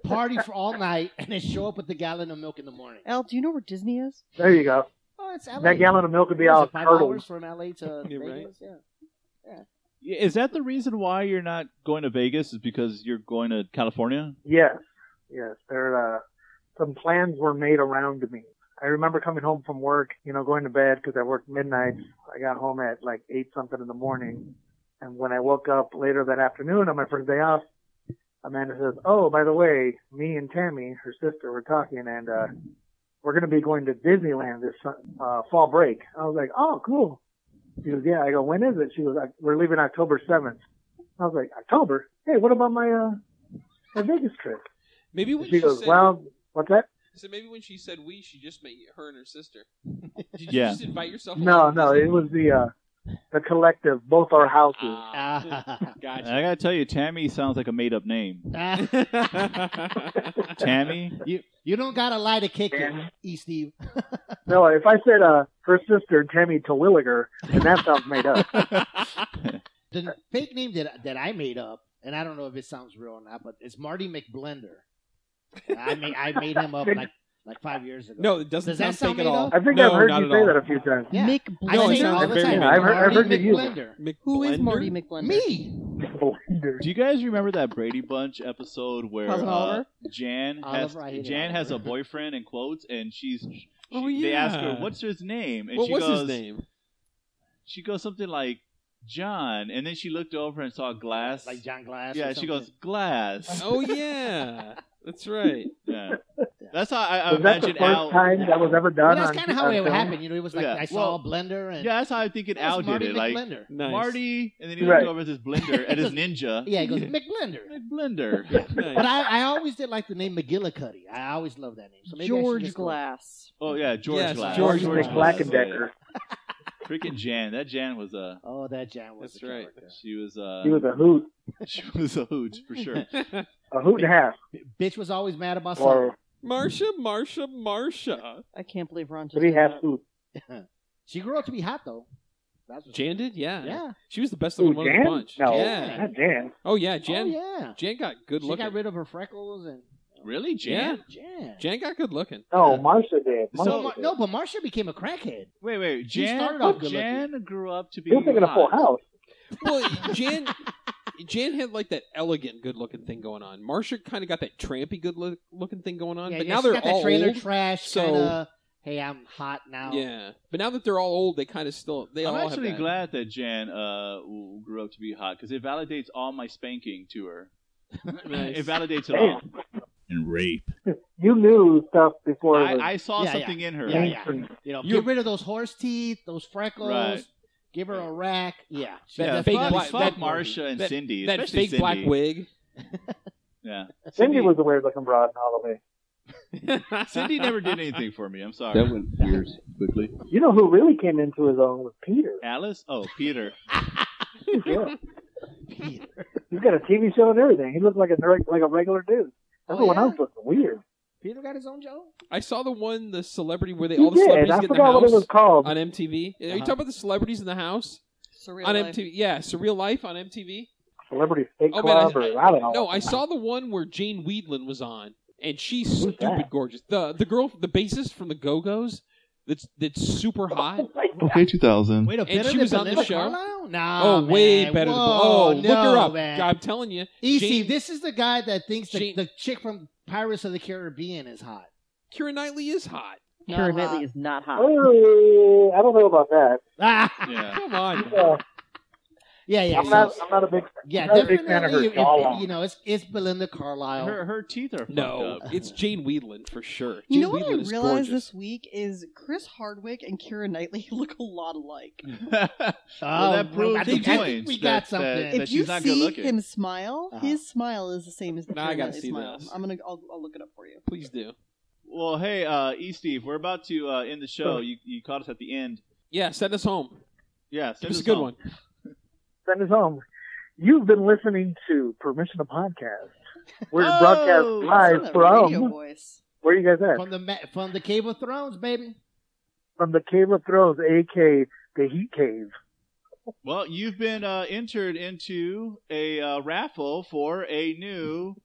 [SPEAKER 4] party for all night, and then show up with the gallon of milk in the morning?
[SPEAKER 2] Al, do you know where Disney is?
[SPEAKER 7] There you go.
[SPEAKER 4] Oh, it's LA.
[SPEAKER 7] That gallon of milk would be
[SPEAKER 4] What is
[SPEAKER 7] all
[SPEAKER 4] it, five
[SPEAKER 7] curdled.
[SPEAKER 4] hours from LA to
[SPEAKER 3] Yeah, right.
[SPEAKER 4] Vegas? Yeah.
[SPEAKER 1] Is that the reason why you're not going to Vegas? Is because you're going to California?
[SPEAKER 7] Yes, yes. There, uh, some plans were made around me. I remember coming home from work, you know, going to bed because I worked midnight. I got home at like eight something in the morning, and when I woke up later that afternoon on my first day off, Amanda says, "Oh, by the way, me and Tammy, her sister, were talking, and uh, we're going to be going to Disneyland this uh, fall break." I was like, "Oh, cool." She goes, "Yeah." I go, "When is it?" She goes, "Uh, "We're leaving October 7th. I was like, "October? Hey, what about my uh, my Vegas trip?"
[SPEAKER 3] Maybe when
[SPEAKER 7] She goes,
[SPEAKER 3] said,
[SPEAKER 7] "Well, what's that?"
[SPEAKER 3] so maybe when she said we, she just meant her and her sister. Did you
[SPEAKER 1] Yeah.
[SPEAKER 3] just invite yourself?
[SPEAKER 7] No,
[SPEAKER 3] along?
[SPEAKER 7] no, it was the uh, the collective, both our houses.
[SPEAKER 3] Ah,
[SPEAKER 4] Ah.
[SPEAKER 1] And I gotta tell you, Tammy sounds like a made up name.
[SPEAKER 3] gotcha.
[SPEAKER 1] Tammy?
[SPEAKER 4] you you don't gotta lie to kick it, E. Steve.
[SPEAKER 7] No, if I said uh, her sister Tammy Terwilliger, and that sounds made up.
[SPEAKER 4] The fake name that that I made up, and I don't know if it sounds real or not, but it's Marty McBlender. I made I made him up like like five years ago.
[SPEAKER 3] no, it doesn't
[SPEAKER 4] Does that
[SPEAKER 3] sound
[SPEAKER 4] sound
[SPEAKER 3] fake at
[SPEAKER 4] made
[SPEAKER 3] all.
[SPEAKER 4] up?
[SPEAKER 7] I think
[SPEAKER 3] No,
[SPEAKER 7] I've heard
[SPEAKER 3] not
[SPEAKER 7] you
[SPEAKER 3] at
[SPEAKER 7] say
[SPEAKER 3] all.
[SPEAKER 7] that a few times.
[SPEAKER 4] yeah,
[SPEAKER 2] Mick
[SPEAKER 4] I say it
[SPEAKER 3] No,
[SPEAKER 2] Blender.
[SPEAKER 3] it
[SPEAKER 4] all
[SPEAKER 3] sounds
[SPEAKER 4] the
[SPEAKER 3] very
[SPEAKER 4] time.
[SPEAKER 3] made up. I've
[SPEAKER 7] heard- I've heard
[SPEAKER 4] Marty
[SPEAKER 7] you use
[SPEAKER 4] McBlender.
[SPEAKER 3] Mc-
[SPEAKER 2] Who is
[SPEAKER 3] Blender?
[SPEAKER 2] Marty McBlender?
[SPEAKER 4] Me.
[SPEAKER 1] Do you guys remember that Brady Bunch episode where
[SPEAKER 2] Cousin
[SPEAKER 1] uh,
[SPEAKER 2] Oliver?
[SPEAKER 1] Jan has
[SPEAKER 4] Oliver, I hated
[SPEAKER 1] Jan has a
[SPEAKER 4] Oliver.
[SPEAKER 1] boyfriend in quotes and she's she,
[SPEAKER 3] Oh,
[SPEAKER 1] they ask her
[SPEAKER 3] yeah.
[SPEAKER 1] what's his name and
[SPEAKER 3] What
[SPEAKER 1] she
[SPEAKER 3] was
[SPEAKER 1] goes
[SPEAKER 3] his name?
[SPEAKER 1] she goes something like John and then she looked over and saw glass
[SPEAKER 4] Like John Glass. or
[SPEAKER 1] yeah she
[SPEAKER 4] something.
[SPEAKER 1] goes glass
[SPEAKER 3] Oh yeah, that's right.
[SPEAKER 1] yeah. that's how I, I
[SPEAKER 7] Was that the
[SPEAKER 1] imagine
[SPEAKER 7] first
[SPEAKER 1] Al
[SPEAKER 7] time that was ever done?
[SPEAKER 4] Well, that's
[SPEAKER 7] on-
[SPEAKER 4] kind of
[SPEAKER 7] on
[SPEAKER 4] how it
[SPEAKER 7] film?
[SPEAKER 4] happened. You know, it was like
[SPEAKER 1] Yeah,
[SPEAKER 4] I saw
[SPEAKER 1] well,
[SPEAKER 4] Blender and
[SPEAKER 1] yeah that's how I think it
[SPEAKER 4] That was
[SPEAKER 1] Al did
[SPEAKER 4] Marty
[SPEAKER 1] it like
[SPEAKER 4] McBlender.
[SPEAKER 3] Nice.
[SPEAKER 1] Marty and then he
[SPEAKER 7] Right.
[SPEAKER 1] looked over at his blender at his ninja
[SPEAKER 4] Yeah, he goes McBlender.
[SPEAKER 1] Like, blender
[SPEAKER 3] Nice.
[SPEAKER 4] But I, I always did like the name McGillicuddy. I always loved that name. So maybe I should
[SPEAKER 2] George
[SPEAKER 4] just go-
[SPEAKER 2] Glass.
[SPEAKER 1] oh yeah George
[SPEAKER 3] Yes,
[SPEAKER 1] Glass
[SPEAKER 3] George
[SPEAKER 7] George
[SPEAKER 3] George
[SPEAKER 7] Black
[SPEAKER 1] Glass.
[SPEAKER 7] and Decker.
[SPEAKER 1] Freaking Jan. That Jan was a.
[SPEAKER 4] Oh, that John was.
[SPEAKER 3] That's
[SPEAKER 4] a
[SPEAKER 3] right.
[SPEAKER 4] character.
[SPEAKER 1] She was a.
[SPEAKER 7] He was a hoot,
[SPEAKER 1] she was a hoot for sure.
[SPEAKER 7] a hoot and a half.
[SPEAKER 4] Bitch was always mad about something.
[SPEAKER 7] Or
[SPEAKER 3] Marsha, Marsha, Marsha.
[SPEAKER 2] I can't believe Ron just.
[SPEAKER 7] three
[SPEAKER 2] did
[SPEAKER 7] half
[SPEAKER 2] that.
[SPEAKER 7] hoot.
[SPEAKER 4] She grew up to be hot though. That's what
[SPEAKER 3] Jan did, yeah.
[SPEAKER 4] Yeah.
[SPEAKER 3] She was the best
[SPEAKER 7] Who,
[SPEAKER 3] looking one of the
[SPEAKER 7] Jan?
[SPEAKER 3] bunch.
[SPEAKER 7] No,
[SPEAKER 3] Yeah.
[SPEAKER 7] not Jan.
[SPEAKER 3] Oh yeah, Jan.
[SPEAKER 4] Oh, yeah.
[SPEAKER 3] Jan got good
[SPEAKER 4] she
[SPEAKER 3] looking.
[SPEAKER 4] got rid of her freckles and
[SPEAKER 1] Really, Jan?
[SPEAKER 4] Jan.
[SPEAKER 3] Jan got good looking.
[SPEAKER 7] No,
[SPEAKER 3] Yeah.
[SPEAKER 7] Marcia did.
[SPEAKER 1] So,
[SPEAKER 7] Marcia
[SPEAKER 4] So, Mar-
[SPEAKER 7] did.
[SPEAKER 4] no, but Marcia became a crackhead.
[SPEAKER 1] Wait, wait.
[SPEAKER 4] She
[SPEAKER 1] Jan.
[SPEAKER 4] started off good
[SPEAKER 1] Jan grew up to be.
[SPEAKER 7] You're thinking of
[SPEAKER 1] hot.
[SPEAKER 7] Full House.
[SPEAKER 3] well, Jan. Jan had like that elegant good looking thing going on. Marsha kind of got that trampy good look- looking thing going on.
[SPEAKER 4] Yeah,
[SPEAKER 3] but
[SPEAKER 4] yeah,
[SPEAKER 3] now
[SPEAKER 4] she
[SPEAKER 3] they're
[SPEAKER 4] got
[SPEAKER 3] all
[SPEAKER 4] that trailer
[SPEAKER 3] old.
[SPEAKER 4] trash.
[SPEAKER 3] so-
[SPEAKER 4] kinda, hey, I'm hot now.
[SPEAKER 3] Yeah, but now that they're all old, they kind of still they
[SPEAKER 1] I'm
[SPEAKER 3] all have
[SPEAKER 1] actually
[SPEAKER 3] that.
[SPEAKER 1] glad that Jan uh, w- grew up to be hot because it validates all my spanking to her.
[SPEAKER 3] Nice.
[SPEAKER 1] It validates it all. And rape.
[SPEAKER 7] You knew stuff before. it was
[SPEAKER 1] I, I saw
[SPEAKER 4] Yeah,
[SPEAKER 1] something in her.
[SPEAKER 4] Yeah, yeah.
[SPEAKER 7] mainstream.
[SPEAKER 4] You know,
[SPEAKER 3] You're-
[SPEAKER 4] get rid of those horse teeth, those freckles.
[SPEAKER 1] Right.
[SPEAKER 4] Give her a rack. Yeah. she-
[SPEAKER 3] That-
[SPEAKER 1] Yeah,
[SPEAKER 3] that fake
[SPEAKER 1] fuck,
[SPEAKER 3] black-
[SPEAKER 1] fuck
[SPEAKER 3] that-
[SPEAKER 1] Marcia and
[SPEAKER 3] that-
[SPEAKER 1] Cindy,
[SPEAKER 3] that
[SPEAKER 1] especially
[SPEAKER 3] fake black
[SPEAKER 1] Cindy.
[SPEAKER 3] wig.
[SPEAKER 1] Yeah,
[SPEAKER 7] Cindy was a weird looking broad in Holloway.
[SPEAKER 1] Cindy never did anything for me. I'm sorry.
[SPEAKER 8] That went weird quickly.
[SPEAKER 7] You know who really came into his own was Peter.
[SPEAKER 1] Alice? Oh, Peter.
[SPEAKER 7] Yeah. He's got a TV show and everything. He looked like a nerd- like a regular dude.
[SPEAKER 3] Oh,
[SPEAKER 7] Everyone
[SPEAKER 4] yeah?
[SPEAKER 7] else looked weird.
[SPEAKER 4] Peter got his own job.
[SPEAKER 3] I saw the one, the celebrity where they
[SPEAKER 7] He
[SPEAKER 3] all the
[SPEAKER 7] did.
[SPEAKER 3] celebrities
[SPEAKER 7] I
[SPEAKER 3] get in the
[SPEAKER 7] forgot
[SPEAKER 3] house
[SPEAKER 7] what it was called.
[SPEAKER 3] on MTV. Are you
[SPEAKER 4] Uh-huh.
[SPEAKER 3] talking about the celebrities in the house
[SPEAKER 2] Surreal
[SPEAKER 3] on
[SPEAKER 2] life.
[SPEAKER 3] MTV? Yeah, Surreal Life on MTV.
[SPEAKER 7] Celebrity Steak
[SPEAKER 3] Oh, man, I-
[SPEAKER 7] Club or I, don't know.
[SPEAKER 3] No, I saw the one where Jane Weedlin was on, and she's stupid
[SPEAKER 7] that?
[SPEAKER 3] gorgeous. The the girl, the bassist from the Go Go's, that's that's super
[SPEAKER 7] Oh
[SPEAKER 3] hot.
[SPEAKER 1] Okay, 2000.
[SPEAKER 4] Wait a
[SPEAKER 3] And she was on the show?
[SPEAKER 4] Carlisle? Nah,
[SPEAKER 3] oh, way
[SPEAKER 4] man.
[SPEAKER 3] better. Than,
[SPEAKER 4] Whoa,
[SPEAKER 3] oh, look her
[SPEAKER 4] no,
[SPEAKER 3] up.
[SPEAKER 4] man.
[SPEAKER 3] I'm telling you,
[SPEAKER 4] Easy,
[SPEAKER 3] Jane-
[SPEAKER 4] this is the guy that thinks that
[SPEAKER 3] Jane-
[SPEAKER 4] the chick from Pirates of the Caribbean is hot.
[SPEAKER 3] Kira Knightley is hot.
[SPEAKER 4] Not
[SPEAKER 2] Karen
[SPEAKER 4] hot.
[SPEAKER 2] Knightley is not hot.
[SPEAKER 7] Oh, I don't know about that.
[SPEAKER 4] Ah,
[SPEAKER 1] Yeah.
[SPEAKER 3] Come on.
[SPEAKER 7] Uh,
[SPEAKER 4] yeah, yeah.
[SPEAKER 7] I'm
[SPEAKER 4] so-
[SPEAKER 7] not. I'm not a big.
[SPEAKER 4] yeah,
[SPEAKER 7] I'm not a big
[SPEAKER 4] definitely.
[SPEAKER 7] fan of her
[SPEAKER 4] if- if-
[SPEAKER 7] jawline.
[SPEAKER 4] you know, it's it's Belinda Carlisle.
[SPEAKER 1] Her, her teeth are
[SPEAKER 3] No,
[SPEAKER 1] fucked up.
[SPEAKER 3] it's Jane Weedlin for sure.
[SPEAKER 2] You
[SPEAKER 3] Jane
[SPEAKER 2] know what I
[SPEAKER 3] Weedlin is
[SPEAKER 2] realized
[SPEAKER 3] gorgeous.
[SPEAKER 2] this week is Chris Hardwick and Kira Knightley look a lot alike.
[SPEAKER 4] Oh,
[SPEAKER 1] well, that proves
[SPEAKER 4] I
[SPEAKER 1] the
[SPEAKER 4] think,
[SPEAKER 1] point.
[SPEAKER 4] I think we got
[SPEAKER 1] that-
[SPEAKER 4] something.
[SPEAKER 1] that-
[SPEAKER 2] if
[SPEAKER 1] she's
[SPEAKER 2] you
[SPEAKER 1] not
[SPEAKER 2] see
[SPEAKER 1] good-looking.
[SPEAKER 2] him smile,
[SPEAKER 4] Uh-huh.
[SPEAKER 2] his smile is the same as the
[SPEAKER 3] Now I
[SPEAKER 2] Kira
[SPEAKER 3] gotta
[SPEAKER 2] Knightley
[SPEAKER 3] see
[SPEAKER 2] smile.
[SPEAKER 3] this.
[SPEAKER 2] I'm gonna I'll, I'll look it up for you.
[SPEAKER 3] Please do.
[SPEAKER 1] Well, hey, uh, E Steve, we're about to uh, end the show. You, you caught us at the end.
[SPEAKER 3] Yeah, send us home.
[SPEAKER 1] Yeah,
[SPEAKER 3] Give
[SPEAKER 1] send
[SPEAKER 3] us a
[SPEAKER 1] us
[SPEAKER 3] good
[SPEAKER 1] home.
[SPEAKER 3] one.
[SPEAKER 7] Send us home. You've been listening to Permission to Podcast. We're
[SPEAKER 2] Oh, it's
[SPEAKER 7] broadcast
[SPEAKER 2] in
[SPEAKER 7] live
[SPEAKER 2] the radio
[SPEAKER 7] from.
[SPEAKER 2] voice.
[SPEAKER 7] Where are you guys at?
[SPEAKER 4] from the ma- from the Cave of Thrones, baby.
[SPEAKER 7] From the Cave of Thrones, A.K. the Heat Cave.
[SPEAKER 1] Well, you've been uh, entered into a uh, raffle for a new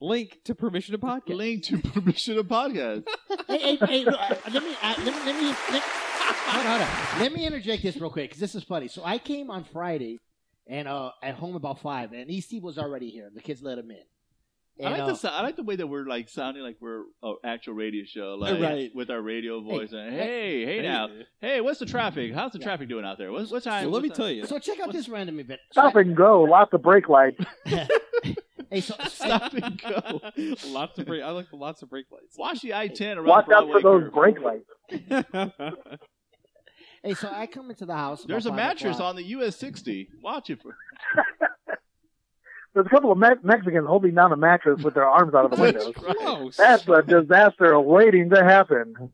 [SPEAKER 3] Link to permission to podcast.
[SPEAKER 1] link to permission to podcast.
[SPEAKER 4] hey, hey, hey, look, uh, let me, uh, let me, let me, let, hold on, hold on. Let me interject this real quick because this is funny. So I came E on Friday and uh, at home about five, and EC was already here. The kids let him in,
[SPEAKER 1] I
[SPEAKER 4] And,
[SPEAKER 1] like,
[SPEAKER 4] uh,
[SPEAKER 1] the, sou- I like the way that we're like sounding like we're an actual radio show, like
[SPEAKER 3] Right.
[SPEAKER 1] with our radio voice. and, hey, hey, now,
[SPEAKER 3] Hey.
[SPEAKER 1] hey, what's the traffic? How's the
[SPEAKER 4] Yeah.
[SPEAKER 1] traffic doing out there? What's what time?
[SPEAKER 3] So let
[SPEAKER 1] what's
[SPEAKER 3] me
[SPEAKER 1] the-
[SPEAKER 3] tell you.
[SPEAKER 4] So check out this random event. So
[SPEAKER 7] Stop
[SPEAKER 4] I-
[SPEAKER 7] and go. Lots of brake lights.
[SPEAKER 4] Hey, so,
[SPEAKER 1] Stop and go.
[SPEAKER 3] lots of break. I like the lots of brake lights.
[SPEAKER 1] Watch the I-10 around
[SPEAKER 7] Watch out
[SPEAKER 1] Broadway
[SPEAKER 7] for those
[SPEAKER 1] curve.
[SPEAKER 7] brake lights.
[SPEAKER 4] hey, so I come into the house. about
[SPEAKER 1] There's a
[SPEAKER 4] five
[SPEAKER 1] mattress
[SPEAKER 4] o'clock.
[SPEAKER 1] on the US 60. Watch it. For-
[SPEAKER 7] There's a couple of Me- Mexicans holding down a mattress with their arms out of the window.
[SPEAKER 3] Close.
[SPEAKER 7] That's a disaster waiting to happen.
[SPEAKER 1] All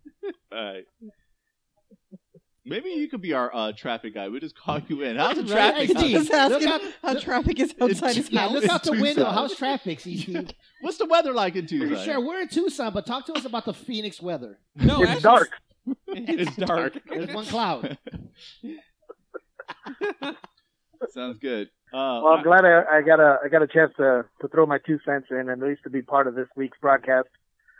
[SPEAKER 1] right. Maybe you could be our uh, traffic guy. We just call you in. How's the
[SPEAKER 4] Right?
[SPEAKER 1] traffic?
[SPEAKER 4] Hey,
[SPEAKER 1] out
[SPEAKER 4] Steve,
[SPEAKER 1] there?
[SPEAKER 2] Just asking
[SPEAKER 4] look out-
[SPEAKER 2] how
[SPEAKER 4] look-
[SPEAKER 2] traffic is outside his
[SPEAKER 4] Yeah,
[SPEAKER 2] house.
[SPEAKER 4] look out the
[SPEAKER 1] Tucson.
[SPEAKER 4] window. How's traffic, CC?
[SPEAKER 1] What's the weather like in Tucson?
[SPEAKER 4] Sure, we're in Tucson, but talk to us about the Phoenix weather.
[SPEAKER 3] No,
[SPEAKER 7] It's
[SPEAKER 3] actually,
[SPEAKER 7] dark.
[SPEAKER 3] It's dark.
[SPEAKER 4] There's one cloud.
[SPEAKER 1] Sounds good. Uh,
[SPEAKER 7] Well, I'm glad I, I got a I got a chance to, to throw my two cents in and at least to be part of this week's broadcast.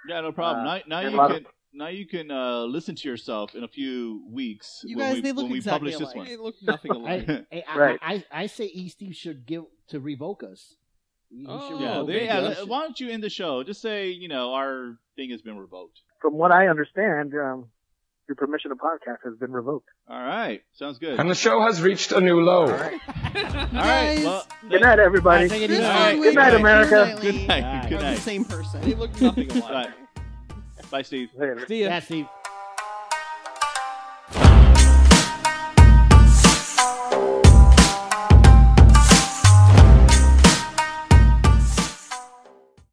[SPEAKER 1] yeah, no problem.
[SPEAKER 7] uh,
[SPEAKER 1] now, now
[SPEAKER 7] and
[SPEAKER 1] you
[SPEAKER 7] a lot
[SPEAKER 1] can now you can uh, listen to yourself in a few weeks
[SPEAKER 2] You
[SPEAKER 1] when
[SPEAKER 2] guys,
[SPEAKER 1] we,
[SPEAKER 2] they look
[SPEAKER 1] when we
[SPEAKER 2] exactly
[SPEAKER 1] publish this
[SPEAKER 2] alike.
[SPEAKER 1] one.
[SPEAKER 3] It looked nothing alike.
[SPEAKER 4] Hey, hey, I,
[SPEAKER 7] Right.
[SPEAKER 4] I, I, I say E. Steve should give to revoke us. You
[SPEAKER 3] Oh,
[SPEAKER 4] should
[SPEAKER 1] Yeah,
[SPEAKER 3] Oh,
[SPEAKER 4] revoke
[SPEAKER 3] there
[SPEAKER 4] us.
[SPEAKER 3] you
[SPEAKER 1] yeah,
[SPEAKER 3] go.
[SPEAKER 1] let- why don't you end the show? Just say you know our thing has been revoked.
[SPEAKER 7] From what I understand, um, your permission to podcast has been revoked.
[SPEAKER 1] All right, sounds good.
[SPEAKER 8] And the show has reached a new low.
[SPEAKER 1] All right,
[SPEAKER 2] Guys.
[SPEAKER 1] well,
[SPEAKER 7] Good night, everybody.
[SPEAKER 4] Take it
[SPEAKER 2] Good
[SPEAKER 4] easy.
[SPEAKER 1] All right.
[SPEAKER 2] night,
[SPEAKER 1] Good night,
[SPEAKER 2] Whitney.
[SPEAKER 7] America.
[SPEAKER 2] Good night,
[SPEAKER 1] Good night.
[SPEAKER 2] Lee.
[SPEAKER 1] Good
[SPEAKER 2] Are the
[SPEAKER 1] night.
[SPEAKER 2] same
[SPEAKER 3] They
[SPEAKER 2] person.
[SPEAKER 3] looked nothing alike.
[SPEAKER 1] Bye, Steve.
[SPEAKER 7] Later.
[SPEAKER 3] See ya.
[SPEAKER 4] Yeah, Steve.